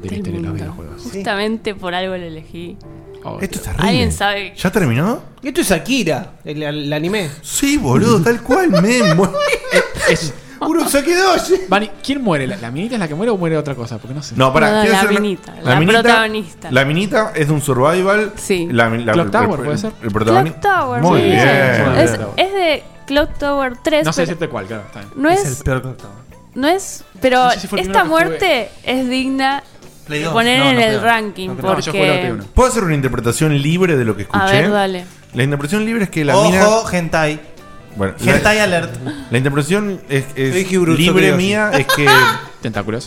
[SPEAKER 7] de la
[SPEAKER 9] Del
[SPEAKER 7] historia de los
[SPEAKER 9] mundo.
[SPEAKER 7] videojuegos.
[SPEAKER 9] Justamente por algo lo elegí.
[SPEAKER 7] Oh,
[SPEAKER 5] Esto es
[SPEAKER 9] ¿Alguien sabe?
[SPEAKER 5] ¿Ya terminó?
[SPEAKER 3] Esto es Akira, el, el anime.
[SPEAKER 5] Sí, boludo, tal cual, me
[SPEAKER 3] Uno se quedó.
[SPEAKER 7] Vani, ¿quién muere? ¿La, la minita es la que muere o muere otra cosa? Porque no sé.
[SPEAKER 5] No, pará, No, quiero la hacer una- minita, la la minita-
[SPEAKER 9] protagonista.
[SPEAKER 5] La minita es de un survival.
[SPEAKER 9] Sí.
[SPEAKER 5] La, mi- la-
[SPEAKER 7] Clock
[SPEAKER 5] el-
[SPEAKER 7] Tower,
[SPEAKER 5] el-
[SPEAKER 7] ¿puede ser?
[SPEAKER 5] El protagonista.
[SPEAKER 9] Clock Tower.
[SPEAKER 5] Muy
[SPEAKER 9] sí.
[SPEAKER 5] bien.
[SPEAKER 9] Es, es de Clock Tower 3.
[SPEAKER 7] No sé
[SPEAKER 9] pero
[SPEAKER 7] decirte cuál, claro. Está bien.
[SPEAKER 9] No Es es- el
[SPEAKER 7] peor que estaba.
[SPEAKER 9] No es. Pero
[SPEAKER 7] No sé si fue el
[SPEAKER 9] esta
[SPEAKER 7] primero que
[SPEAKER 9] muerte es digna
[SPEAKER 6] Play
[SPEAKER 9] de
[SPEAKER 6] dos.
[SPEAKER 9] poner
[SPEAKER 5] No,
[SPEAKER 9] en
[SPEAKER 5] no,
[SPEAKER 9] el
[SPEAKER 5] Play dos.
[SPEAKER 9] ranking. porque.
[SPEAKER 5] ¿Puedo hacer una interpretación libre de lo que escuché?
[SPEAKER 9] A ver, dale.
[SPEAKER 5] La interpretación libre es que la
[SPEAKER 6] Ojo,
[SPEAKER 5] mina.
[SPEAKER 6] hentai.
[SPEAKER 5] Bueno,
[SPEAKER 6] Hentai
[SPEAKER 5] la,
[SPEAKER 6] alert.
[SPEAKER 5] La interpretación es, es
[SPEAKER 6] Ricky Bruce
[SPEAKER 5] libre
[SPEAKER 6] Obriosi.
[SPEAKER 5] mía es que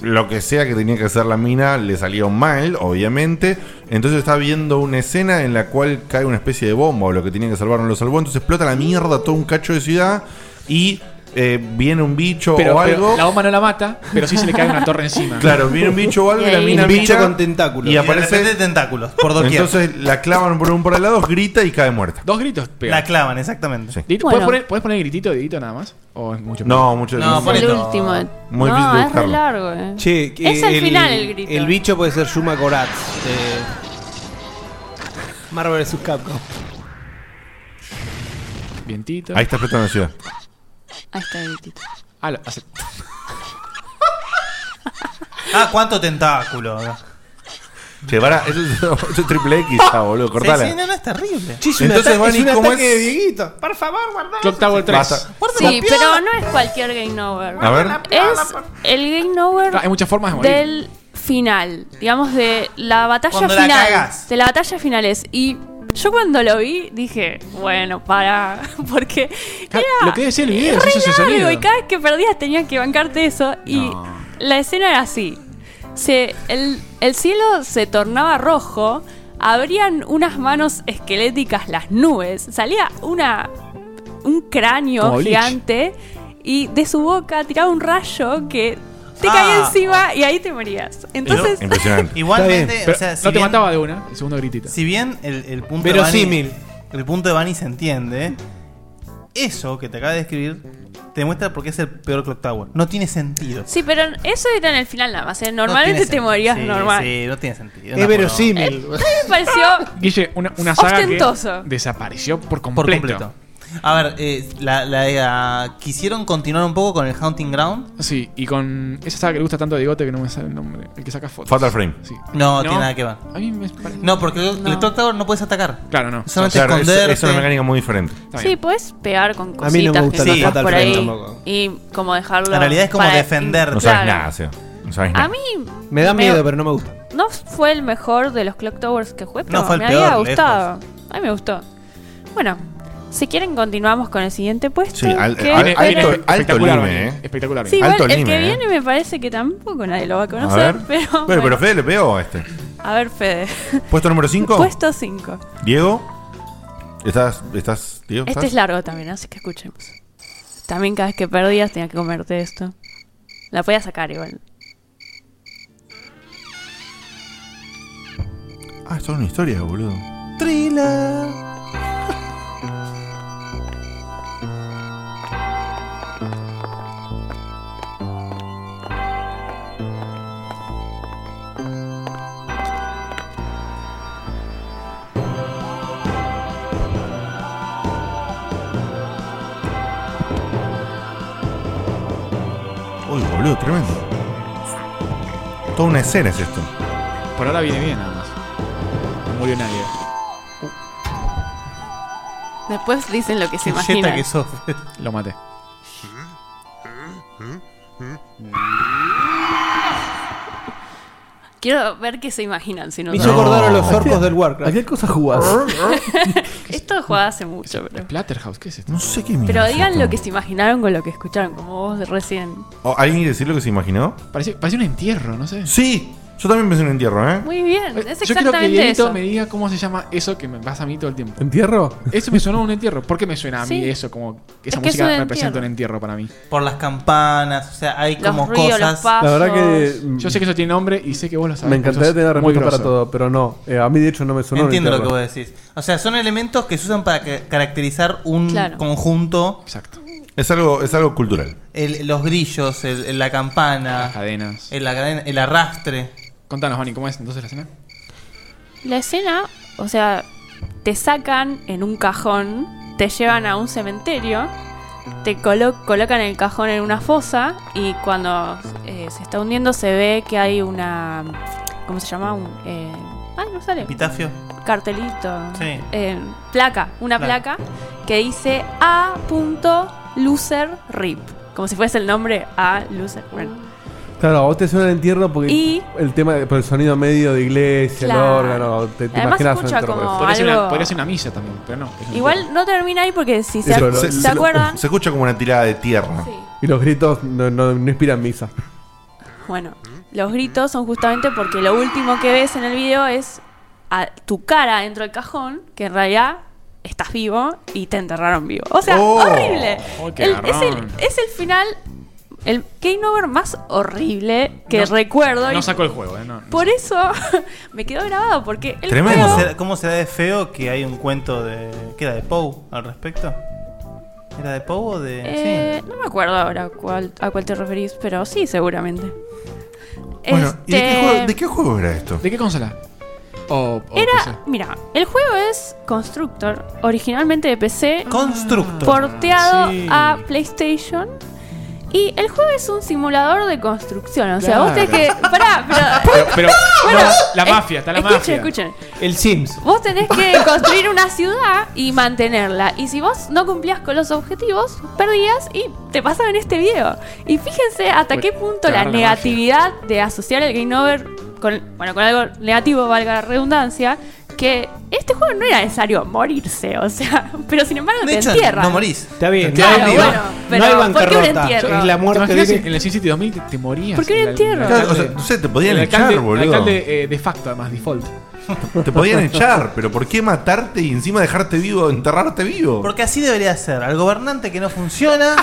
[SPEAKER 5] lo que sea que tenía que hacer la mina le salió mal, obviamente. Entonces está viendo una escena en la cual cae una especie de bomba o lo que tenía que salvar no lo salvó. Entonces explota la mierda todo un cacho de ciudad y eh, viene un bicho
[SPEAKER 7] Pero,
[SPEAKER 5] o
[SPEAKER 7] pero
[SPEAKER 5] algo.
[SPEAKER 7] la bomba no la mata, pero sí se le cae una torre encima.
[SPEAKER 5] Claro, viene un bicho o algo y la mina mira Y aparece
[SPEAKER 6] tentáculos por doquier.
[SPEAKER 5] Entonces la clavan por un por el lado, grita y cae muerta.
[SPEAKER 7] Dos gritos pega.
[SPEAKER 6] La clavan, exactamente.
[SPEAKER 7] Didito,
[SPEAKER 9] Bueno.
[SPEAKER 7] ¿puedes, poner, puedes poner gritito de Didito nada más? ¿O es mucho?
[SPEAKER 5] No, mucho
[SPEAKER 9] es el último.
[SPEAKER 5] Muy
[SPEAKER 9] no,
[SPEAKER 5] difícil de
[SPEAKER 9] es re
[SPEAKER 5] buscarlo.
[SPEAKER 9] largo, eh. es el, final el grito.
[SPEAKER 3] El bicho puede ser Yuma Goratz. De Marvel vs. Capcom.
[SPEAKER 7] Vientito.
[SPEAKER 5] Ahí está explotando la ciudad.
[SPEAKER 9] Ahí está el gritito.
[SPEAKER 7] Ah, lo- hace-
[SPEAKER 6] Ah, cuánto tentáculo. Sí,
[SPEAKER 5] Che, pará, eso es, eso es triple X, ya, boludo, cortala.
[SPEAKER 6] sí, no, no, es terrible.
[SPEAKER 5] Sí, es un Entonces, ataque- Vani, es un ¿cómo ataque es? de
[SPEAKER 3] Dieguito. Por favor, guarda.
[SPEAKER 7] Clock Tower 3.
[SPEAKER 5] Basta.
[SPEAKER 9] Sí, pero no es cualquier Game Over.
[SPEAKER 7] A ver.
[SPEAKER 9] Es el Game Over.
[SPEAKER 7] Ah, hay muchas formas de morir.
[SPEAKER 9] Del final. Digamos, de la batalla
[SPEAKER 7] Cuando la
[SPEAKER 9] final.
[SPEAKER 7] cagás.
[SPEAKER 9] de la batalla final es. Y yo cuando lo vi dije, bueno, para. Porque. era
[SPEAKER 7] Ah, lo que decía el video,
[SPEAKER 9] Ah, re
[SPEAKER 7] ese es su
[SPEAKER 9] largo,
[SPEAKER 7] sonido.
[SPEAKER 9] Ah, Y cada vez que perdías tenías que bancarte eso. Y la escena era así. Se, el, el cielo se tornaba rojo. Abrían unas manos esqueléticas las nubes. Salía una un cráneo
[SPEAKER 10] Como Bleach.
[SPEAKER 9] gigante y de su boca tiraba un rayo que te
[SPEAKER 6] Ah.
[SPEAKER 9] caía encima y ahí te morías. Entonces,
[SPEAKER 5] Impresionante.
[SPEAKER 7] Está
[SPEAKER 6] Igualmente,
[SPEAKER 7] bien.
[SPEAKER 6] o
[SPEAKER 7] Pero
[SPEAKER 6] sea,
[SPEAKER 7] no
[SPEAKER 6] si
[SPEAKER 7] te
[SPEAKER 6] bien-
[SPEAKER 7] mataba de una, el segundo gritito.
[SPEAKER 6] Si bien el, el punto de
[SPEAKER 7] Verosímil.
[SPEAKER 6] Bani, el punto de Bani se entiende, eso que te acaba de describir te demuestra por qué es el peor Clock Tower. No tiene sentido.
[SPEAKER 9] sí, pero eso era en el final nada más. ¿eh?
[SPEAKER 6] No
[SPEAKER 9] Normalmente
[SPEAKER 6] tiene
[SPEAKER 9] te
[SPEAKER 6] sen-
[SPEAKER 9] morías
[SPEAKER 6] sí,
[SPEAKER 9] normal.
[SPEAKER 6] Sí, no tiene sentido.
[SPEAKER 9] Es
[SPEAKER 6] no,
[SPEAKER 9] verosímil.
[SPEAKER 6] no.
[SPEAKER 9] Me pareció
[SPEAKER 7] Guille, una, una saga
[SPEAKER 9] Ostentoso.
[SPEAKER 7] que desapareció por completo.
[SPEAKER 6] completo. A ver, eh, la, la- la- quisieron continuar un poco con el Haunting Ground.
[SPEAKER 7] Sí, y con esa saga que le gusta tanto a Digote que no me sale el nombre. El que saca fotos.
[SPEAKER 5] Fatal Frame.
[SPEAKER 7] Sí.
[SPEAKER 6] No, tiene nada que ver.
[SPEAKER 7] A mí me parece-
[SPEAKER 6] No, porque el- el
[SPEAKER 7] No.
[SPEAKER 6] Clock Tower no puedes atacar.
[SPEAKER 7] Claro, no.
[SPEAKER 6] Solamente
[SPEAKER 5] Claro, es,
[SPEAKER 6] esconderte.
[SPEAKER 5] es una mecánica muy diferente.
[SPEAKER 9] Sí, puedes pegar con
[SPEAKER 5] A mí no me
[SPEAKER 9] cositas que
[SPEAKER 5] gusta la
[SPEAKER 9] sacas
[SPEAKER 5] Fatal
[SPEAKER 9] por
[SPEAKER 5] Frame
[SPEAKER 9] ahí
[SPEAKER 5] tampoco.
[SPEAKER 9] y como dejarlo.
[SPEAKER 6] En realidad es como
[SPEAKER 9] para-
[SPEAKER 6] defenderte.
[SPEAKER 5] No sabes
[SPEAKER 9] Claro.
[SPEAKER 5] nada, Seba. No sabes nada.
[SPEAKER 9] A mí
[SPEAKER 3] Me da miedo, pero no me gusta.
[SPEAKER 9] no fue el mejor de los Clock Towers que jugué, pero
[SPEAKER 3] No, fue el
[SPEAKER 9] me había
[SPEAKER 3] peor,
[SPEAKER 9] gustado. A mí me gustó. Bueno, si quieren continuamos con el siguiente puesto.
[SPEAKER 5] Sí, al-
[SPEAKER 9] que
[SPEAKER 5] al-
[SPEAKER 9] es-
[SPEAKER 5] alto-
[SPEAKER 9] viene-
[SPEAKER 5] alto
[SPEAKER 7] espectacular,
[SPEAKER 5] lime,
[SPEAKER 7] Bani,
[SPEAKER 5] eh.
[SPEAKER 7] Espectacular.
[SPEAKER 9] Sí, igual
[SPEAKER 5] Alto
[SPEAKER 9] el
[SPEAKER 5] lime,
[SPEAKER 9] que
[SPEAKER 5] eh.
[SPEAKER 9] viene me parece que tampoco nadie lo va a
[SPEAKER 5] a
[SPEAKER 9] conocer,
[SPEAKER 5] ver.
[SPEAKER 9] pero.
[SPEAKER 5] Pero,
[SPEAKER 9] bueno.
[SPEAKER 5] pero Fede le pegó a este.
[SPEAKER 9] A ver, Fede.
[SPEAKER 5] Puesto número 5.
[SPEAKER 9] Puesto 5.
[SPEAKER 5] Diego. ¿Estás, estás, Diego?
[SPEAKER 9] Este es
[SPEAKER 5] ¿Estás?
[SPEAKER 9] largo también, así que escuchemos. También cada vez que perdías tenía que comerte esto. La podía sacar igual.
[SPEAKER 5] Ah, esto es una historia, boludo.
[SPEAKER 6] Trila.
[SPEAKER 5] Uy, boludo, tremendo. Toda una escena es esto.
[SPEAKER 7] Por ahora viene bien, nada más. No murió nadie.
[SPEAKER 9] Después dicen lo que se
[SPEAKER 6] Qué jeta
[SPEAKER 9] imaginan.
[SPEAKER 6] que sos.
[SPEAKER 7] Lo maté.
[SPEAKER 9] Quiero ver qué se imaginan. Si no
[SPEAKER 3] Me hizo acordar a los orcos del Warcraft.
[SPEAKER 2] Aquí hay cosas jugadas.
[SPEAKER 9] Esto jugaba hace mucho, pero.
[SPEAKER 7] Platterhouse, ¿qué es esto? No
[SPEAKER 5] sé qué
[SPEAKER 9] Pero digan lo que se imaginaron con lo que escucharon, como vos recién.
[SPEAKER 5] Oh, ¿Alguien quiere decir lo que se imaginó?
[SPEAKER 7] Parece, un entierro, no sé.
[SPEAKER 5] Sí, yo también pensé en un entierro, ¿eh?
[SPEAKER 9] Muy bien, es
[SPEAKER 7] Yo quiero que
[SPEAKER 9] exactamente
[SPEAKER 7] Dieguito
[SPEAKER 9] eso.
[SPEAKER 7] me diga cómo se llama eso que me pasa a mí todo el tiempo.
[SPEAKER 2] ¿Entierro?
[SPEAKER 7] Eso me sonó a un entierro. ¿Por qué me suena a mí
[SPEAKER 9] Sí.
[SPEAKER 7] eso? Como
[SPEAKER 9] Es
[SPEAKER 7] esa
[SPEAKER 9] que
[SPEAKER 7] música
[SPEAKER 9] es un
[SPEAKER 7] representa un entierro para mí.
[SPEAKER 6] Por las campanas, o sea, hay como cosas.
[SPEAKER 5] mm,
[SPEAKER 7] Yo sé que eso tiene nombre y sé que vos lo sabés.
[SPEAKER 2] Me
[SPEAKER 7] vos
[SPEAKER 2] encantaría
[SPEAKER 7] sos
[SPEAKER 2] tener la
[SPEAKER 7] muy
[SPEAKER 2] respuesta para
[SPEAKER 7] grosso.
[SPEAKER 2] todo, pero no. Eh, a mí, de hecho, no me sonó. un
[SPEAKER 6] Entiendo lo que
[SPEAKER 2] entierro.
[SPEAKER 6] vos decís. O sea, son elementos que se usan para ca- caracterizar un
[SPEAKER 9] Claro.
[SPEAKER 6] conjunto.
[SPEAKER 7] Exacto.
[SPEAKER 5] Es algo, es algo cultural.
[SPEAKER 6] los grillos, el- el- la campana. Las
[SPEAKER 7] cadenas.
[SPEAKER 6] El, la cadena- el arrastre.
[SPEAKER 7] Contanos, Vani, ¿cómo es entonces la escena?
[SPEAKER 9] La escena, o sea, te sacan en un cajón, te llevan a un cementerio, te colo- colocan el cajón en una fosa y cuando eh, se está hundiendo se ve que hay una. ¿Cómo se llama? Un, eh, ay, no sale.
[SPEAKER 6] Epitafio.
[SPEAKER 9] Cartelito.
[SPEAKER 6] Sí.
[SPEAKER 9] Eh, placa, una
[SPEAKER 6] Placa.
[SPEAKER 9] placa que dice A. Loser Rip. Como si fuese el nombre A. Loser. Bueno.
[SPEAKER 2] Claro, a vos te suena el entierro porque
[SPEAKER 9] Y-
[SPEAKER 2] el tema, por el sonido medio de iglesia,
[SPEAKER 9] Claro.
[SPEAKER 2] el órgano, te, te
[SPEAKER 9] Además
[SPEAKER 2] imaginas un
[SPEAKER 9] escucha
[SPEAKER 2] entierro.
[SPEAKER 9] como
[SPEAKER 7] Podría ser,
[SPEAKER 9] algo-
[SPEAKER 7] una, podría ser una misa también, pero no. es un entierro.
[SPEAKER 9] Igual no termina ahí porque si se,
[SPEAKER 2] Eso,
[SPEAKER 9] ¿se
[SPEAKER 2] se- se-
[SPEAKER 9] acuerdan.
[SPEAKER 5] Se escucha como una tirada de tierra.
[SPEAKER 2] Y los gritos no, no- no inspiran misa.
[SPEAKER 9] Bueno, los gritos son justamente porque lo último que ves en el video es a tu cara dentro del cajón, que en realidad estás vivo y te enterraron vivo. O sea,
[SPEAKER 8] Oh.
[SPEAKER 9] horrible.
[SPEAKER 8] Oh, qué
[SPEAKER 9] El- es, el,
[SPEAKER 8] garrón.
[SPEAKER 9] es el final, el game over más horrible que
[SPEAKER 7] No-
[SPEAKER 9] recuerdo.
[SPEAKER 7] No
[SPEAKER 9] y
[SPEAKER 7] sacó el juego, ¿eh? No, no.
[SPEAKER 9] por eso me quedó grabado, porque el
[SPEAKER 6] ¿Cómo
[SPEAKER 9] juego-
[SPEAKER 6] será, cómo será de feo que hay un cuento de. ¿Qué era de Poe al respecto? ¿Era de Poe o de.?
[SPEAKER 9] eh, no me acuerdo ahora cuál- a cuál te referís, pero sí, seguramente.
[SPEAKER 5] Bueno, ¿y de qué,
[SPEAKER 9] Este-
[SPEAKER 5] juego, de qué juego era esto?
[SPEAKER 7] ¿De qué consola? O, o PC.
[SPEAKER 9] Era, mira, el juego es Constructor, originalmente de PC,
[SPEAKER 6] Constructor.
[SPEAKER 9] porteado
[SPEAKER 6] Sí.
[SPEAKER 9] a PlayStation. Y el juego es un simulador de construcción, o sea, vos
[SPEAKER 7] Claro.
[SPEAKER 9] tenés que... Pará, pero...
[SPEAKER 7] Pero, pero-
[SPEAKER 9] Bueno,
[SPEAKER 7] no, la
[SPEAKER 9] es-
[SPEAKER 7] mafia, está la
[SPEAKER 9] escuchen,
[SPEAKER 7] mafia.
[SPEAKER 9] escuchen.
[SPEAKER 3] El Sims.
[SPEAKER 9] Vos tenés que construir una ciudad y mantenerla. Y si vos no cumplías con los objetivos, perdías y te pasaba en este video. Y fíjense hasta
[SPEAKER 7] Uy,
[SPEAKER 9] qué punto
[SPEAKER 7] te
[SPEAKER 9] la
[SPEAKER 7] agarra la magia.
[SPEAKER 9] negatividad de asociar el game over con, bueno, con algo negativo, valga la redundancia, que este juego no era necesario morirse, o sea, pero sin embargo te entierran.
[SPEAKER 3] Está bien.
[SPEAKER 9] Claro,
[SPEAKER 3] no hay-
[SPEAKER 9] bueno,
[SPEAKER 3] no hay
[SPEAKER 9] pero ¿por qué un
[SPEAKER 3] bancarrota.
[SPEAKER 9] entierro?
[SPEAKER 3] Es la
[SPEAKER 7] ¿Te
[SPEAKER 3] muerte
[SPEAKER 7] imaginas
[SPEAKER 3] directa.
[SPEAKER 7] en el Sin City 2000 te, te morías?
[SPEAKER 9] ¿Por qué un
[SPEAKER 7] El- el
[SPEAKER 9] entierro?
[SPEAKER 5] Claro,
[SPEAKER 7] alcalde-
[SPEAKER 5] o sea, no sé, te podían
[SPEAKER 7] el
[SPEAKER 5] echar,
[SPEAKER 7] alcalde-
[SPEAKER 5] boludo.
[SPEAKER 7] El alcalde eh, de facto, además, default.
[SPEAKER 5] Te podían echar, pero ¿por qué matarte y encima dejarte vivo, enterrarte vivo?
[SPEAKER 6] Porque así debería ser. Al gobernante que no funciona.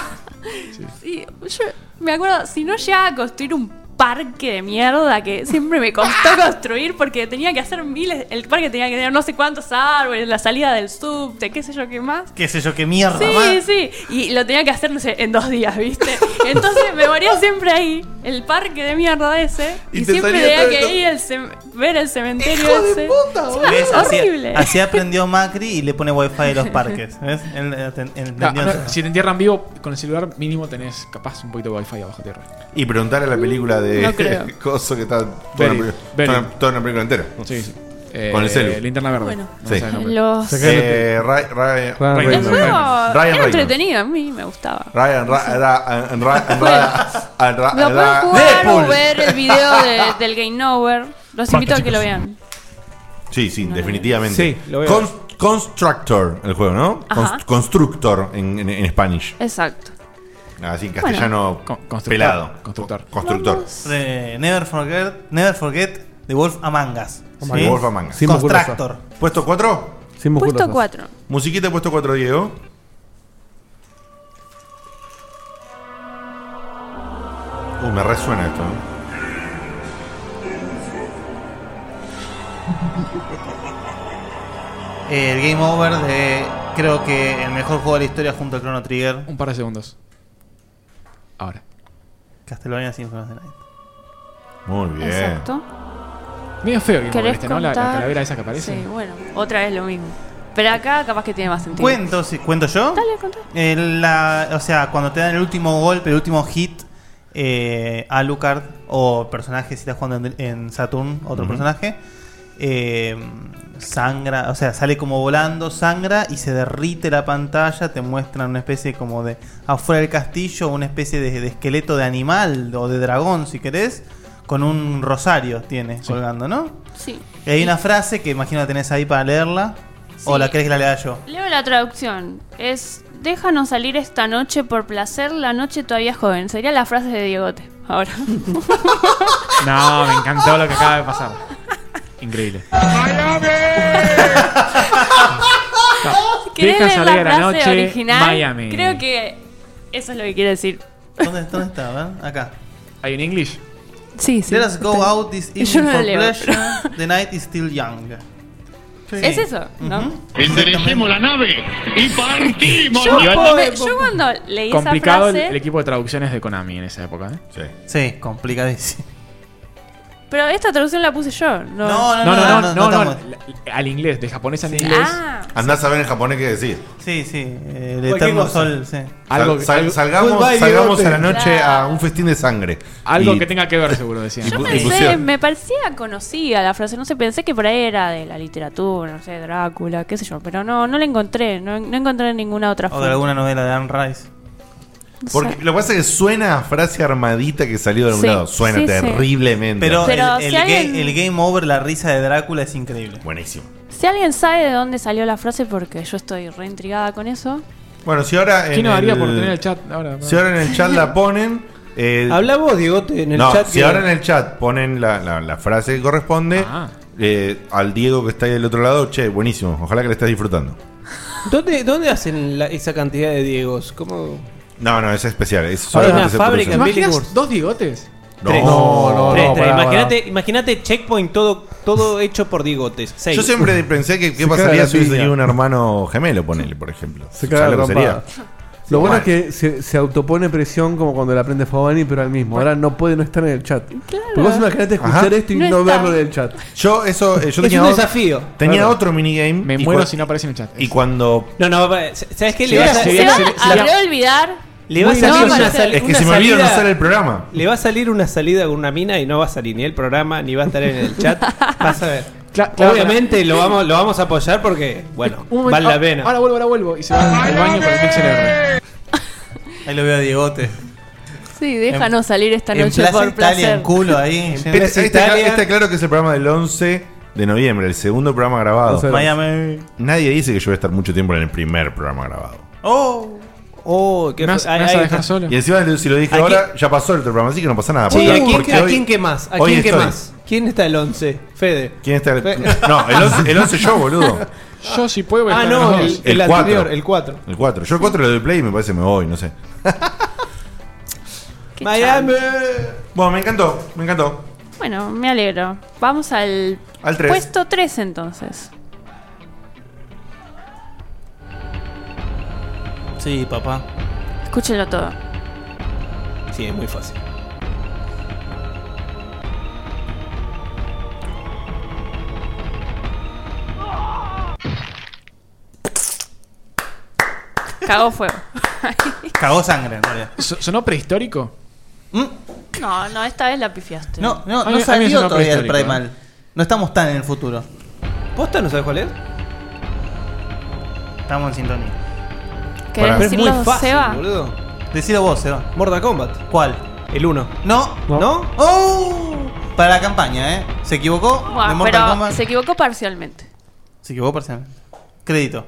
[SPEAKER 9] Sí, yo me acuerdo, si no llegaba a construir un parque de mierda que siempre me costó construir porque tenía que hacer miles, el parque tenía que tener no sé cuántos árboles, la salida del subte, qué sé yo qué más.
[SPEAKER 6] qué sé yo, qué mierda.
[SPEAKER 9] Sí,
[SPEAKER 6] más.
[SPEAKER 9] sí, y lo tenía que hacer, no sé, en dos días, ¿viste? Entonces me moría siempre ahí, el parque de mierda ese,
[SPEAKER 6] Y
[SPEAKER 9] y,
[SPEAKER 6] te
[SPEAKER 9] siempre
[SPEAKER 6] salía
[SPEAKER 9] tenía
[SPEAKER 6] todo
[SPEAKER 9] que
[SPEAKER 6] esto.
[SPEAKER 9] ir al cem- ver el cementerio
[SPEAKER 8] ¡Hijo de
[SPEAKER 9] ese.
[SPEAKER 8] puta,
[SPEAKER 9] Sí,
[SPEAKER 6] ¿Ves? Así,
[SPEAKER 9] horrible.
[SPEAKER 6] así aprendió Macri y le pone wifi a los parques. ¿Ves? Él, eh, ten- él
[SPEAKER 7] Ah,
[SPEAKER 6] entendió
[SPEAKER 7] no,
[SPEAKER 6] eso.
[SPEAKER 7] si te entierran vivo, con el celular mínimo tenés capaz un poquito de wifi abajo tierra.
[SPEAKER 5] Y preguntar a la película de
[SPEAKER 7] No creo.
[SPEAKER 5] Coso que está toda,
[SPEAKER 7] Beryl,
[SPEAKER 5] una,
[SPEAKER 7] Beryl.
[SPEAKER 5] toda una- toda una película entera.
[SPEAKER 7] Sí, sí. Eh,
[SPEAKER 5] Con el celu.
[SPEAKER 7] Linterna Verde. Bueno. No
[SPEAKER 5] sí.
[SPEAKER 7] sé el nombre.
[SPEAKER 9] Los-
[SPEAKER 5] Eh, Ray- Ray-
[SPEAKER 7] Ryan
[SPEAKER 5] Ryan
[SPEAKER 9] el
[SPEAKER 5] Reynolds.
[SPEAKER 9] juego
[SPEAKER 5] Ryan
[SPEAKER 9] era
[SPEAKER 5] Reynolds.
[SPEAKER 9] entretenido, a mí me gustaba.
[SPEAKER 5] Ryan, Ra- Ra- Ra- Ra- Ra- Ra-
[SPEAKER 9] Lo pueden
[SPEAKER 5] Ra-
[SPEAKER 9] jugar
[SPEAKER 5] Deadpool.
[SPEAKER 9] o ver el video de- del Game Over. Los invito a que lo vean.
[SPEAKER 5] Sí, sí, definitivamente.
[SPEAKER 3] Sí, lo veo.
[SPEAKER 5] Cons- Constructor, el juego, ¿no?
[SPEAKER 9] Ajá.
[SPEAKER 5] Cons- Constructor en, en, en Spanish.
[SPEAKER 9] Exacto.
[SPEAKER 5] Así en castellano
[SPEAKER 6] Bueno. Con- constructor,
[SPEAKER 5] pelado.
[SPEAKER 7] Constructor.
[SPEAKER 5] Constructor.
[SPEAKER 6] Eh, never forget, never forget The Wolf Among Us.
[SPEAKER 5] Sí. Wolf Among Us.
[SPEAKER 6] Constructor.
[SPEAKER 5] ¿Puesto 4?
[SPEAKER 9] Puesto 4.
[SPEAKER 5] Musiquita puesto ¿oh? 4, Diego. Uh, me resuena esto. ¿eh?
[SPEAKER 6] Eh, el Game Over de creo que el mejor juego de la historia junto a Chrono Trigger.
[SPEAKER 7] Un par de segundos. Ahora.
[SPEAKER 6] Castlevania Symphony of the Night.
[SPEAKER 5] Muy bien.
[SPEAKER 9] Exacto.
[SPEAKER 7] Medio feo que
[SPEAKER 9] ¿Querés
[SPEAKER 7] moleste, este, ¿no? La, la
[SPEAKER 9] contar?
[SPEAKER 7] calavera esa que aparece.
[SPEAKER 9] Sí, bueno, otra vez lo mismo. Pero acá capaz que tiene más sentido.
[SPEAKER 6] Cuento, sí, cuento yo. Eh, la- o sea, cuando te dan el último golpe, el último hit, eh, Alucard o personaje, si estás jugando en, en Saturn, otro
[SPEAKER 5] Ujú.
[SPEAKER 6] personaje, eh, sangra, o sea, sale como volando, sangra y se derrite la pantalla, te muestran una especie como de afuera del castillo, una especie de, de esqueleto de animal o de dragón, si querés, con un rosario tienes colgando, ¿no?
[SPEAKER 9] Sí.
[SPEAKER 6] Y hay una frase que imagino la tenés ahí para leerla, o la querés que la lea yo.
[SPEAKER 9] Leo la traducción. Es, déjanos salir esta noche por placer, la noche todavía es joven. Sería la frase de Diegote. Ahora.
[SPEAKER 7] No, me encantó lo que acaba de pasar. Increíble.
[SPEAKER 9] ¿Querés
[SPEAKER 7] Deja
[SPEAKER 9] ver
[SPEAKER 7] salir a la
[SPEAKER 9] frase
[SPEAKER 7] noche,
[SPEAKER 9] original?
[SPEAKER 7] Miami.
[SPEAKER 9] Creo que eso es lo que quiere decir.
[SPEAKER 6] ¿Dónde, dónde está? A ver, Acá.
[SPEAKER 7] ¿Hay en inglés?
[SPEAKER 9] Sí, sí.
[SPEAKER 6] Let us go
[SPEAKER 9] Está-
[SPEAKER 6] out this
[SPEAKER 9] Yo
[SPEAKER 6] evening
[SPEAKER 9] no la
[SPEAKER 6] for
[SPEAKER 9] leo,
[SPEAKER 6] pleasure. The night is still young.
[SPEAKER 9] Es eso, ¿no?
[SPEAKER 14] Enderecemos la nave y partimos.
[SPEAKER 9] Yo, me- yo cuando leí
[SPEAKER 7] Complicado
[SPEAKER 9] esa
[SPEAKER 7] el,
[SPEAKER 9] frase,
[SPEAKER 7] el equipo de traducciones de Konami en esa época, ¿eh?
[SPEAKER 5] Sí.
[SPEAKER 6] Sí, complicadísimo.
[SPEAKER 9] pero esta traducción la puse yo. No,
[SPEAKER 7] No, no, no, no, no, la- al inglés, de japonés al inglés.
[SPEAKER 9] Ah.
[SPEAKER 5] Andás a ver en japonés qué decir.
[SPEAKER 6] Sí, sí. El
[SPEAKER 5] Cualquier
[SPEAKER 6] eterno
[SPEAKER 5] cosa.
[SPEAKER 6] sol, sí.
[SPEAKER 5] Sal- sal- salgamos salgamos a la noche a un festín de sangre.
[SPEAKER 7] Algo que tenga que ver, seguro, decían.
[SPEAKER 5] y
[SPEAKER 9] Yo
[SPEAKER 5] pu- y
[SPEAKER 9] pensé,
[SPEAKER 5] pusieron-
[SPEAKER 9] me parecía conocida la frase, no sé, pensé que por ahí era de la literatura, no sé, Drácula, qué sé yo, pero no, no la encontré, no, no encontré ninguna otra
[SPEAKER 6] O de
[SPEAKER 9] frase.
[SPEAKER 6] alguna novela de Anne Rice.
[SPEAKER 5] Porque lo que pasa es que suena a frase armadita que salió de algún
[SPEAKER 6] Sí,
[SPEAKER 5] lado. Suena
[SPEAKER 6] sí, sí.
[SPEAKER 5] terriblemente.
[SPEAKER 6] Pero,
[SPEAKER 9] Pero
[SPEAKER 6] el,
[SPEAKER 9] si
[SPEAKER 6] el
[SPEAKER 9] alguien-
[SPEAKER 6] ga- el game over, la risa de Drácula es increíble.
[SPEAKER 5] Buenísimo.
[SPEAKER 9] Si alguien sabe de dónde salió la frase, porque yo estoy re intrigada con eso.
[SPEAKER 5] Bueno, si ahora.
[SPEAKER 7] ¿Quién
[SPEAKER 5] en
[SPEAKER 7] nos daría
[SPEAKER 5] el-
[SPEAKER 7] por tener el chat ahora?
[SPEAKER 5] Si ahora en el chat la ponen. eh,
[SPEAKER 3] Habla vos, Diegote, en el
[SPEAKER 5] no,
[SPEAKER 3] chat.
[SPEAKER 5] si
[SPEAKER 3] que-
[SPEAKER 5] ahora en el chat ponen la, la- la frase que corresponde.
[SPEAKER 7] Ah.
[SPEAKER 5] eh, al Diego que está ahí del otro lado, che, buenísimo. Ojalá que le estés disfrutando.
[SPEAKER 3] ¿Dónde, dónde hacen la- esa cantidad de Diegos? ¿Cómo?
[SPEAKER 5] No, no, es especial. Es
[SPEAKER 3] Ahora
[SPEAKER 5] solamente
[SPEAKER 3] una
[SPEAKER 5] se
[SPEAKER 3] fábrica
[SPEAKER 5] produce.
[SPEAKER 3] en
[SPEAKER 7] ¿Imaginas
[SPEAKER 3] Billinghurst.
[SPEAKER 7] dos bigotes?
[SPEAKER 5] No,
[SPEAKER 3] Tres.
[SPEAKER 5] no, no,
[SPEAKER 3] Tres, tres.
[SPEAKER 5] pará, pará.
[SPEAKER 3] Imagínate, imagínate checkpoint todo, todo hecho por Digotes. Seis.
[SPEAKER 5] Yo siempre pensé que qué
[SPEAKER 3] Se
[SPEAKER 5] pasaría
[SPEAKER 3] caga
[SPEAKER 5] si
[SPEAKER 3] la
[SPEAKER 5] hubiese
[SPEAKER 3] piña.
[SPEAKER 5] tenido un hermano gemelo, ponele, por ejemplo.
[SPEAKER 2] Se caga
[SPEAKER 5] ¿Sabes
[SPEAKER 2] la
[SPEAKER 5] lo que
[SPEAKER 2] trompada. Lo
[SPEAKER 5] Sí,
[SPEAKER 2] bueno
[SPEAKER 5] bueno.
[SPEAKER 2] es que se, se autopone presión como cuando la aprende Fabani, pero al mismo. Ahora no puede no estar en el chat. Porque vos imaginate escuchar
[SPEAKER 5] Ajá.
[SPEAKER 2] esto y no, verlo en el chat.
[SPEAKER 5] Yo eso, eh, yo tenía otro- Tenía otro minigame. Me
[SPEAKER 7] muero si no aparece en el chat.
[SPEAKER 5] Y cuando
[SPEAKER 3] No, no, pa- ¿sabes qué?
[SPEAKER 5] Se
[SPEAKER 3] Le
[SPEAKER 5] va-
[SPEAKER 3] vas a-
[SPEAKER 5] se
[SPEAKER 3] le
[SPEAKER 5] va-
[SPEAKER 3] vas a-
[SPEAKER 6] Eh,
[SPEAKER 5] se-
[SPEAKER 9] Ah,
[SPEAKER 3] le
[SPEAKER 9] ¿Le
[SPEAKER 3] vas-
[SPEAKER 9] voy a olvidar?
[SPEAKER 3] le va a
[SPEAKER 9] No,
[SPEAKER 3] salir
[SPEAKER 9] van a
[SPEAKER 3] una
[SPEAKER 9] hacer-
[SPEAKER 3] sal-
[SPEAKER 5] Es que
[SPEAKER 3] una
[SPEAKER 5] se me olvidó, no
[SPEAKER 3] salida-
[SPEAKER 5] sale el programa.
[SPEAKER 3] Le va a salir una salida con una mina y no va a salir ni el programa ni va a estar en el chat. Vas a ver.
[SPEAKER 7] claro,
[SPEAKER 3] Obviamente
[SPEAKER 7] claro.
[SPEAKER 3] lo vamos, lo vamos a apoyar porque, bueno,
[SPEAKER 7] Un momento,
[SPEAKER 3] vale la
[SPEAKER 7] ah,
[SPEAKER 3] pena.
[SPEAKER 7] Ahora vuelvo, ahora vuelvo. Y se va al baño con el XLR.
[SPEAKER 6] Ahí lo veo a Diegote.
[SPEAKER 9] Sí, déjanos salir esta
[SPEAKER 6] en
[SPEAKER 9] noche
[SPEAKER 6] Plaza
[SPEAKER 9] por
[SPEAKER 6] Italia, en
[SPEAKER 9] placer.
[SPEAKER 6] culo ahí.
[SPEAKER 5] Este- este acá- este claro que es el programa del 11 de noviembre, el segundo programa grabado.
[SPEAKER 6] Miami.
[SPEAKER 5] Nadie dice que yo voy a estar mucho tiempo en el primer programa grabado.
[SPEAKER 6] Oh,
[SPEAKER 3] oh, qué
[SPEAKER 7] Me vas-
[SPEAKER 3] fu- ahí-
[SPEAKER 7] me vas a
[SPEAKER 3] ahí
[SPEAKER 7] dejar
[SPEAKER 3] está.
[SPEAKER 7] solo.
[SPEAKER 5] Y encima, si lo dije
[SPEAKER 3] Aquí-
[SPEAKER 5] ahora, ya pasó el otro programa, así que no pasa nada.
[SPEAKER 3] Sí,
[SPEAKER 5] Ah, porque-
[SPEAKER 3] ¿a quién,
[SPEAKER 5] porque
[SPEAKER 3] a
[SPEAKER 5] hoy-
[SPEAKER 3] quién quemás? ¿A
[SPEAKER 5] hoy
[SPEAKER 3] quién
[SPEAKER 5] estoy.
[SPEAKER 3] quemás? ¿Quién está el 11? Fede.
[SPEAKER 5] ¿Quién está el- No, el 11, el 11 yo, boludo.
[SPEAKER 7] Yo sí puedo voy a
[SPEAKER 3] Ah,
[SPEAKER 7] estar en
[SPEAKER 3] no,
[SPEAKER 7] los
[SPEAKER 3] el,
[SPEAKER 7] dos.
[SPEAKER 3] el
[SPEAKER 5] cuatro.
[SPEAKER 3] anterior, el 4.
[SPEAKER 5] El 4. Yo el 4 le doy play y me parece me voy, no sé.
[SPEAKER 3] Miami.
[SPEAKER 5] Bueno, me encantó, me encantó.
[SPEAKER 9] Bueno, me alegro. Vamos al,
[SPEAKER 5] Al tres.
[SPEAKER 9] puesto 3 entonces.
[SPEAKER 6] Sí, papá.
[SPEAKER 9] Escúchenlo todo.
[SPEAKER 3] Sí, es muy fácil.
[SPEAKER 9] Cagó fuego.
[SPEAKER 6] Cagó sangre, en realidad.
[SPEAKER 7] So- ¿Sonó prehistórico?
[SPEAKER 9] no, no, esta vez la pifiaste.
[SPEAKER 6] No, no,
[SPEAKER 7] A mí- a
[SPEAKER 6] no
[SPEAKER 7] mí me
[SPEAKER 6] salió
[SPEAKER 7] sonó
[SPEAKER 6] todavía el
[SPEAKER 7] prehistórico,
[SPEAKER 6] Primal. No estamos tan en el futuro.
[SPEAKER 3] ¿Posta no sabes cuál es?
[SPEAKER 6] Estamos en sintonía.
[SPEAKER 9] ¿Querés
[SPEAKER 6] Pará.
[SPEAKER 9] decirlo,
[SPEAKER 6] Pero es muy fácil,
[SPEAKER 9] Seba?
[SPEAKER 3] Boludo.
[SPEAKER 6] Decilo vos, Seba.
[SPEAKER 3] Mortal Kombat.
[SPEAKER 6] ¿Cuál?
[SPEAKER 3] El 1.
[SPEAKER 6] No,
[SPEAKER 3] ¿No?
[SPEAKER 6] ¡Oh! Para la campaña, ¿eh? Se equivocó.
[SPEAKER 9] Buah,
[SPEAKER 6] de Mortal
[SPEAKER 9] pero
[SPEAKER 6] Kombat.
[SPEAKER 9] se equivocó parcialmente.
[SPEAKER 6] Se equivocó parcial. Crédito.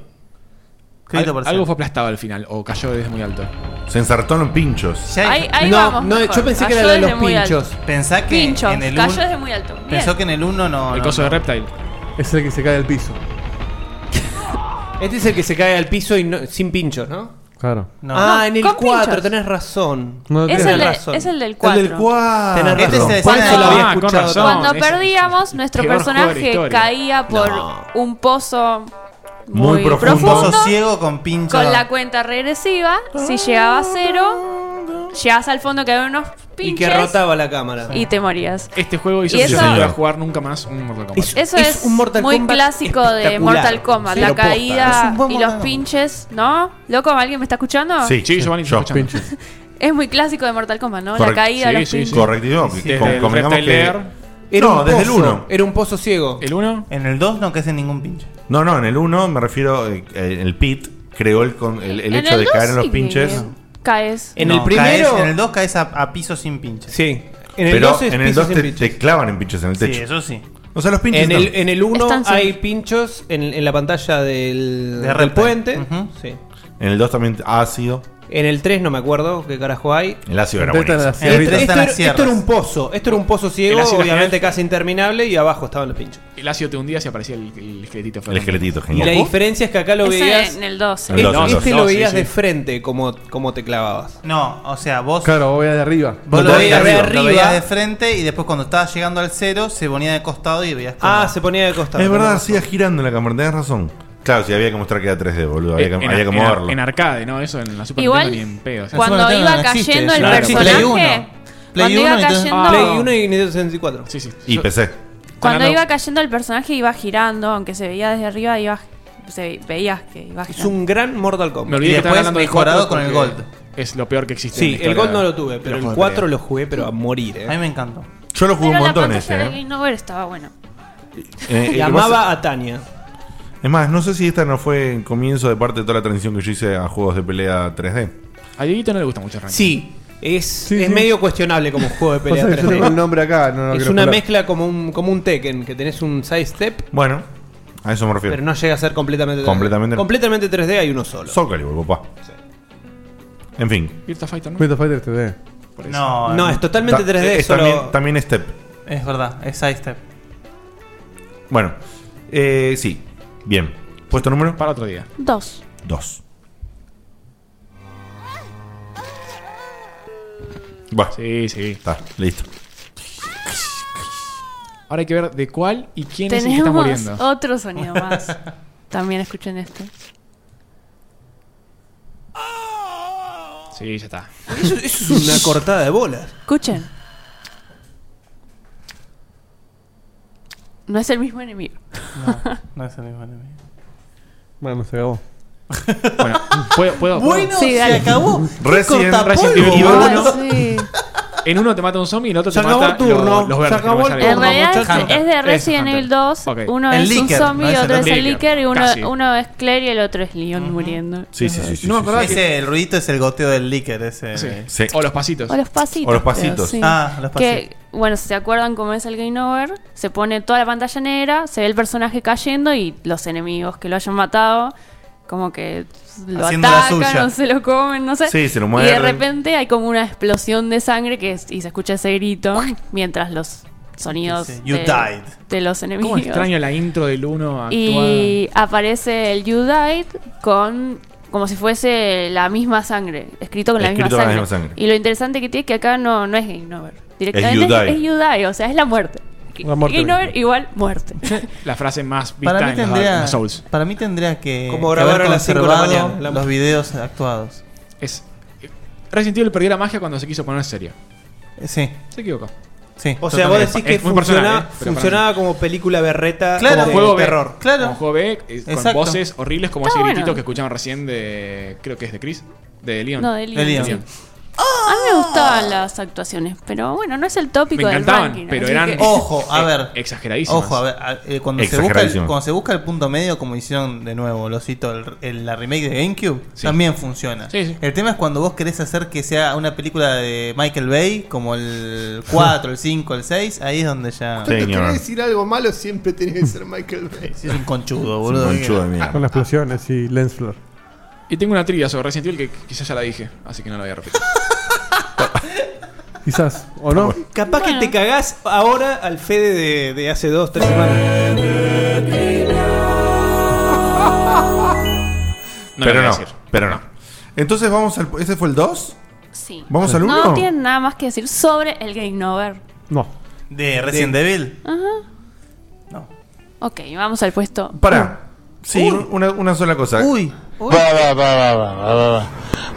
[SPEAKER 6] Crédito
[SPEAKER 7] Al-
[SPEAKER 6] parcial.
[SPEAKER 7] algo fue aplastado al final o cayó desde muy alto.
[SPEAKER 5] Se ensartaron pinchos.
[SPEAKER 6] Ya
[SPEAKER 9] Ahí,
[SPEAKER 6] dije-
[SPEAKER 9] ahí
[SPEAKER 3] No,
[SPEAKER 9] vamos.
[SPEAKER 3] no,
[SPEAKER 9] mejor.
[SPEAKER 3] yo pensé que
[SPEAKER 9] Cayó
[SPEAKER 3] era la de
[SPEAKER 9] desde
[SPEAKER 3] los
[SPEAKER 9] muy alto.
[SPEAKER 3] pinchos.
[SPEAKER 6] Pensá que
[SPEAKER 9] Pinchos,
[SPEAKER 6] en el
[SPEAKER 9] cayó
[SPEAKER 6] uno-
[SPEAKER 9] desde muy alto. Bien.
[SPEAKER 6] Pensó que en el 1 no.
[SPEAKER 7] el
[SPEAKER 6] no,
[SPEAKER 7] coso
[SPEAKER 6] no.
[SPEAKER 7] de Reptile.
[SPEAKER 2] Es el que se cae del piso.
[SPEAKER 3] Este es el que se cae al piso y no- sin pinchos, ¿no?
[SPEAKER 2] Claro.
[SPEAKER 6] No.
[SPEAKER 3] Ah,
[SPEAKER 9] No,
[SPEAKER 3] en el
[SPEAKER 9] con
[SPEAKER 3] 4,
[SPEAKER 9] pinchos.
[SPEAKER 3] tenés razón. Este
[SPEAKER 2] No,
[SPEAKER 9] Es
[SPEAKER 3] tenés
[SPEAKER 9] el de-
[SPEAKER 3] razón.
[SPEAKER 9] es el del cuatro.
[SPEAKER 3] Tenés
[SPEAKER 5] Tenés
[SPEAKER 3] razón.
[SPEAKER 5] razón.
[SPEAKER 3] Por eso lo había
[SPEAKER 7] Ah, con
[SPEAKER 3] escuchado.
[SPEAKER 7] razón.
[SPEAKER 9] Cuando
[SPEAKER 7] ese-
[SPEAKER 9] perdíamos, nuestro
[SPEAKER 7] peor juego de la
[SPEAKER 9] personaje
[SPEAKER 7] historia.
[SPEAKER 9] caía por
[SPEAKER 6] No.
[SPEAKER 9] un pozo
[SPEAKER 5] Muy
[SPEAKER 9] muy,
[SPEAKER 5] profundo.
[SPEAKER 9] profundo.
[SPEAKER 6] Un pozo ciego con pincho.
[SPEAKER 9] Con la cuenta regresiva, si llegaba a cero, llegabas al fondo que había unos
[SPEAKER 3] Y que
[SPEAKER 9] pinches
[SPEAKER 3] rotaba la cámara.
[SPEAKER 9] y te morías.
[SPEAKER 7] Este juego hizo
[SPEAKER 9] Y
[SPEAKER 7] que yo
[SPEAKER 9] eso-
[SPEAKER 7] no pudiera jugar nunca más un Mortal Kombat.
[SPEAKER 9] Eso
[SPEAKER 3] Es
[SPEAKER 9] es,
[SPEAKER 3] un Mortal
[SPEAKER 9] muy
[SPEAKER 3] Kombat
[SPEAKER 9] clásico de
[SPEAKER 3] espectacular.
[SPEAKER 9] Mortal Kombat,
[SPEAKER 3] Sí,
[SPEAKER 9] la
[SPEAKER 3] pero posta, es
[SPEAKER 9] caída
[SPEAKER 3] un buen
[SPEAKER 9] y
[SPEAKER 3] Mortal
[SPEAKER 9] los
[SPEAKER 3] Kombat.
[SPEAKER 9] pinches, ¿no? ¿Loco, alguien me está escuchando?
[SPEAKER 5] Sí,
[SPEAKER 7] Sí, Giovanni, te
[SPEAKER 5] yo.
[SPEAKER 7] escuchamos.
[SPEAKER 9] Es muy clásico de Mortal Kombat, ¿no? La
[SPEAKER 5] Correcto.
[SPEAKER 9] caída,
[SPEAKER 7] Sí,
[SPEAKER 9] los
[SPEAKER 7] sí,
[SPEAKER 9] pinches.
[SPEAKER 7] sí.
[SPEAKER 5] Correctísimo.
[SPEAKER 7] Desde
[SPEAKER 5] Con-
[SPEAKER 7] el
[SPEAKER 5] convengamos que
[SPEAKER 7] Reptile Lair,
[SPEAKER 3] Era
[SPEAKER 5] No,
[SPEAKER 3] un
[SPEAKER 5] desde el
[SPEAKER 3] pozo,
[SPEAKER 5] uno.
[SPEAKER 3] Era un pozo ciego.
[SPEAKER 7] ¿El 1?
[SPEAKER 6] En el 2 no crecen ningún pinche.
[SPEAKER 5] No, no, en el 1 me refiero, eh, eh, el Pit creó el, con- el, el
[SPEAKER 9] En
[SPEAKER 5] hecho
[SPEAKER 9] el
[SPEAKER 5] de
[SPEAKER 9] dos
[SPEAKER 5] caer en los
[SPEAKER 9] sí
[SPEAKER 5] pinches.
[SPEAKER 9] que Caes.
[SPEAKER 5] En el primero-
[SPEAKER 6] en el 2 caes a, a piso sin pinches.
[SPEAKER 3] Sí.
[SPEAKER 5] Pero en el 2 te, te clavan en pinches en el
[SPEAKER 6] Sí,
[SPEAKER 5] techo.
[SPEAKER 6] eso sí.
[SPEAKER 5] O sea, los pinches
[SPEAKER 3] En
[SPEAKER 5] no.
[SPEAKER 3] el, en el 1
[SPEAKER 6] Están sin-
[SPEAKER 3] hay pinchos en, en la pantalla del,
[SPEAKER 6] De
[SPEAKER 3] del
[SPEAKER 6] Reptile.
[SPEAKER 3] puente. sí.
[SPEAKER 5] En el 2 también ácido.
[SPEAKER 3] En el 3 no me acuerdo qué carajo hay.
[SPEAKER 5] El ácido era
[SPEAKER 3] Siempre están
[SPEAKER 5] buenísimo.
[SPEAKER 3] las sierras. Esto era- esto era un pozo, esto era un pozo ciego,
[SPEAKER 7] El ácido
[SPEAKER 3] obviamente casi interminable, y abajo estaban los pinchos.
[SPEAKER 7] El ácido te hundía y aparecía el, el esqueletito.
[SPEAKER 5] El esqueletito,
[SPEAKER 3] Y
[SPEAKER 5] genial.
[SPEAKER 3] la diferencia es que acá lo
[SPEAKER 9] Ese
[SPEAKER 3] veías.
[SPEAKER 9] en el 12.
[SPEAKER 5] En el
[SPEAKER 3] Este-
[SPEAKER 5] 12,
[SPEAKER 3] este
[SPEAKER 5] en el
[SPEAKER 3] lo
[SPEAKER 5] 12,
[SPEAKER 3] veías
[SPEAKER 5] sí,
[SPEAKER 3] de
[SPEAKER 5] sí.
[SPEAKER 3] frente, como, como te clavabas.
[SPEAKER 6] No, o sea, vos.
[SPEAKER 2] Claro, voy de arriba.
[SPEAKER 6] Vos lo
[SPEAKER 3] No,
[SPEAKER 6] veías de
[SPEAKER 3] de
[SPEAKER 6] arriba,
[SPEAKER 3] arriba.
[SPEAKER 6] lo veías de frente y después cuando estabas llegando al cero se ponía de costado y veías
[SPEAKER 3] Ah, se ponía de costado.
[SPEAKER 5] Es verdad,
[SPEAKER 3] tenés
[SPEAKER 5] hacía girando la cámara, tenés razón. Claro, sí, había que mostrar que era 3D, boludo. Había que,
[SPEAKER 7] en,
[SPEAKER 5] había que
[SPEAKER 7] en-
[SPEAKER 5] moverlo.
[SPEAKER 7] en arcade, ¿no? Eso en la Super
[SPEAKER 9] Igual,
[SPEAKER 7] Nintendo ni en pedo. o sea.
[SPEAKER 9] cuando iba cayendo el personaje, cuando iba cayendo,
[SPEAKER 3] Play 1 y Nintendo 64.
[SPEAKER 7] Sí, sí.
[SPEAKER 5] Y PC.
[SPEAKER 9] cuando
[SPEAKER 3] Ganando.
[SPEAKER 9] iba cayendo el personaje iba girando, aunque se veía desde arriba, iba, se veías que iba
[SPEAKER 3] Es
[SPEAKER 9] girando.
[SPEAKER 3] un gran Mortal Kombat.
[SPEAKER 7] Me olvidé que estaban hablando del
[SPEAKER 6] mejorado
[SPEAKER 7] cuatro
[SPEAKER 6] con el
[SPEAKER 7] porque
[SPEAKER 6] Gold.
[SPEAKER 7] Es lo peor que existe.
[SPEAKER 3] Sí,
[SPEAKER 7] en la
[SPEAKER 3] el
[SPEAKER 7] historia.
[SPEAKER 3] Gold no lo tuve, pero el 4 lo jugué, pero a morir. eh.
[SPEAKER 6] A mí me encantó.
[SPEAKER 5] Yo lo
[SPEAKER 9] Pero
[SPEAKER 5] jugué un
[SPEAKER 9] la
[SPEAKER 5] montón
[SPEAKER 9] pantalla
[SPEAKER 5] ese,
[SPEAKER 9] de
[SPEAKER 5] ¿eh?
[SPEAKER 9] Game Over estaba buena.
[SPEAKER 5] Eh, eh,
[SPEAKER 3] Y
[SPEAKER 5] lo que pasa-
[SPEAKER 3] amaba a Tania.
[SPEAKER 5] Es más, no sé si esta no fue el comienzo de parte de toda la transición que yo hice a juegos de pelea 3D.
[SPEAKER 7] A Dieguito no le gusta mucho el ranking.
[SPEAKER 3] Sí, es, es medio cuestionable como juego de pelea
[SPEAKER 2] Pasa que yo
[SPEAKER 3] 3D.
[SPEAKER 2] tengo el nombre acá, no lo
[SPEAKER 3] es
[SPEAKER 2] quiero
[SPEAKER 3] una
[SPEAKER 2] colar.
[SPEAKER 3] mezcla como un, como un Tekken, que tenés un sidestep,
[SPEAKER 5] Bueno, a eso me refiero.
[SPEAKER 3] pero no llega a ser completamente 3D.
[SPEAKER 5] Completamente no.
[SPEAKER 3] completamente 3D hay uno solo.
[SPEAKER 5] Soul Calibur, papá. En fin.
[SPEAKER 7] Virtua Fighter, ¿no?
[SPEAKER 2] Virtua Fighter 3D.
[SPEAKER 6] No,
[SPEAKER 3] No, es totalmente
[SPEAKER 5] Ta-
[SPEAKER 3] 3D,
[SPEAKER 5] es E
[SPEAKER 3] solo-
[SPEAKER 5] también, también Step.
[SPEAKER 6] Es verdad, es sidestep.
[SPEAKER 5] Bueno, eh, sí. Bien. ¿Puesto número?
[SPEAKER 7] Para otro día.
[SPEAKER 9] Dos.
[SPEAKER 5] Dos. Bueno.
[SPEAKER 7] Sí, sí.
[SPEAKER 5] Está, listo.
[SPEAKER 7] Ahora hay que ver de cuál y quién es el que está
[SPEAKER 9] Tenemos
[SPEAKER 7] muriendo.
[SPEAKER 9] otro sonido más. También escuchen este.
[SPEAKER 7] Sí, ya está.
[SPEAKER 3] Eso, eso es una cortada de bolas.
[SPEAKER 9] Escuchen. No es el mismo enemigo.
[SPEAKER 6] No es el mismo enemigo.
[SPEAKER 2] Bueno, se acabó.
[SPEAKER 7] bueno, ¿puedo, puedo,
[SPEAKER 6] Bueno,
[SPEAKER 7] puedo?
[SPEAKER 6] Sí, se dale. acabó. Qué
[SPEAKER 7] Resident,
[SPEAKER 6] cortapolvo,
[SPEAKER 7] Resident Evil
[SPEAKER 6] boludo.
[SPEAKER 7] 1.
[SPEAKER 9] Sí.
[SPEAKER 7] En uno te mata un zombie y en otro
[SPEAKER 6] Se
[SPEAKER 7] te
[SPEAKER 6] acabó
[SPEAKER 7] mata
[SPEAKER 6] el turno,
[SPEAKER 7] los- los
[SPEAKER 6] se
[SPEAKER 7] verdes.
[SPEAKER 6] acabó
[SPEAKER 7] que no
[SPEAKER 6] el
[SPEAKER 7] me sale
[SPEAKER 9] En
[SPEAKER 7] el
[SPEAKER 9] realidad
[SPEAKER 7] nombre.
[SPEAKER 9] es, es de Resident Evil 2.
[SPEAKER 7] Ok.
[SPEAKER 9] Uno
[SPEAKER 7] El
[SPEAKER 9] es
[SPEAKER 7] Licker,
[SPEAKER 9] un zombie,
[SPEAKER 7] no es el
[SPEAKER 9] otro es el
[SPEAKER 7] Licker,
[SPEAKER 9] Licker y uno,
[SPEAKER 7] casi.
[SPEAKER 9] uno es Claire y el otro es Leon muriendo.
[SPEAKER 5] Sí, sí, sí. sí, sí, sí.
[SPEAKER 6] ese, el ruidito es el goteo del líquido ese.
[SPEAKER 5] Sí.
[SPEAKER 7] O los pasitos.
[SPEAKER 9] O los pasitos.
[SPEAKER 5] O los
[SPEAKER 9] creo,
[SPEAKER 5] pasitos.
[SPEAKER 9] sí.
[SPEAKER 6] Ah, los pasitos.
[SPEAKER 9] Que, bueno, si se acuerdan cómo es el Game Over, se pone toda la pantalla negra, se ve el personaje cayendo y los enemigos que lo hayan matado, como que lo
[SPEAKER 5] Haciendo la suya.
[SPEAKER 9] atacan o se lo comen, no sé.
[SPEAKER 5] Sí, se lo
[SPEAKER 9] Y de
[SPEAKER 5] muerden.
[SPEAKER 9] repente hay como una explosión de sangre que es- y se escucha ese grito mientras los sonidos
[SPEAKER 7] Dice, "You
[SPEAKER 9] de,
[SPEAKER 7] died".
[SPEAKER 9] de los
[SPEAKER 7] ¿Cómo
[SPEAKER 9] enemigos.
[SPEAKER 7] extraño la intro del 1 actual?
[SPEAKER 9] Y aparece el You Died con como si fuese la misma sangre, escrito con, la, misma
[SPEAKER 5] Escrito con la
[SPEAKER 9] sangre.
[SPEAKER 5] misma sangre.
[SPEAKER 9] Y lo interesante que tiene es que acá no, no es Game Over. Directamente
[SPEAKER 5] You
[SPEAKER 9] es,
[SPEAKER 5] Die.
[SPEAKER 9] es You Die, o sea, es la muerte.
[SPEAKER 5] La muerte
[SPEAKER 9] game
[SPEAKER 5] misma.
[SPEAKER 9] Over igual muerte.
[SPEAKER 7] La frase más vista
[SPEAKER 6] Para mí,
[SPEAKER 7] en los- en
[SPEAKER 6] tendría,
[SPEAKER 7] los Souls.
[SPEAKER 6] para mí tendría que.
[SPEAKER 7] Como
[SPEAKER 6] que
[SPEAKER 7] grabar
[SPEAKER 6] haber
[SPEAKER 7] a las cinco de la
[SPEAKER 6] conservado
[SPEAKER 7] mañana, la-
[SPEAKER 6] Los videos actuados.
[SPEAKER 7] Es. Resident Evil perdió la magia cuando se quiso poner serio.
[SPEAKER 6] Sí.
[SPEAKER 7] Se equivocó.
[SPEAKER 6] Sí.
[SPEAKER 3] O sea, vos decís que
[SPEAKER 7] Es muy personal,
[SPEAKER 3] funciona-
[SPEAKER 7] eh, pero para
[SPEAKER 3] funcionaba como película berreta
[SPEAKER 7] Claro,
[SPEAKER 3] de
[SPEAKER 7] como juego B.
[SPEAKER 3] terror.
[SPEAKER 6] Claro.
[SPEAKER 7] Como juego B, eh, con
[SPEAKER 3] Exacto.
[SPEAKER 7] voces horribles como
[SPEAKER 9] Está
[SPEAKER 7] ese
[SPEAKER 9] bueno.
[SPEAKER 7] gritito que escuchamos recién de. Creo que es de Chris. De Leon.
[SPEAKER 9] No, de Leon. De Leon. A mí me gustaban las actuaciones, pero bueno, no es el tópico
[SPEAKER 7] Me
[SPEAKER 9] del
[SPEAKER 7] encantaban,
[SPEAKER 9] ranking.
[SPEAKER 7] pero
[SPEAKER 9] así
[SPEAKER 7] eran. e
[SPEAKER 9] que-
[SPEAKER 6] Ojo, a ver.
[SPEAKER 7] Exageradísimas.
[SPEAKER 6] Ojo, a ver. a- eh, cuando, se busca el,
[SPEAKER 7] Exageradísimas.
[SPEAKER 6] cuando se busca el punto medio, como hicieron de nuevo, lo cito, el- el- la remake de GameCube,
[SPEAKER 7] Sí.
[SPEAKER 6] también funciona.
[SPEAKER 7] Sí, sí.
[SPEAKER 6] El tema es cuando vos querés hacer que sea una película de Michael Bay, como el 4, el 5, el 6, ahí es donde ya.
[SPEAKER 5] Cuando Señor. querés
[SPEAKER 12] decir algo malo siempre tiene que ser Michael Bay.
[SPEAKER 6] Es un conchudo,
[SPEAKER 5] un
[SPEAKER 6] boludo.
[SPEAKER 5] conchudo de mierda.
[SPEAKER 2] Con las explosiones y Lens Flor.
[SPEAKER 7] Y tengo una trivia sobre Resident Evil que quizás ya la dije, así que no la voy a repetir.
[SPEAKER 2] Quizás, ¿o no?
[SPEAKER 3] Capaz que te cagás ahora al Fede de, de hace dos, tres semanas.
[SPEAKER 5] No pero
[SPEAKER 7] lo voy a
[SPEAKER 5] no,
[SPEAKER 7] decir.
[SPEAKER 5] pero no. Entonces vamos al. ¿Ese fue el 2?
[SPEAKER 9] Sí.
[SPEAKER 5] ¿Vamos al
[SPEAKER 9] No
[SPEAKER 5] uno?
[SPEAKER 9] tienen nada más que decir sobre el Game Over.
[SPEAKER 2] No.
[SPEAKER 6] De Resident Evil.
[SPEAKER 9] Ajá.
[SPEAKER 6] No.
[SPEAKER 9] Ok, vamos al puesto.
[SPEAKER 5] Pará. Sí, una, una sola cosa.
[SPEAKER 6] Uy.
[SPEAKER 4] Para, para, para, para,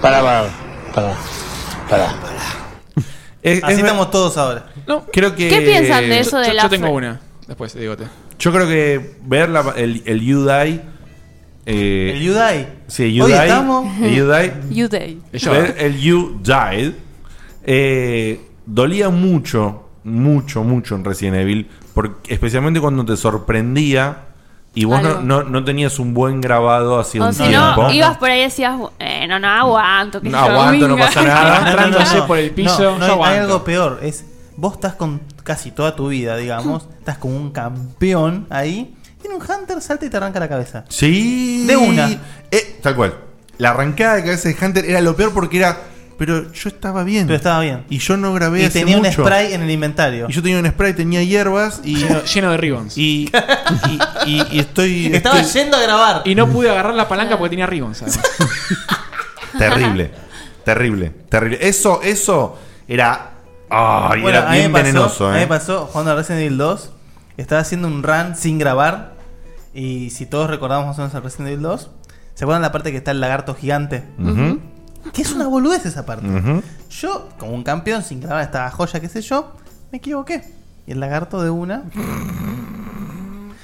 [SPEAKER 4] para, para, para, para.
[SPEAKER 6] Así estamos todos ahora.
[SPEAKER 7] No.
[SPEAKER 5] Creo que.
[SPEAKER 9] ¿Qué piensan de
[SPEAKER 7] Yo-
[SPEAKER 9] eso de
[SPEAKER 7] yo,
[SPEAKER 9] la
[SPEAKER 7] yo tengo
[SPEAKER 9] fe?
[SPEAKER 7] una, después, digote.
[SPEAKER 5] Yo creo que ver la- el, el You Die. eh,
[SPEAKER 6] ¿El You Die?
[SPEAKER 5] Sí, el You
[SPEAKER 6] Hoy
[SPEAKER 5] Die.
[SPEAKER 6] estamos.
[SPEAKER 5] El You Die.
[SPEAKER 9] You Day.
[SPEAKER 5] Ver el You Died eh, dolía mucho mucho, mucho en Resident Evil, porque, especialmente cuando te sorprendía y vos no,
[SPEAKER 9] Algo.
[SPEAKER 5] no, no tenías un buen grabado hace
[SPEAKER 9] O
[SPEAKER 5] un
[SPEAKER 9] si
[SPEAKER 5] tiempo.
[SPEAKER 9] no, ibas por ahí y decías, bueno, no aguanto. que
[SPEAKER 5] No
[SPEAKER 9] yo
[SPEAKER 5] aguanto, no
[SPEAKER 9] venga".
[SPEAKER 5] pasa nada. Ah, Arrastrándose por el piso,
[SPEAKER 6] No,
[SPEAKER 5] yo
[SPEAKER 6] no, hay- hay
[SPEAKER 5] aguanto.
[SPEAKER 6] algo peor. Es vos estás con casi toda tu vida, digamos. Estás como un campeón ahí. Tiene un Hunter, salta y te arranca la cabeza.
[SPEAKER 5] Sí.
[SPEAKER 6] De una.
[SPEAKER 5] Eh, tal cual. La arrancada de cabeza de Hunter era lo peor porque era. Pero yo estaba bien. Pero
[SPEAKER 6] estaba bien.
[SPEAKER 5] Y yo no grabé
[SPEAKER 6] Y
[SPEAKER 5] hace
[SPEAKER 6] tenía un
[SPEAKER 5] mucho.
[SPEAKER 6] spray en el inventario.
[SPEAKER 5] Y yo tenía un spray, tenía hierbas y.
[SPEAKER 7] Lleno, lleno de ribbons.
[SPEAKER 5] Y, y, y estoy. estoy-
[SPEAKER 6] yendo a grabar.
[SPEAKER 7] Y no pude agarrar la palanca porque tenía ribbons. además.
[SPEAKER 5] Terrible. terrible. Terrible. Eso, eso era. Ay,
[SPEAKER 6] Bueno,
[SPEAKER 5] era
[SPEAKER 6] a mí
[SPEAKER 5] bien
[SPEAKER 6] me pasó-
[SPEAKER 5] venenoso,
[SPEAKER 6] A mí
[SPEAKER 5] eh.
[SPEAKER 6] me pasó jugando a Resident Evil 2. Estaba haciendo un run sin grabar. Y si todos recordamos más o menos a Resident Evil 2, ¿se acuerdan la parte que está el lagarto gigante?
[SPEAKER 5] Ujú.
[SPEAKER 6] Que es una boludez esa parte.
[SPEAKER 5] Ujú.
[SPEAKER 6] Yo, como un campeón, sin grabar esta joya, qué sé yo, me equivoqué. Y el lagarto de una.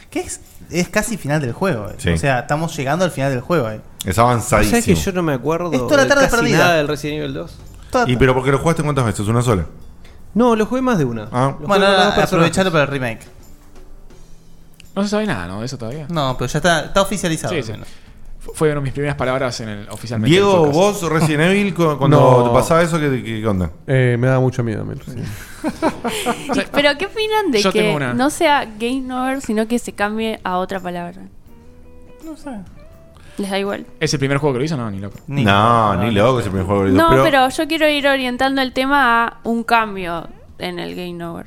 [SPEAKER 6] Que es, es casi final del juego. eh.
[SPEAKER 5] Sí.
[SPEAKER 6] O sea, estamos llegando al final del juego. eh.
[SPEAKER 5] Es avanzadísimo.
[SPEAKER 3] ¿Sabes que yo no me acuerdo
[SPEAKER 6] Es toda la
[SPEAKER 3] de
[SPEAKER 6] tarde
[SPEAKER 3] casi
[SPEAKER 6] perdida.
[SPEAKER 3] nada del Resident Evil 2?
[SPEAKER 5] ¿Y pero porque lo jugaste cuántas veces? ¿Una sola?
[SPEAKER 3] No, lo jugué más de una.
[SPEAKER 5] Ah.
[SPEAKER 3] Lo jugué
[SPEAKER 6] Bueno,
[SPEAKER 3] con
[SPEAKER 6] nada,
[SPEAKER 3] las dos personas.
[SPEAKER 6] aprovechalo para el remake.
[SPEAKER 7] No se sabe nada, ¿no? De eso todavía.
[SPEAKER 6] No, pero ya está, está oficializado.
[SPEAKER 7] Sí, sí. Fu- Fueron mis primeras palabras en el oficialmente.
[SPEAKER 5] Diego,
[SPEAKER 7] del podcast.
[SPEAKER 5] vos Resident Evil, cu- cuando
[SPEAKER 2] No.
[SPEAKER 5] te pasaba eso, ¿qué, qué onda?
[SPEAKER 2] Eh, me da mucho miedo. me lo- sí.
[SPEAKER 9] Pero ¿qué opinan de
[SPEAKER 2] Yo
[SPEAKER 9] que
[SPEAKER 2] tengo una.
[SPEAKER 9] no sea game over, sino que se cambie a otra palabra?
[SPEAKER 6] No sé.
[SPEAKER 9] ¿Les da igual?
[SPEAKER 7] ¿Es el primer juego que lo hizo? No, ni loco.
[SPEAKER 5] no, ni loco, es el primer juego que lo hizo,
[SPEAKER 9] No, pero, yo quiero ir orientando el tema a un cambio en el game over.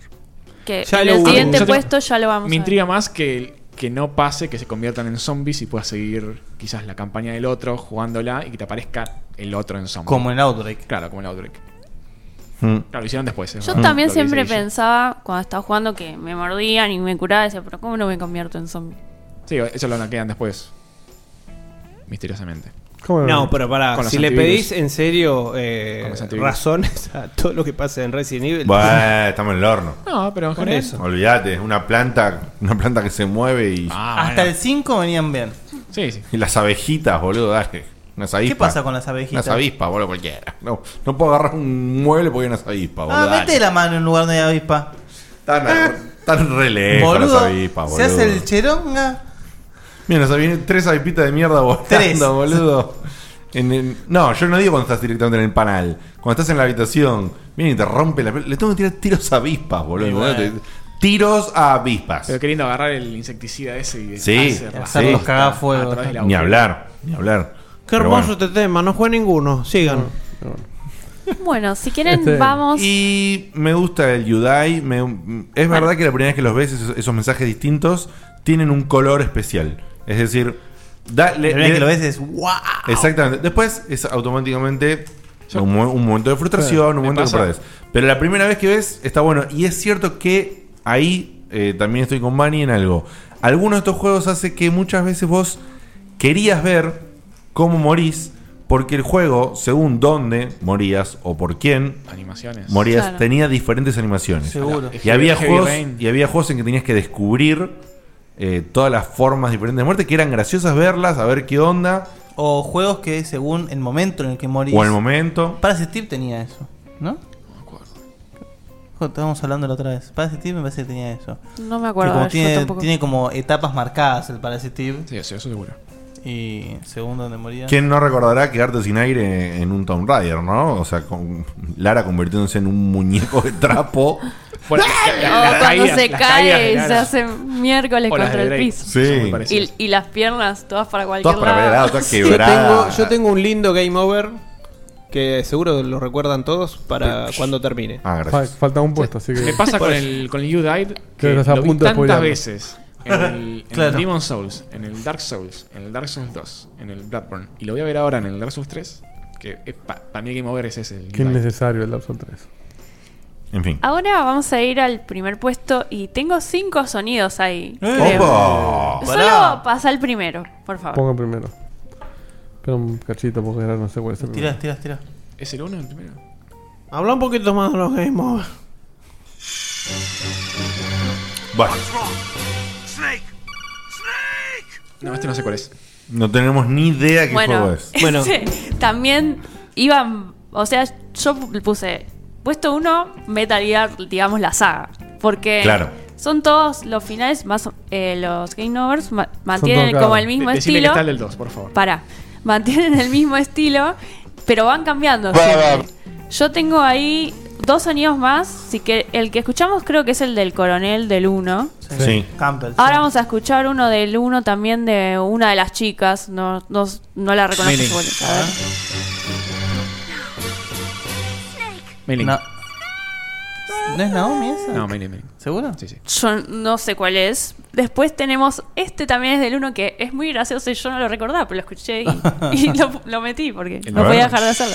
[SPEAKER 9] Que
[SPEAKER 7] Ya
[SPEAKER 9] en
[SPEAKER 7] lo
[SPEAKER 9] el
[SPEAKER 7] hubo.
[SPEAKER 9] siguiente
[SPEAKER 7] Yo te-
[SPEAKER 9] puesto ya lo
[SPEAKER 7] Me
[SPEAKER 9] vamos a ver.
[SPEAKER 7] intriga más que, que no pase, que se conviertan en zombies y puedas seguir quizás la campaña del otro jugándola y que te aparezca el otro en zombie.
[SPEAKER 6] Como en Outbreak.
[SPEAKER 7] Claro, como en Outbreak.
[SPEAKER 5] Mm.
[SPEAKER 7] Claro, lo hicieron después. es
[SPEAKER 9] Yo
[SPEAKER 7] verdad.
[SPEAKER 9] también
[SPEAKER 7] Mm, Lo que dice
[SPEAKER 9] siempre
[SPEAKER 7] ella.
[SPEAKER 9] pensaba, cuando estaba jugando, que me mordían y me curaba. Decía, pero ¿cómo no me convierto en zombie?
[SPEAKER 7] Sí, eso lo naquean después. Misteriosamente.
[SPEAKER 3] No, pero pará,
[SPEAKER 7] Con los
[SPEAKER 3] si le
[SPEAKER 7] antivirus.
[SPEAKER 3] pedís en serio eh,
[SPEAKER 7] Con los antivirus.
[SPEAKER 3] razones a todo lo que pasa en Resident Evil.
[SPEAKER 5] Bueno, estamos en el horno.
[SPEAKER 7] No, pero en
[SPEAKER 3] Por
[SPEAKER 7] general.
[SPEAKER 3] eso.
[SPEAKER 5] Olvídate, es una planta, una planta que se mueve y,
[SPEAKER 6] Hasta el 5 venían bien.
[SPEAKER 7] Sí, sí.
[SPEAKER 5] y las abejitas, boludo, dale. Unas avispas.
[SPEAKER 6] pasa con las abejitas?
[SPEAKER 5] Unas avispas, boludo, cualquiera. No, no puedo agarrar un mueble porque hay unas avispas, boludo.
[SPEAKER 6] Ah, mete
[SPEAKER 5] dale.
[SPEAKER 6] la mano en lugar de la avispa. Ah.
[SPEAKER 5] Están, a- están re lejos
[SPEAKER 6] Boludo,
[SPEAKER 5] las avispas,
[SPEAKER 6] se
[SPEAKER 5] boludo.
[SPEAKER 6] hace el cheronga.
[SPEAKER 5] Mira, nos vienen tres avispitas de mierda volando,
[SPEAKER 6] Tres.
[SPEAKER 5] boludo. En el- No, yo no digo cuando estás directamente en el panal. Cuando estás en la habitación, viene y te rompe la... Le tengo que tirar tiros a avispas, boludo.
[SPEAKER 7] bueno.
[SPEAKER 5] Te- Tiros a avispas.
[SPEAKER 6] Eh,
[SPEAKER 7] Pero queriendo agarrar el insecticida ese y
[SPEAKER 5] Sí,
[SPEAKER 7] hacerla.
[SPEAKER 5] sí.
[SPEAKER 7] A través de la
[SPEAKER 5] Ni
[SPEAKER 7] boca.
[SPEAKER 5] hablar, ni hablar.
[SPEAKER 3] Qué
[SPEAKER 5] Pero
[SPEAKER 3] hermoso este tema, no juega ninguno. Sigan.
[SPEAKER 9] Bueno, si quieren,
[SPEAKER 5] Este-
[SPEAKER 9] vamos.
[SPEAKER 5] Y me gusta el Yudai. me- es verdad que la primera vez que los ves, esos, esos mensajes distintos tienen un color especial. Es decir, da- le-
[SPEAKER 6] La primera
[SPEAKER 5] le-
[SPEAKER 6] que lo ves es wow.
[SPEAKER 5] Exactamente. Después es automáticamente un, mo- un momento de
[SPEAKER 6] Claro,
[SPEAKER 5] frustración, un
[SPEAKER 6] me
[SPEAKER 5] momento que
[SPEAKER 6] pasa.
[SPEAKER 5] perdés. Pero la primera vez que ves está bueno. Y es cierto que ahí eh, también estoy con Manny en algo. Algunos de estos juegos hace que muchas veces vos querías ver cómo morís. Porque el juego, según dónde morías o por quién
[SPEAKER 7] Animaciones.
[SPEAKER 5] morías,
[SPEAKER 7] Claro.
[SPEAKER 5] tenía diferentes animaciones.
[SPEAKER 7] Seguro.
[SPEAKER 5] Y había,
[SPEAKER 7] Heavy
[SPEAKER 5] juegos,
[SPEAKER 7] Rain.
[SPEAKER 5] y había juegos en que tenías que descubrir eh, todas las formas diferentes de muerte, que eran graciosas verlas, a ver qué onda.
[SPEAKER 6] O juegos que según el momento en el que morís.
[SPEAKER 5] O el momento.
[SPEAKER 6] Parasitip tenía eso, ¿no? No me acuerdo. Estábamos hablando la otra vez. Parasitip me parece que tenía eso.
[SPEAKER 9] No me acuerdo,
[SPEAKER 6] Que como
[SPEAKER 9] yo
[SPEAKER 6] tiene,
[SPEAKER 9] tampoco.
[SPEAKER 6] tiene como etapas marcadas el Parasitip.
[SPEAKER 7] Sí, sí, eso seguro.
[SPEAKER 6] Y según donde moría.
[SPEAKER 5] ¿Quién no recordará quedarte sin aire en un Tomb Raider, no? O sea, con Lara convirtiéndose en un muñeco de trapo.
[SPEAKER 7] Bueno,
[SPEAKER 9] O Oh, cuando
[SPEAKER 7] caídas,
[SPEAKER 9] se
[SPEAKER 7] las
[SPEAKER 9] caídas,
[SPEAKER 7] caídas,
[SPEAKER 9] y se
[SPEAKER 7] claro.
[SPEAKER 9] hace miércoles
[SPEAKER 5] O las
[SPEAKER 9] contra
[SPEAKER 5] de
[SPEAKER 9] el
[SPEAKER 5] Drake.
[SPEAKER 9] piso.
[SPEAKER 5] Sí. Son muy parecidas.
[SPEAKER 9] Y, y las piernas todas para cualquier
[SPEAKER 5] para
[SPEAKER 9] lado.
[SPEAKER 5] cualquier lado, todas
[SPEAKER 3] Yo
[SPEAKER 5] quebrada.
[SPEAKER 3] tengo, yo tengo un lindo game over que seguro lo recuerdan todos para cuando termine.
[SPEAKER 5] Ah,
[SPEAKER 2] Fal- falta un puesto, así que.
[SPEAKER 7] Me pasa
[SPEAKER 3] Por
[SPEAKER 7] con
[SPEAKER 3] eso.
[SPEAKER 7] el, con el You Died que
[SPEAKER 2] Creo que estás a
[SPEAKER 7] lo vi
[SPEAKER 2] punto de
[SPEAKER 7] tantas
[SPEAKER 2] spoilearlo.
[SPEAKER 7] veces en el, en
[SPEAKER 2] Claro.
[SPEAKER 7] el Demon Souls, en el Dark Souls, en el Dark Souls 2, en el Bloodborne. Y lo voy a ver ahora en el Dark Souls 3, que es pa- para mí el Game Over es ese. El You
[SPEAKER 2] Qué
[SPEAKER 7] Died.
[SPEAKER 2] innecesario el Dark Souls 3.
[SPEAKER 5] En fin.
[SPEAKER 9] Ahora vamos a ir al primer puesto y tengo cinco sonidos ahí. creo.
[SPEAKER 2] ¡Opa!
[SPEAKER 9] Solo pasa el primero, por
[SPEAKER 5] Ah.
[SPEAKER 9] favor.
[SPEAKER 2] Pongan primero. Espera un cachito porque ahora no sé cuál es el primero.
[SPEAKER 6] tiras, tiras.
[SPEAKER 7] ¿Es el 1 el primero?
[SPEAKER 3] Habla un poquito más de los game over.
[SPEAKER 5] Bueno,
[SPEAKER 7] No, este no sé cuál es.
[SPEAKER 5] no tenemos ni idea qué
[SPEAKER 9] Bueno,
[SPEAKER 5] juego es.
[SPEAKER 9] ese también iban. O sea, yo puse Puesto 1, Metal Gear, digamos, la saga. Porque
[SPEAKER 5] Claro.
[SPEAKER 9] son todos los finales, más eh, los Game Overs ma-
[SPEAKER 7] Son
[SPEAKER 9] mantienen
[SPEAKER 7] todos
[SPEAKER 9] como
[SPEAKER 7] cagados.
[SPEAKER 9] el mismo
[SPEAKER 7] De- decime
[SPEAKER 9] estilo.
[SPEAKER 7] que está el del 2, por favor.
[SPEAKER 9] Pará. Mantienen el mismo estilo, pero van cambiando. siempre. Yo tengo ahí dos sonidos más. Si que, el que escuchamos creo que es el del coronel del 1.
[SPEAKER 5] Sí.
[SPEAKER 6] Campbell.
[SPEAKER 9] Ahora vamos a escuchar uno del 1 también de una de las chicas. No, no, no la reconozco.
[SPEAKER 7] Millie.
[SPEAKER 9] su voz. A ver.
[SPEAKER 6] Ah.
[SPEAKER 7] Mailing.
[SPEAKER 6] No. ¿No es Naomi esa?
[SPEAKER 7] No, Mailing, Mailing.
[SPEAKER 6] ¿Seguro?
[SPEAKER 7] Sí, sí.
[SPEAKER 9] Yo no sé cuál es. Después tenemos este también es del uno que es muy gracioso y yo no lo recordaba, pero lo escuché y, y lo, lo metí porque
[SPEAKER 7] El
[SPEAKER 9] no
[SPEAKER 7] de
[SPEAKER 9] podía
[SPEAKER 7] Burns.
[SPEAKER 9] dejar de hacerlo.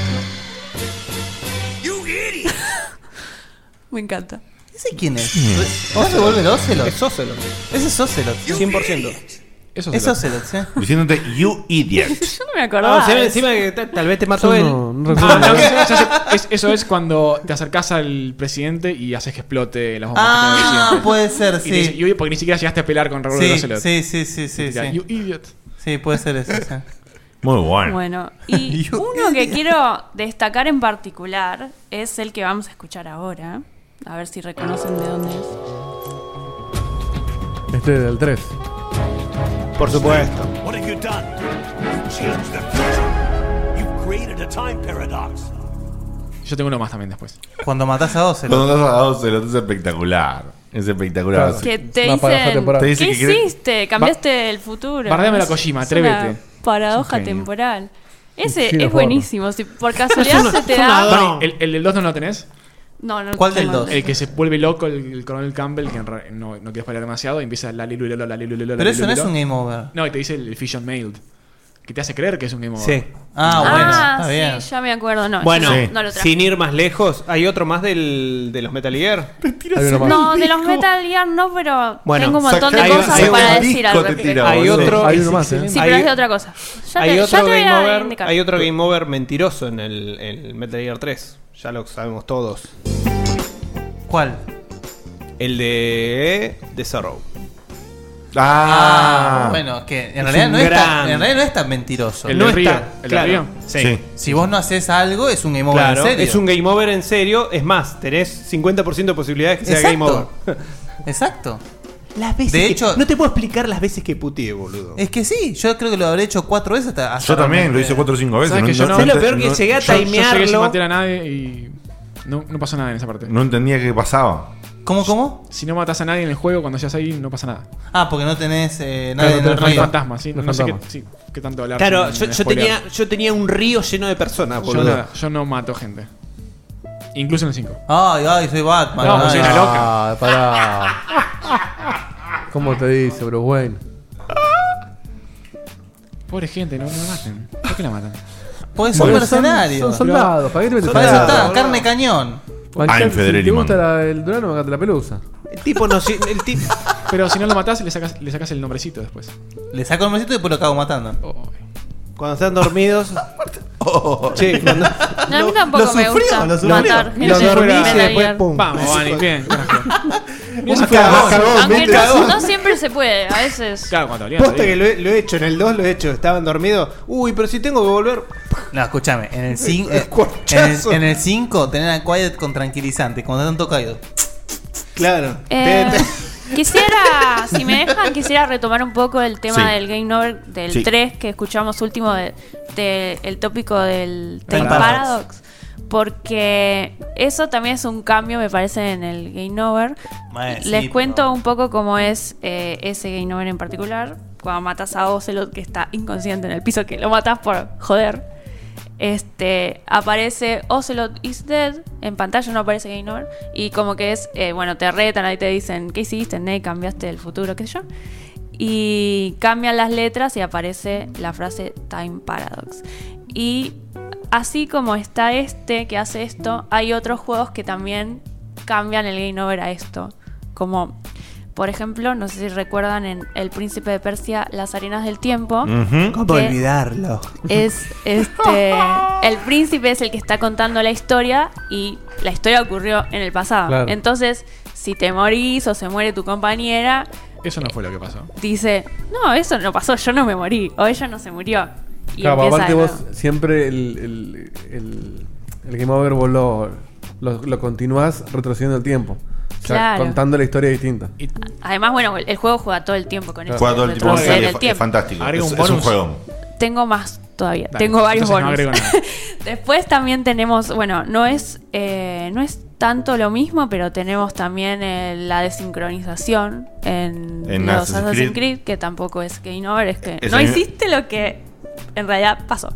[SPEAKER 9] Me encanta.
[SPEAKER 6] ¿Ese quién es?
[SPEAKER 3] Mm.
[SPEAKER 6] ¿O se vuelve Ocelot?
[SPEAKER 3] Es Ocelot.
[SPEAKER 6] Ese es Ocelot.
[SPEAKER 3] 100%.
[SPEAKER 7] Eso
[SPEAKER 6] Es Ocelot, ¿sí?
[SPEAKER 5] Diciéndote, you idiot.
[SPEAKER 9] Yo no me acordaba.
[SPEAKER 3] Ah, se ve
[SPEAKER 9] de
[SPEAKER 3] encima
[SPEAKER 9] eso.
[SPEAKER 3] que ta- tal vez te mató
[SPEAKER 7] Yo
[SPEAKER 3] él.
[SPEAKER 7] no-
[SPEAKER 2] no
[SPEAKER 7] Ah, no, ya sé, es- eso es cuando te acercás al presidente y haces que explote las bombas.
[SPEAKER 6] Ah,
[SPEAKER 7] que tiene el presidente.
[SPEAKER 6] puede ser,
[SPEAKER 7] Y te dice,
[SPEAKER 6] sí.
[SPEAKER 7] "You idiot", porque ni siquiera llegaste a pelar con Raúl
[SPEAKER 6] Sí,
[SPEAKER 7] de Ocelot.
[SPEAKER 6] sí, sí, sí, sí,
[SPEAKER 7] Y te dirá,
[SPEAKER 6] sí.
[SPEAKER 7] "You idiot".
[SPEAKER 6] Sí, puede ser eso. sí.
[SPEAKER 5] Muy bueno.
[SPEAKER 9] Bueno, y uno que quiero destacar en particular es el que vamos a escuchar ahora. A ver si reconocen de dónde es.
[SPEAKER 2] Este es del 3.
[SPEAKER 3] Por supuesto.
[SPEAKER 10] What have you done? You changed the future. You've created a time paradox.
[SPEAKER 7] Yo tengo uno más también después.
[SPEAKER 6] Cuando matás a Ocelot.
[SPEAKER 5] Cuando das a Ocelot es espectacular. Es espectacular.
[SPEAKER 9] Que te
[SPEAKER 5] Una paradoja
[SPEAKER 9] dicen,
[SPEAKER 5] temporal. Te
[SPEAKER 9] ¿qué
[SPEAKER 5] dice que quiere-
[SPEAKER 9] hiciste? Cambiaste el futuro.
[SPEAKER 7] bardeame la
[SPEAKER 9] Es-
[SPEAKER 7] Kojima,
[SPEAKER 9] es una
[SPEAKER 7] atrévete.
[SPEAKER 9] Paradoja
[SPEAKER 7] Es un genio.
[SPEAKER 9] temporal.
[SPEAKER 7] Un
[SPEAKER 9] Ese
[SPEAKER 7] genio
[SPEAKER 9] es
[SPEAKER 7] forro.
[SPEAKER 9] buenísimo. Si por casualidad se te da.
[SPEAKER 7] Vale, ¿el, el del 2 no lo tenés?
[SPEAKER 9] No, no lo ¿Cuál del tengo. dos?
[SPEAKER 7] El que se vuelve loco, el, el coronel Campbell, que en re- no, no quiero spoiler demasiado, y empieza la lilu, la lilu, la
[SPEAKER 6] Pero eso no
[SPEAKER 7] lilu,
[SPEAKER 6] es
[SPEAKER 7] la-
[SPEAKER 6] un game over.
[SPEAKER 7] No, y te dice el, el Fission Mailed, que te hace creer que es un game over.
[SPEAKER 3] Sí.
[SPEAKER 6] Ah,
[SPEAKER 9] Ah, sí, Ah, ya me acuerdo. No,
[SPEAKER 3] bueno,
[SPEAKER 9] yo no, no lo traje.
[SPEAKER 3] sin ir más lejos, hay otro más del, de los Metal Gear.
[SPEAKER 9] No, de los Metal Gear no, pero
[SPEAKER 3] Bueno,
[SPEAKER 9] tengo un montón de
[SPEAKER 3] saca-
[SPEAKER 9] cosas
[SPEAKER 3] hay- hay
[SPEAKER 9] para
[SPEAKER 3] un
[SPEAKER 9] decir
[SPEAKER 3] disco
[SPEAKER 9] al
[SPEAKER 3] te
[SPEAKER 9] respecto.
[SPEAKER 3] tira, Hay boludo. otro- Hay uno más, ¿eh?
[SPEAKER 9] Sí,
[SPEAKER 3] Hay-
[SPEAKER 9] pero es de otra cosa. Ya
[SPEAKER 3] hay,
[SPEAKER 9] te, ya
[SPEAKER 3] otro
[SPEAKER 9] te voy
[SPEAKER 3] game
[SPEAKER 9] a
[SPEAKER 3] over,
[SPEAKER 9] indicar.
[SPEAKER 3] hay otro Game Over mentiroso en el, el Metal Gear 3. Ya lo sabemos todos.
[SPEAKER 6] ¿Cuál?
[SPEAKER 3] El de The Sorrow.
[SPEAKER 6] Ah, bueno, es que en realidad,
[SPEAKER 3] un
[SPEAKER 6] no es tan,
[SPEAKER 3] gran-
[SPEAKER 6] en realidad no es tan mentiroso.
[SPEAKER 3] El No del río,
[SPEAKER 6] está
[SPEAKER 3] está- el del claro. río. Sí. Sí.
[SPEAKER 6] Si vos no haces algo, es un game over
[SPEAKER 3] Claro,
[SPEAKER 6] en serio.
[SPEAKER 3] es un Game Over en serio. Es más, tenés 50% de posibilidades que sea
[SPEAKER 6] Exacto.
[SPEAKER 3] Game Over.
[SPEAKER 6] Exacto.
[SPEAKER 3] Las veces
[SPEAKER 6] De
[SPEAKER 3] que-
[SPEAKER 6] hecho-
[SPEAKER 3] no te puedo explicar las veces que puteé, boludo.
[SPEAKER 6] Es que sí, yo creo que lo habré hecho cuatro veces hasta. hasta
[SPEAKER 5] Yo también,
[SPEAKER 6] realmente-
[SPEAKER 5] lo hice cuatro o cinco veces.
[SPEAKER 7] ¿Sabes que yo no?
[SPEAKER 5] ent-
[SPEAKER 7] Es lo peor que
[SPEAKER 3] llegué a
[SPEAKER 7] Yo, yo llegué sin
[SPEAKER 3] timearlo.
[SPEAKER 7] matar a nadie y no, no pasó nada en esa parte.
[SPEAKER 5] no entendía qué pasaba.
[SPEAKER 6] ¿Cómo, cómo?
[SPEAKER 7] Si no matas a nadie en el juego, cuando seas ahí, no pasa nada.
[SPEAKER 6] Ah, porque no tenés eh, nadie en el
[SPEAKER 7] no hay
[SPEAKER 6] río.
[SPEAKER 7] fantasmas, sí. No, sé qué, sí, qué tanto hablar.
[SPEAKER 3] Claro,
[SPEAKER 7] sin-
[SPEAKER 3] yo,
[SPEAKER 7] sin
[SPEAKER 3] yo
[SPEAKER 7] spoilear.
[SPEAKER 3] tenía, yo tenía un río lleno de personas,
[SPEAKER 7] Yo
[SPEAKER 3] boludo.
[SPEAKER 7] no, yo no mato gente. Incluso en el 5.
[SPEAKER 6] Ay, ay, soy Batman.
[SPEAKER 7] No,
[SPEAKER 6] ay.
[SPEAKER 7] soy una loca.
[SPEAKER 2] Ah, pará. ¿Cómo te dice, Bruce Wayne?
[SPEAKER 7] Pobre gente, no, no la maten. ¿Por qué la matan?
[SPEAKER 6] Porque son
[SPEAKER 2] Porque son-
[SPEAKER 6] mercenarios.
[SPEAKER 2] son soldados, ¿para qué te metes
[SPEAKER 6] Para
[SPEAKER 2] en
[SPEAKER 6] eso
[SPEAKER 2] nada,
[SPEAKER 6] está,
[SPEAKER 2] boludo?
[SPEAKER 6] carne cañón.
[SPEAKER 2] Bancate-
[SPEAKER 5] Federelli,
[SPEAKER 2] si te gusta
[SPEAKER 5] man.
[SPEAKER 2] la- el Durano, bancate la pelusa.
[SPEAKER 3] El tipo no. si- El tipo.
[SPEAKER 7] Pero si no lo matás, le sacas, le sacas el nombrecito después.
[SPEAKER 6] Le saco el mesito y después lo acabo matando.
[SPEAKER 3] Cuando están dormidos.
[SPEAKER 6] Oh.
[SPEAKER 3] Che, cuando-
[SPEAKER 9] No, a mí tampoco
[SPEAKER 6] lo
[SPEAKER 9] me
[SPEAKER 6] sufrió,
[SPEAKER 9] gusta
[SPEAKER 6] lo sufrió.
[SPEAKER 9] matar gente.
[SPEAKER 3] Lo dormís y
[SPEAKER 9] Metal
[SPEAKER 3] después
[SPEAKER 9] Gear.
[SPEAKER 3] pum.
[SPEAKER 7] Vamos, Vani, bien.
[SPEAKER 9] Mira,
[SPEAKER 3] Un
[SPEAKER 9] se fue a la
[SPEAKER 3] cagón,
[SPEAKER 9] boca.
[SPEAKER 3] cagón,
[SPEAKER 9] Aunque
[SPEAKER 3] viste,
[SPEAKER 9] no-
[SPEAKER 3] cagón.
[SPEAKER 9] no siempre se puede, a veces.
[SPEAKER 7] Claro, cuando olía,
[SPEAKER 3] Posta
[SPEAKER 7] olía.
[SPEAKER 3] que lo he, lo he hecho, en el 2 lo he hecho, estaban dormidos. Uy, pero si tengo que volver.
[SPEAKER 6] No, escúchame, en el 5
[SPEAKER 3] Escuchazo.
[SPEAKER 6] en el 5 tener a Quiet con tranquilizante, cuando tanto caído.
[SPEAKER 3] Claro.
[SPEAKER 9] Eh,
[SPEAKER 6] Te-
[SPEAKER 9] quisiera, si me dejan, quisiera retomar un poco el tema
[SPEAKER 6] Sí.
[SPEAKER 9] del Game Over del
[SPEAKER 6] Sí.
[SPEAKER 9] 3 que escuchamos último del tópico del Time
[SPEAKER 6] Paradox.
[SPEAKER 9] Paradox. Porque eso también es un cambio, me parece, en el Game Over.
[SPEAKER 6] Bueno, sí,
[SPEAKER 9] Les
[SPEAKER 6] pero-
[SPEAKER 9] cuento un poco cómo es eh, ese Game Over en particular. Cuando matas a Ocelot, que está inconsciente en el piso, que lo matas por joder. Este aparece Ocelot is dead. En pantalla no aparece Game Over. Y como que es, eh, bueno, te retan, ahí te dicen, ¿qué hiciste? Ney, cambiaste el futuro, qué sé yo. Y cambian las letras y aparece la frase Time Paradox. Y así como está este que hace esto, hay otros juegos que también cambian el Game Over a esto. Como, por ejemplo, no sé si recuerdan en El Príncipe de Persia, Las Arenas del Tiempo.
[SPEAKER 6] Ujú. ¿Cómo
[SPEAKER 9] que-
[SPEAKER 6] olvidarlo?
[SPEAKER 9] es este. El príncipe es el que está contando la historia y la historia ocurrió en el pasado.
[SPEAKER 7] Claro.
[SPEAKER 9] Entonces, si te morís o se muere tu compañera,
[SPEAKER 7] Eso no fue lo que pasó.
[SPEAKER 9] dice: No, eso no pasó, yo no me morí o ella no se murió. Y
[SPEAKER 2] Claro,
[SPEAKER 9] empieza
[SPEAKER 2] aparte
[SPEAKER 9] de
[SPEAKER 2] vos
[SPEAKER 9] nuevo.
[SPEAKER 2] siempre el, el- el- El Game Over vos lo, lo, lo continuás retrocediendo el tiempo. O sea,
[SPEAKER 9] Claro. Ah.
[SPEAKER 2] contando la historia distinta.
[SPEAKER 9] Además, bueno, el juego juega todo el tiempo con
[SPEAKER 2] Claro.
[SPEAKER 9] eso.
[SPEAKER 2] Juega todo el tiempo,
[SPEAKER 9] retroceder
[SPEAKER 2] sí,
[SPEAKER 9] el
[SPEAKER 2] es fa-
[SPEAKER 9] tiempo.
[SPEAKER 2] es fantástico. Agrega Es- un es un bonus. juego.
[SPEAKER 9] Tengo más todavía.
[SPEAKER 2] Dale,
[SPEAKER 9] Tengo varios
[SPEAKER 7] entonces no
[SPEAKER 9] bonus.
[SPEAKER 7] agrego nada.
[SPEAKER 9] Después también tenemos, bueno, no es, eh, no es tanto lo mismo, pero tenemos también eh, la desincronización en,
[SPEAKER 5] En
[SPEAKER 9] los
[SPEAKER 5] Assassin's
[SPEAKER 9] Assassin's,
[SPEAKER 5] Creed.
[SPEAKER 9] Creed. que tampoco es Game Over, es que
[SPEAKER 5] Es
[SPEAKER 9] no
[SPEAKER 5] el-
[SPEAKER 9] hiciste lo que en realidad pasó.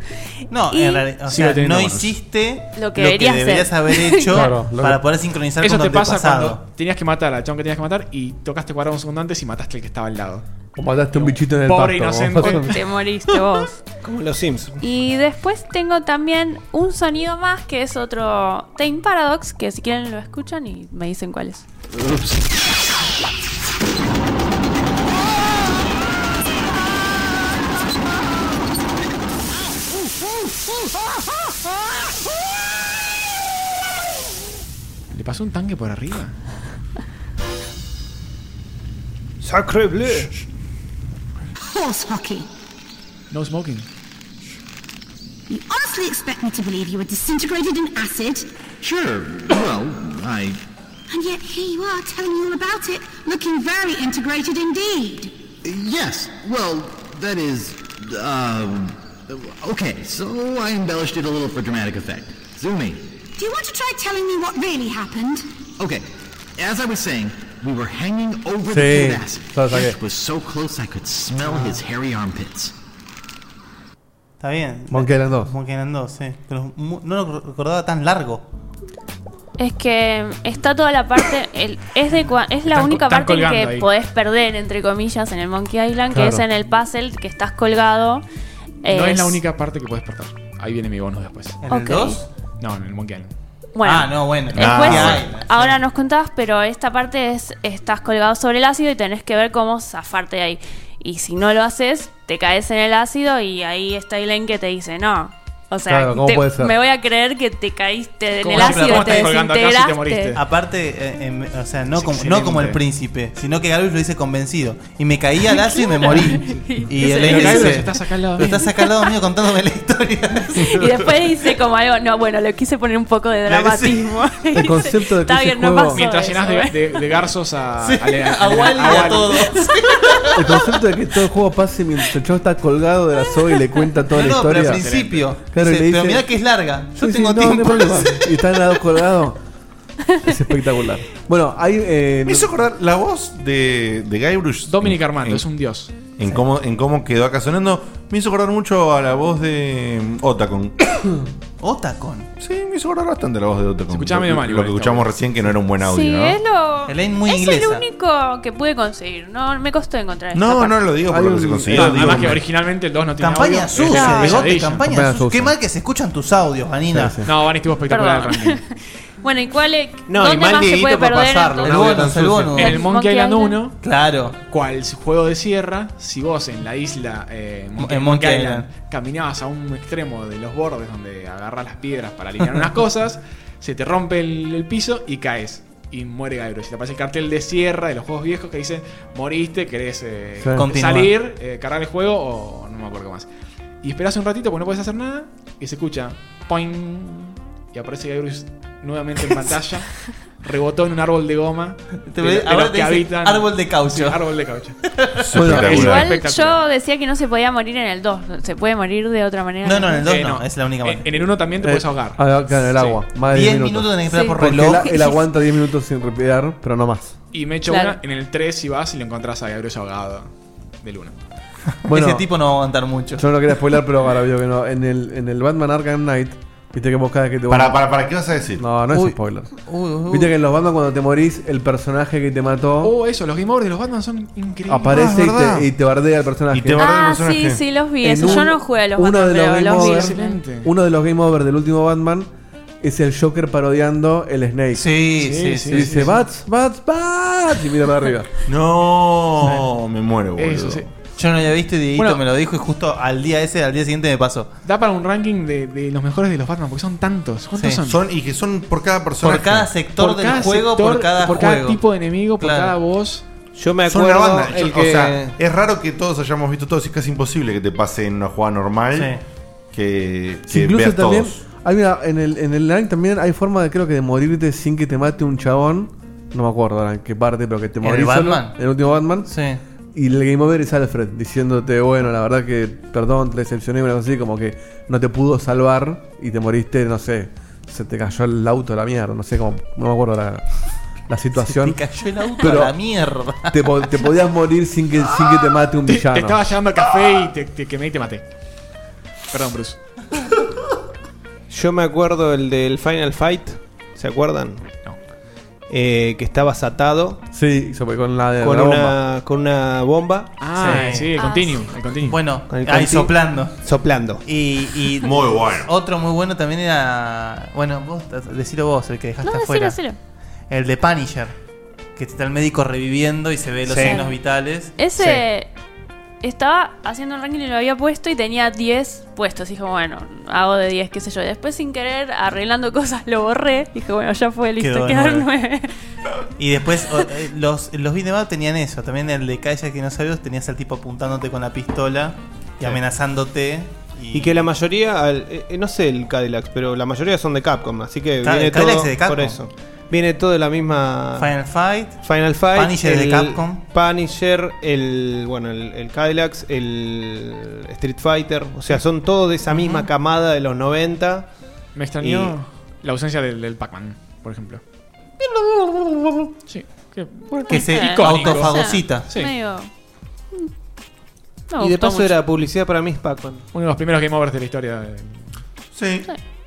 [SPEAKER 6] No,
[SPEAKER 9] Y-
[SPEAKER 6] en realidad, o sea, no hiciste lo que deberías,
[SPEAKER 9] hacer.
[SPEAKER 6] haber hecho
[SPEAKER 7] Claro, lo
[SPEAKER 6] para
[SPEAKER 7] que-
[SPEAKER 6] poder sincronizar
[SPEAKER 7] Eso
[SPEAKER 6] con
[SPEAKER 7] te
[SPEAKER 6] el
[SPEAKER 7] pasa
[SPEAKER 6] pasado.
[SPEAKER 7] cuando tenías que matar al chabón que tenías que matar y tocaste cuadrado un segundo antes y mataste al que estaba al lado.
[SPEAKER 2] O mataste un bichito en el
[SPEAKER 7] Pobre
[SPEAKER 2] pasto, como
[SPEAKER 7] inocente.
[SPEAKER 9] Te moriste vos.
[SPEAKER 3] Como los Sims.
[SPEAKER 9] Y después tengo también un sonido más que es otro Time Paradox, que si quieren lo escuchan y me dicen cuál es.
[SPEAKER 7] ¿Le pasó un tanque por arriba?
[SPEAKER 1] Sacre bleu.
[SPEAKER 15] No smoking.
[SPEAKER 7] No smoking.
[SPEAKER 15] You honestly expect me to believe you were disintegrated in acid?
[SPEAKER 13] Sure, Uh, well, I.
[SPEAKER 15] And yet here you are telling me all about it, looking very integrated indeed.
[SPEAKER 13] Yes, well, that is. Um. Okay, so I embellished it a little for dramatic effect. Zoomy.
[SPEAKER 15] Do you want to try telling me what really happened?
[SPEAKER 13] Okay, as I was saying, we were hanging over the
[SPEAKER 2] Sí,
[SPEAKER 13] pit of acid.
[SPEAKER 2] sabes a qué.
[SPEAKER 13] Jack was so close I could smell his hairy armpits.
[SPEAKER 6] Está bien.
[SPEAKER 2] Monkey Island 2.
[SPEAKER 6] Monkey Island 2, sí. Pero mu- no lo recordaba tan largo.
[SPEAKER 9] Es que está toda la parte, el- es, de cua- es la
[SPEAKER 6] Están co-
[SPEAKER 9] única
[SPEAKER 6] están
[SPEAKER 9] parte en que
[SPEAKER 6] colgando ahí.
[SPEAKER 9] podés perder, entre comillas, en el Monkey Island,
[SPEAKER 7] Claro.
[SPEAKER 9] que es en el puzzle, que estás colgado.
[SPEAKER 7] No es
[SPEAKER 9] Es-
[SPEAKER 7] la única parte que puedes perder. Ahí viene mi bonus después.
[SPEAKER 9] ¿En el Ok. dos?
[SPEAKER 7] No, en el Monkey Island.
[SPEAKER 9] Bueno.
[SPEAKER 6] Ah, no, bueno.
[SPEAKER 9] Después, ahora nos contabas, pero esta parte es, estás colgado sobre el ácido y tenés que ver cómo zafarte de ahí. Y si no lo haces, te caes en el ácido y ahí está Elaine que te dice, no. O sea,
[SPEAKER 6] Claro, ¿cómo
[SPEAKER 9] te-
[SPEAKER 6] puede ser?
[SPEAKER 9] me voy a creer que te caíste en
[SPEAKER 6] ¿Cómo
[SPEAKER 9] el
[SPEAKER 6] no? Pero
[SPEAKER 9] ácido y te
[SPEAKER 6] ¿cómo estás colgando acá si te
[SPEAKER 9] desintegraste.
[SPEAKER 6] Aparte, eh, em, o sea, no como,
[SPEAKER 9] excelente.
[SPEAKER 6] no como el príncipe, sino que Galus lo hice convencido. Y me caí al ácido y me morí. Y
[SPEAKER 7] Pero
[SPEAKER 6] el le
[SPEAKER 7] Galus,
[SPEAKER 6] dice:
[SPEAKER 7] estás acá al lado
[SPEAKER 6] "Pero
[SPEAKER 7] mío".
[SPEAKER 6] estás acá al lado mío contándome la
[SPEAKER 9] Y después dice como algo, no, bueno, le quise poner un poco de dramatismo.
[SPEAKER 2] El concepto de que
[SPEAKER 9] Está
[SPEAKER 2] ese
[SPEAKER 9] bien, no
[SPEAKER 2] juego-
[SPEAKER 9] pasó
[SPEAKER 7] Mientras
[SPEAKER 9] eso,
[SPEAKER 7] llenas
[SPEAKER 9] ¿eh?
[SPEAKER 7] de, de- de garzos a,
[SPEAKER 6] Sí,
[SPEAKER 7] le-
[SPEAKER 6] a Wally y a
[SPEAKER 7] Wally.
[SPEAKER 6] todos.
[SPEAKER 2] El concepto de que todo el juego pase mientras el chavo está colgado de la soga y le cuenta toda
[SPEAKER 6] No,
[SPEAKER 2] la
[SPEAKER 6] no,
[SPEAKER 2] historia.
[SPEAKER 6] pero al principio.
[SPEAKER 2] Claro, y
[SPEAKER 6] Dice,
[SPEAKER 2] le
[SPEAKER 6] pero
[SPEAKER 2] dice-
[SPEAKER 6] mirá que es larga. Yo
[SPEAKER 2] Sí, sí,
[SPEAKER 6] tengo
[SPEAKER 2] no, no hay
[SPEAKER 6] tiempo.
[SPEAKER 2] problema. Y está al lado colgado. Es espectacular. Bueno, hay. Eh,
[SPEAKER 5] Me hizo acordar la voz de, de Guybrush. Dominic
[SPEAKER 7] Armando, es un dios.
[SPEAKER 5] En cómo, en cómo quedó acá sonando. Me hizo acordar mucho a la voz de mm, Otacon.
[SPEAKER 6] Otacon.
[SPEAKER 5] Sí, me hizo acordar bastante la voz de Otacon.
[SPEAKER 7] escuchaba
[SPEAKER 5] Lo-
[SPEAKER 7] medio mal
[SPEAKER 5] Lo
[SPEAKER 7] igual,
[SPEAKER 5] que
[SPEAKER 7] está
[SPEAKER 5] escuchamos
[SPEAKER 7] bueno.
[SPEAKER 5] recién que no era un buen audio,
[SPEAKER 9] Sí,
[SPEAKER 5] ¿no?
[SPEAKER 9] es lo.
[SPEAKER 6] Elaine muy
[SPEAKER 9] es
[SPEAKER 6] inglesa.
[SPEAKER 9] el único que pude conseguir. No, me costó encontrar esta
[SPEAKER 5] No,
[SPEAKER 9] parte.
[SPEAKER 5] no lo digo por
[SPEAKER 6] Hay
[SPEAKER 5] lo que
[SPEAKER 6] un-
[SPEAKER 5] se consiguió.
[SPEAKER 2] Ah,
[SPEAKER 7] No,
[SPEAKER 5] digo
[SPEAKER 7] además
[SPEAKER 5] un-
[SPEAKER 7] que originalmente el 2 no tiene
[SPEAKER 6] Campaña
[SPEAKER 7] audio,
[SPEAKER 6] sucia,
[SPEAKER 7] es una
[SPEAKER 6] de Gotti,
[SPEAKER 7] pesadilla.
[SPEAKER 6] campaña sucia. Qué mal que se escuchan tus audios, Vanina.
[SPEAKER 7] Sí, sí. No, Vani estuvo espectacular el ranking.
[SPEAKER 9] Bueno, ¿y cuál es?
[SPEAKER 6] No, y
[SPEAKER 9] ¿Dónde
[SPEAKER 6] mal
[SPEAKER 9] más se
[SPEAKER 6] Dieguito
[SPEAKER 9] puede
[SPEAKER 6] para
[SPEAKER 9] perder?
[SPEAKER 6] pasarlo,
[SPEAKER 9] entonces?
[SPEAKER 6] ¿no? bonus, el bonus.
[SPEAKER 7] En el Monkey Island 1,
[SPEAKER 6] claro.
[SPEAKER 7] cual juego de sierra, si vos en la isla eh, Monkey,
[SPEAKER 6] En Monkey
[SPEAKER 7] Monkey
[SPEAKER 6] Island.
[SPEAKER 7] Island caminabas a un extremo de los bordes donde agarras las piedras para alinear unas cosas, se te rompe el, el piso y caes. Y muere Guybrush. Y Te aparece el cartel de sierra de los juegos viejos que dicen: Moriste, querés eh,
[SPEAKER 6] Sí. Continuar.
[SPEAKER 7] salir, eh, cargar el juego o no me acuerdo qué más. Y esperás un ratito porque no puedes hacer nada. Y se escucha: Poing. Y aparece Guybrush nuevamente en pantalla. Rebotó en un árbol de goma.
[SPEAKER 6] Te
[SPEAKER 7] de-
[SPEAKER 6] ve-
[SPEAKER 7] de
[SPEAKER 6] ahora
[SPEAKER 7] los
[SPEAKER 6] te
[SPEAKER 7] que
[SPEAKER 6] dice
[SPEAKER 7] habitan-
[SPEAKER 6] árbol de caucho.
[SPEAKER 7] Sí, árbol de caucho.
[SPEAKER 6] Bueno,
[SPEAKER 7] Es
[SPEAKER 9] Igual
[SPEAKER 7] espectacular.
[SPEAKER 9] yo decía que no se podía morir en el 2. Se puede morir de otra manera.
[SPEAKER 2] dos
[SPEAKER 7] Eh,
[SPEAKER 2] no, es la única
[SPEAKER 7] En-
[SPEAKER 2] manera.
[SPEAKER 7] En el 1 también te
[SPEAKER 2] Eh,
[SPEAKER 7] puedes ahogar.
[SPEAKER 2] ah, acá en el
[SPEAKER 7] Sí.
[SPEAKER 2] agua. Más de 10
[SPEAKER 7] Diez
[SPEAKER 2] minutos.
[SPEAKER 7] minutos tenés que esperar Sí. por
[SPEAKER 2] Porque
[SPEAKER 7] reloj.
[SPEAKER 2] Él, él aguanta 10 minutos sin respirar, pero no más.
[SPEAKER 7] Y me echo
[SPEAKER 6] Claro.
[SPEAKER 7] una en el 3 si vas y lo encontrás a Gabriel ahogado del 1.
[SPEAKER 2] Bueno,
[SPEAKER 6] Ese tipo no va a aguantar mucho.
[SPEAKER 2] Yo no quería spoiler, pero ahora veo que no. En el, en el Batman Arkham Knight, viste que vos cada que te
[SPEAKER 5] Para, para, para, ¿qué vas a decir?
[SPEAKER 2] No, no
[SPEAKER 5] Uy.
[SPEAKER 2] es spoiler.
[SPEAKER 5] Uy, uy, uy.
[SPEAKER 2] Viste que en los Batman cuando te morís, el personaje que te mató
[SPEAKER 7] Oh, eso, los Game Over de los Batman son increíbles.
[SPEAKER 2] aparece
[SPEAKER 5] Ah,
[SPEAKER 2] y te, y te bardea el personaje.
[SPEAKER 9] Ah, sí, sí, los vi.
[SPEAKER 2] En
[SPEAKER 9] Eso.
[SPEAKER 2] un-
[SPEAKER 9] Yo no jugué a los
[SPEAKER 2] uno
[SPEAKER 9] Batman,
[SPEAKER 2] de los
[SPEAKER 9] pero
[SPEAKER 2] Game
[SPEAKER 9] los vi.
[SPEAKER 2] Over, Uno de los Game Over del último Batman es el Joker parodiando el Snake.
[SPEAKER 6] Sí,
[SPEAKER 5] sí, sí,
[SPEAKER 2] Y
[SPEAKER 5] sí,
[SPEAKER 2] dice
[SPEAKER 5] sí.
[SPEAKER 2] Bats, Bats, Bats. Y mira para arriba.
[SPEAKER 5] No, me muero, boludo.
[SPEAKER 7] Eso sí.
[SPEAKER 6] Yo no lo había visto y Dieguito
[SPEAKER 7] Bueno.
[SPEAKER 6] me lo dijo y justo al día ese, al día siguiente me pasó.
[SPEAKER 7] Da para un ranking de, de los mejores de los Batman, porque son tantos. ¿Cuántos
[SPEAKER 6] Sí.
[SPEAKER 7] son?
[SPEAKER 5] Son- y que son por cada
[SPEAKER 6] personaje. Por cada sector del juego, por cada
[SPEAKER 7] Por
[SPEAKER 6] juego.
[SPEAKER 7] cada tipo de enemigo, por
[SPEAKER 6] Claro.
[SPEAKER 7] cada voz.
[SPEAKER 3] Yo me
[SPEAKER 5] Son una
[SPEAKER 3] acuerdo
[SPEAKER 5] banda.
[SPEAKER 3] el
[SPEAKER 5] Yo-
[SPEAKER 3] que-
[SPEAKER 5] O sea, es raro que todos hayamos visto todos. Es casi imposible que te pase en una jugada normal. Que, que
[SPEAKER 2] incluso
[SPEAKER 5] veas
[SPEAKER 2] también
[SPEAKER 5] todos.
[SPEAKER 2] Hay una, en el, en el Line también hay forma de creo que de morirte sin que te mate un chabón. No me acuerdo ahora en qué parte, pero que te
[SPEAKER 6] ¿En el
[SPEAKER 2] morís. solo.
[SPEAKER 6] Batman?
[SPEAKER 2] En el último Batman.
[SPEAKER 6] Sí.
[SPEAKER 2] Y el Game Over es Alfred, diciéndote, bueno, la verdad que, perdón, te decepcioné, una cosa así, como que no te pudo salvar y te moriste, no sé, se te cayó el auto a la mierda, no sé cómo, no me acuerdo la, la situación.
[SPEAKER 6] te cayó el auto a la mierda.
[SPEAKER 2] Te, po- te podías morir sin que, sin que te mate un
[SPEAKER 7] Te,
[SPEAKER 2] villano.
[SPEAKER 7] te estaba llamando al café y te, te quemé y te maté. Perdón, Bruce.
[SPEAKER 3] eh. Yo me acuerdo el del Final Fight, ¿se acuerdan? No. que estabas atado.
[SPEAKER 2] Sí, sobre- con la de
[SPEAKER 3] con
[SPEAKER 2] la
[SPEAKER 3] una,
[SPEAKER 2] bomba.
[SPEAKER 3] Con una bomba.
[SPEAKER 7] Ah, sí, el
[SPEAKER 6] Ah,
[SPEAKER 7] continuum.
[SPEAKER 6] sí.
[SPEAKER 7] El continuum.
[SPEAKER 6] Bueno,
[SPEAKER 3] Con el
[SPEAKER 6] ahí
[SPEAKER 3] conti-
[SPEAKER 6] soplando.
[SPEAKER 3] Soplando.
[SPEAKER 6] Y, y-
[SPEAKER 3] Muy bueno.
[SPEAKER 6] Otro muy bueno también era. Bueno, vos, decilo vos, el que dejaste
[SPEAKER 9] No, decilo,
[SPEAKER 6] afuera.
[SPEAKER 9] decilo.
[SPEAKER 6] El de Punisher. Que está el médico reviviendo y se ve los
[SPEAKER 9] Sí.
[SPEAKER 6] signos vitales.
[SPEAKER 9] Ese estaba haciendo el ranking y lo había puesto y tenía 10 puestos. Dijo, bueno, hago de 10, qué sé yo. Después, sin querer, arreglando cosas, lo borré. Dije, bueno, ya fue listo,
[SPEAKER 6] Quedó
[SPEAKER 9] quedaron
[SPEAKER 6] nueve.
[SPEAKER 9] 9.
[SPEAKER 6] Y después o- eh, los, los beat'em up tenían eso. También el de Kayak que no sabías, tenías al tipo apuntándote con la pistola y
[SPEAKER 3] Sí.
[SPEAKER 6] amenazándote.
[SPEAKER 3] Y que la mayoría, al- eh, eh, no sé el Cadillac, pero la mayoría son de Capcom, así que
[SPEAKER 6] Claro,
[SPEAKER 3] viene
[SPEAKER 6] el Cadillac
[SPEAKER 3] todo
[SPEAKER 6] es de Capcom.
[SPEAKER 3] por eso. Viene todo de la misma
[SPEAKER 6] Final Fight.
[SPEAKER 3] Final Fight,
[SPEAKER 6] Punisher es de
[SPEAKER 3] el
[SPEAKER 6] Capcom.
[SPEAKER 3] Punisher, el bueno, el, el Cadillac, el Street Fighter, o sea, son todos de esa misma camada de los 90.
[SPEAKER 7] Me extrañó la ausencia del, del Pac-Man, por ejemplo. Sí. Que,
[SPEAKER 6] Que se
[SPEAKER 7] Icónico.
[SPEAKER 6] autofagocita.
[SPEAKER 7] Sí.
[SPEAKER 9] Medio.
[SPEAKER 3] y de paso era publicidad para mis Pac-Man.
[SPEAKER 7] Uno de los primeros Game Overs de la historia. de-
[SPEAKER 5] Sí.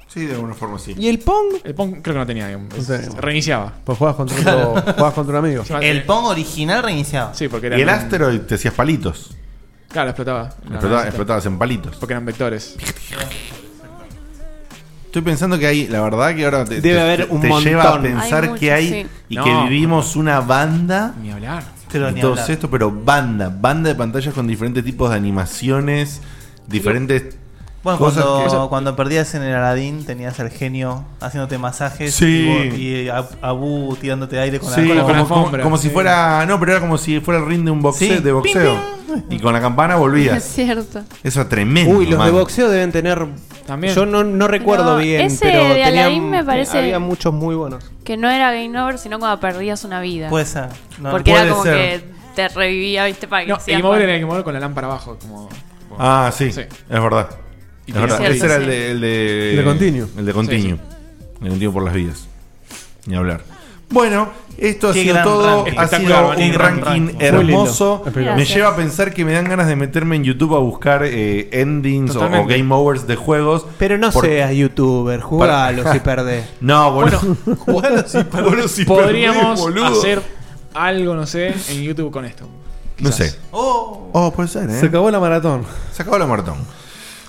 [SPEAKER 5] Sí, de alguna forma sí.
[SPEAKER 3] ¿Y el Pong?
[SPEAKER 7] El Pong creo que no tenía. digamos,
[SPEAKER 2] No sé.
[SPEAKER 7] Reiniciaba.
[SPEAKER 2] Pues juegas contra,
[SPEAKER 7] Claro.
[SPEAKER 2] otro- juegas contra un amigo.
[SPEAKER 6] El Pong original reiniciado.
[SPEAKER 7] Sí, porque era.
[SPEAKER 5] Y el Asteroid te hacías palitos.
[SPEAKER 7] Claro, explotaba.
[SPEAKER 5] Explotaba- explotabas en palitos.
[SPEAKER 7] Porque eran vectores.
[SPEAKER 5] Estoy pensando que hay, la verdad que ahora te,
[SPEAKER 7] Debe
[SPEAKER 5] te-
[SPEAKER 7] haber
[SPEAKER 5] te-
[SPEAKER 7] un
[SPEAKER 5] te lleva a
[SPEAKER 7] montón.
[SPEAKER 5] pensar
[SPEAKER 7] Hay mucho,
[SPEAKER 5] que hay
[SPEAKER 7] sí.
[SPEAKER 5] y
[SPEAKER 7] No.
[SPEAKER 5] que vivimos una banda
[SPEAKER 7] Ni hablar.
[SPEAKER 5] de
[SPEAKER 6] ni
[SPEAKER 5] todo
[SPEAKER 6] hablar.
[SPEAKER 5] esto, pero banda, banda de pantallas con diferentes tipos de animaciones, diferentes
[SPEAKER 6] Bueno,
[SPEAKER 5] cosas
[SPEAKER 6] cuando,
[SPEAKER 5] que-
[SPEAKER 6] cuando perdías en el Aladdin tenías al genio haciéndote masajes
[SPEAKER 5] Sí.
[SPEAKER 6] y, vos- y a- Abu tirándote aire con
[SPEAKER 5] Sí,
[SPEAKER 6] la,
[SPEAKER 5] como, como- como si fuera, no, pero era como si fuera el ring de un boxeo,
[SPEAKER 6] Sí.
[SPEAKER 5] de boxeo. Y con la campana volvías.
[SPEAKER 9] cierto.
[SPEAKER 5] Eso es tremendo.
[SPEAKER 3] Uy, los
[SPEAKER 5] man.
[SPEAKER 3] de boxeo deben tener
[SPEAKER 7] También.
[SPEAKER 3] Yo no, no recuerdo
[SPEAKER 9] No,
[SPEAKER 3] bien,
[SPEAKER 9] ese
[SPEAKER 3] pero
[SPEAKER 9] de
[SPEAKER 3] tenían-
[SPEAKER 9] Aladdin me parece-
[SPEAKER 3] había muchos muy buenos.
[SPEAKER 9] Que no era Game Over, sino cuando perdías una vida.
[SPEAKER 6] Puede ser. No,
[SPEAKER 9] Porque
[SPEAKER 6] puede
[SPEAKER 9] era como
[SPEAKER 6] ser.
[SPEAKER 9] que te revivía, ¿viste? Para que
[SPEAKER 7] No,
[SPEAKER 9] seas
[SPEAKER 7] el móvil
[SPEAKER 9] más-
[SPEAKER 7] era el que mover con la lámpara abajo. Como, como-
[SPEAKER 5] Ah, sí, es verdad.
[SPEAKER 7] Y
[SPEAKER 5] Es verdad.
[SPEAKER 7] tenía-
[SPEAKER 5] Ese era el
[SPEAKER 7] sí.
[SPEAKER 5] de, el de.
[SPEAKER 2] El de Continuo.
[SPEAKER 5] El de Continuo. El de Continuo por las vías. Ni hablar. Bueno, esto ha
[SPEAKER 6] Qué
[SPEAKER 5] sido
[SPEAKER 6] gran
[SPEAKER 5] todo.
[SPEAKER 6] ranking.
[SPEAKER 5] Ha
[SPEAKER 6] Espectacular,
[SPEAKER 5] sido
[SPEAKER 6] Vani,
[SPEAKER 5] un
[SPEAKER 6] gran
[SPEAKER 5] ranking
[SPEAKER 6] ranking.
[SPEAKER 5] hermoso.
[SPEAKER 6] Muy lindo.
[SPEAKER 5] Me
[SPEAKER 6] Gracias.
[SPEAKER 5] lleva a pensar que me dan ganas de meterme en YouTube a buscar eh, endings o, o
[SPEAKER 3] Totalmente.
[SPEAKER 5] game overs de juegos.
[SPEAKER 3] Pero no
[SPEAKER 5] Por-
[SPEAKER 3] seas youtuber, jugalo si perdés.
[SPEAKER 5] No, bueno.
[SPEAKER 7] Podríamos hacer algo, no sé, en YouTube con esto.
[SPEAKER 5] No sé.
[SPEAKER 6] Oh.
[SPEAKER 5] puede ser, ¿eh?
[SPEAKER 2] Se acabó la maratón.
[SPEAKER 5] Se acabó la maratón.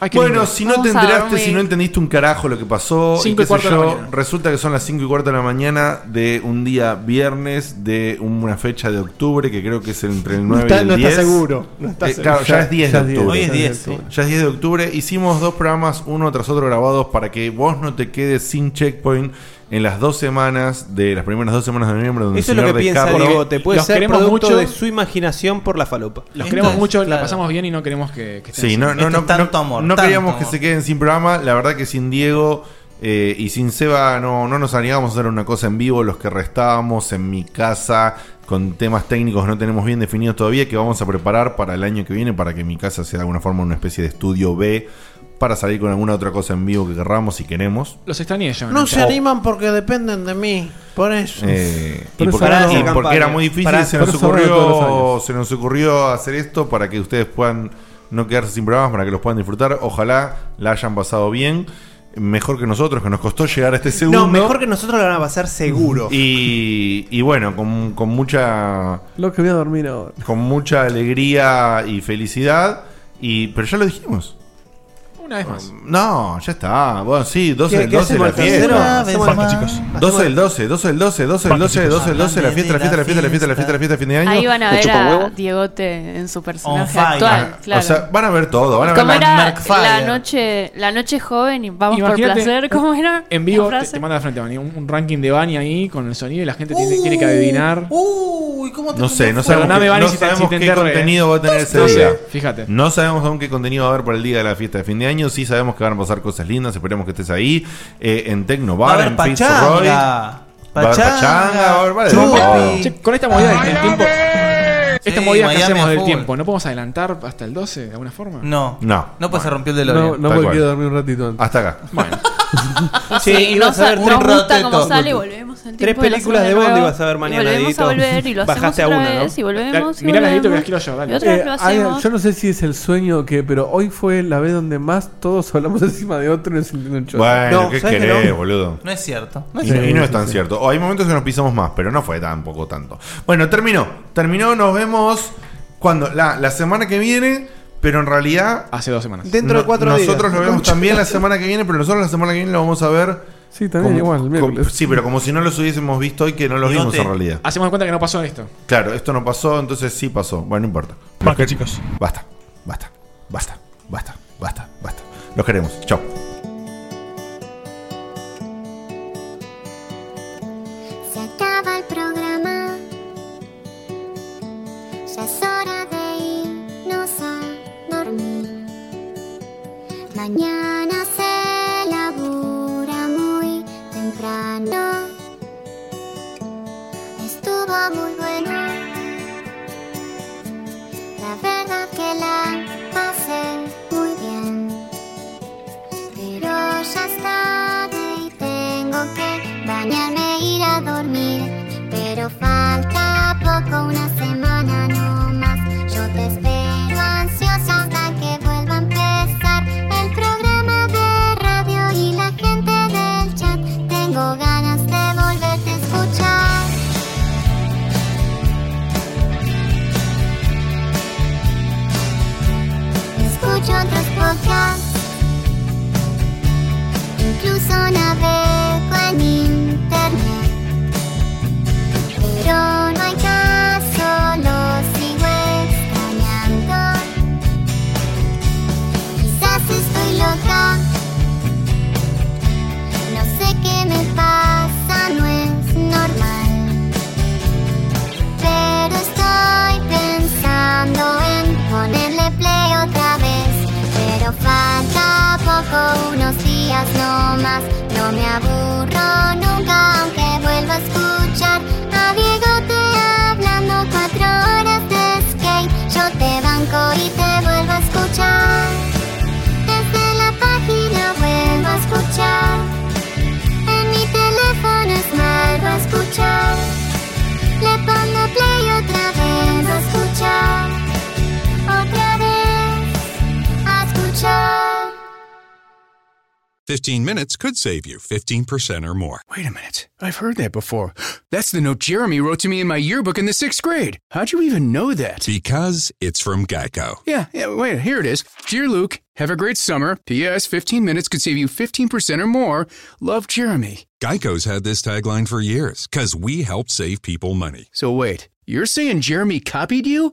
[SPEAKER 7] Ay, qué
[SPEAKER 5] bueno,
[SPEAKER 7] lindo.
[SPEAKER 5] si no
[SPEAKER 7] Vamos
[SPEAKER 5] te
[SPEAKER 7] a
[SPEAKER 5] enteraste,
[SPEAKER 7] dormir.
[SPEAKER 5] si no entendiste un carajo lo que pasó,
[SPEAKER 7] Cinco y
[SPEAKER 5] qué
[SPEAKER 7] cuarto
[SPEAKER 5] sé
[SPEAKER 7] de la
[SPEAKER 5] yo,
[SPEAKER 7] mañana.
[SPEAKER 5] resulta que son las 5 y cuarto de la mañana de un día viernes de una fecha de octubre que creo que es entre el 9
[SPEAKER 3] está-
[SPEAKER 5] y el
[SPEAKER 3] no está
[SPEAKER 5] 10.
[SPEAKER 3] seguro, no está
[SPEAKER 5] Eh,
[SPEAKER 3] seguro.
[SPEAKER 5] Claro, ya
[SPEAKER 3] Ya-
[SPEAKER 5] es 10
[SPEAKER 3] ya
[SPEAKER 5] de
[SPEAKER 3] es 10,
[SPEAKER 5] octubre.
[SPEAKER 6] Hoy es 10, sí.
[SPEAKER 5] Ya es 10 de octubre. Hicimos dos programas, uno tras otro grabados, para que vos no te quedes sin checkpoint en las dos semanas de las primeras dos semanas de noviembre. Donde
[SPEAKER 3] Eso
[SPEAKER 5] el
[SPEAKER 3] es lo que
[SPEAKER 5] señor de
[SPEAKER 3] piensa
[SPEAKER 5] Capri-
[SPEAKER 3] Diego, te puede
[SPEAKER 7] Los
[SPEAKER 3] ser
[SPEAKER 7] queremos
[SPEAKER 3] producto
[SPEAKER 7] mucho.
[SPEAKER 3] de su imaginación por la falopa.
[SPEAKER 7] Los queremos mucho, la pasamos bien y no queremos que, que estén
[SPEAKER 5] Sí, no,
[SPEAKER 7] así.
[SPEAKER 5] no, no, no- no
[SPEAKER 6] tanto
[SPEAKER 5] queríamos que
[SPEAKER 6] amor.
[SPEAKER 5] se queden sin programa. La verdad que sin Diego eh, y sin Seba no, no nos animábamos a hacer una cosa en vivo. Los que restábamos en mi casa con temas técnicos que no tenemos bien definidos todavía, que vamos a preparar para el año que viene para que mi casa sea de alguna forma una especie de estudio B para salir con alguna otra cosa en vivo que querramos y queremos.
[SPEAKER 7] Los extrañé
[SPEAKER 3] Ah,
[SPEAKER 7] yo.
[SPEAKER 11] No se
[SPEAKER 5] O-
[SPEAKER 11] animan porque dependen de mí. Por eso.
[SPEAKER 5] Eh, y
[SPEAKER 11] Por eso
[SPEAKER 5] porque,
[SPEAKER 11] ahora
[SPEAKER 5] y
[SPEAKER 11] hago
[SPEAKER 5] porque era
[SPEAKER 11] campaña.
[SPEAKER 5] muy difícil,
[SPEAKER 11] Para-
[SPEAKER 5] se
[SPEAKER 11] por
[SPEAKER 5] nos,
[SPEAKER 11] eso ahora hago todos los
[SPEAKER 5] ocurrió,
[SPEAKER 11] años.
[SPEAKER 5] se nos ocurrió hacer esto para que ustedes puedan no quedarse sin programas, para que los puedan disfrutar. Ojalá la hayan pasado bien. Mejor que nosotros, que nos costó llegar a este segundo.
[SPEAKER 3] No, mejor que nosotros lo van a pasar seguro.
[SPEAKER 5] Y, y bueno, con, con mucha
[SPEAKER 2] Lo que voy a dormir ahora.
[SPEAKER 5] con mucha alegría y felicidad. Y, pero ya lo dijimos.
[SPEAKER 7] Una vez más.
[SPEAKER 5] No, ya está. Bueno, sí, 12
[SPEAKER 7] ¿Qué-
[SPEAKER 5] del
[SPEAKER 7] qué
[SPEAKER 5] 12 la
[SPEAKER 7] hacemos el tercero?
[SPEAKER 5] fiesta.
[SPEAKER 7] Hacemos el- Basta, chicos.
[SPEAKER 5] 12 del 12, 12 del 12, 12 del 12, 12 del 12, la fiesta, la fiesta, la fiesta, la fiesta, la fiesta, la fiesta, la fiesta, la fiesta, de fin de año.
[SPEAKER 9] Ahí van a
[SPEAKER 5] Me
[SPEAKER 9] ver
[SPEAKER 5] chupa huevo.
[SPEAKER 9] a Diegote en su personaje
[SPEAKER 5] fire.
[SPEAKER 9] actual.
[SPEAKER 5] Ah,
[SPEAKER 9] Claro.
[SPEAKER 5] O sea, van a ver todo, van a ver
[SPEAKER 9] ¿Cómo
[SPEAKER 5] la-
[SPEAKER 9] era
[SPEAKER 5] Mark Fire.
[SPEAKER 9] la noche, la noche joven y vamos por
[SPEAKER 7] Imagínate, uh,
[SPEAKER 9] placer? ¿Cómo era?
[SPEAKER 7] En vivo te,
[SPEAKER 9] la frase? Uh.
[SPEAKER 5] uh,
[SPEAKER 7] te manda al frente, Bani, un, un ranking de Bani ahí con el sonido y la gente tiene, tiene que adivinar.
[SPEAKER 6] Uy, Uy, ¿cómo te
[SPEAKER 5] No sé,
[SPEAKER 6] prendió
[SPEAKER 5] no
[SPEAKER 6] fuego?
[SPEAKER 5] sabemos, qué, no sabemos qué contenido va a tener ese
[SPEAKER 7] No sé,
[SPEAKER 5] día.
[SPEAKER 7] fíjate.
[SPEAKER 5] No sabemos aún qué contenido va a haber para el día de la fiesta de fin de año. Sí sabemos que van a pasar cosas lindas. Esperemos que estés ahí. eh, en
[SPEAKER 6] Va a
[SPEAKER 5] Tecnobar,
[SPEAKER 6] haber
[SPEAKER 5] en Pizza Roy.
[SPEAKER 6] pachanga.
[SPEAKER 5] Va a haber pachanga, va a haber- va a haber de todo.
[SPEAKER 7] Che, con esta movida del tiempo. Esta
[SPEAKER 6] Sí,
[SPEAKER 7] movida que
[SPEAKER 6] Miami
[SPEAKER 7] hacemos
[SPEAKER 6] a
[SPEAKER 7] del
[SPEAKER 6] full.
[SPEAKER 7] tiempo, ¿no podemos adelantar hasta el 12 de alguna forma?
[SPEAKER 6] No.
[SPEAKER 5] No.
[SPEAKER 6] No, pues se rompió el
[SPEAKER 2] No,
[SPEAKER 6] DeLorean.
[SPEAKER 2] no porque quiero dormir un ratito antes.
[SPEAKER 5] Hasta acá.
[SPEAKER 7] Bueno.
[SPEAKER 3] Sí,
[SPEAKER 9] Sí,
[SPEAKER 3] ibas
[SPEAKER 9] nos,
[SPEAKER 3] a ver
[SPEAKER 9] nos
[SPEAKER 3] tres
[SPEAKER 9] gusta
[SPEAKER 3] ratetos.
[SPEAKER 9] cómo sale, volvemos al tiempo.
[SPEAKER 3] Tres
[SPEAKER 9] de la
[SPEAKER 3] películas
[SPEAKER 9] semana
[SPEAKER 3] de Bond
[SPEAKER 9] nueva,
[SPEAKER 3] ibas a ver mañana,
[SPEAKER 9] Y volvemos
[SPEAKER 3] Dieguito.
[SPEAKER 9] a volver y lo hacemos
[SPEAKER 3] Bajaste a
[SPEAKER 9] otra
[SPEAKER 3] una, ¿no?
[SPEAKER 9] vez y volvemos. y
[SPEAKER 7] Mirá la Dieguito que
[SPEAKER 9] volvemos.
[SPEAKER 7] las quiero yo, dale.
[SPEAKER 9] Y otra vez lo
[SPEAKER 2] Eh, hay-
[SPEAKER 9] hacemos.
[SPEAKER 2] yo no sé si es el sueño o qué, pero hoy fue la vez donde más todos hablamos encima de otro y nos entiende un chorro.
[SPEAKER 5] Bueno, ¿qué querés, boludo?
[SPEAKER 6] No es cierto.
[SPEAKER 5] Y- y, no es tan cierto. O hay momentos que nos pisamos más, pero no fue tampoco tanto. Bueno, terminó. Terminó, nos vemos cuando la, la semana que viene, pero en realidad.
[SPEAKER 7] Hace dos semanas.
[SPEAKER 3] Dentro de cuatro días.
[SPEAKER 5] Nosotros lo vemos también la semana que viene, pero nosotros la semana que viene lo vamos a ver.
[SPEAKER 2] Sí, también igual, el miércoles.
[SPEAKER 5] sí, pero como si no los hubiésemos visto hoy, que no los vimos en realidad.
[SPEAKER 7] Hacemos cuenta que no pasó esto.
[SPEAKER 5] Claro, esto no pasó, entonces sí pasó. Bueno, no importa.
[SPEAKER 7] Basta, chicos.
[SPEAKER 5] Basta, basta, basta, basta, basta, basta. Los queremos. Chao.
[SPEAKER 16] Se acaba el programa. Ya es hora de irnos a dormir. Mañana se labura muy temprano. Estuvo muy bueno. La verdad que la pasé muy bien. Pero ya es tarde y tengo que bañarme e ir a dormir. Pero falta poco, una semana no más. Yo te espero ansiosa hasta que vuelva a empezar el programa de radio y la gente del chat. Tengo ganas de volverte a escuchar. Escucho otros podcasts. Incluso navego en internet Pero no hay caso, lo sigo extrañando Quizás estoy loca No sé qué me pasa, no es normal Pero estoy pensando en ponerle play otra vez pero falta poco, unos días no más. No me aburro nunca, aunque vuelva a escuchar a Diego te hablando cuatro horas de skate. Yo te banco y te vuelvo a escuchar. Desde la página vuelvo a escuchar. En mi teléfono es vuelvo a escuchar. Le pongo play otra vez, a escuchar. Otra vez a escuchar.
[SPEAKER 17] 15 minutes could save you 15% or more.
[SPEAKER 23] Wait a minute. I've heard that before. That's the note Jeremy wrote to me in my yearbook in the sixth grade. How'd you even know that?
[SPEAKER 17] Because it's from Geico.
[SPEAKER 23] Yeah, yeah, wait, here it is. Dear Luke, have a great summer. P.S. 15 minutes could save you 15% or more. Love, Jeremy.
[SPEAKER 17] Geico's had this tagline for years because we help save people money.
[SPEAKER 23] So wait, you're saying Jeremy copied you?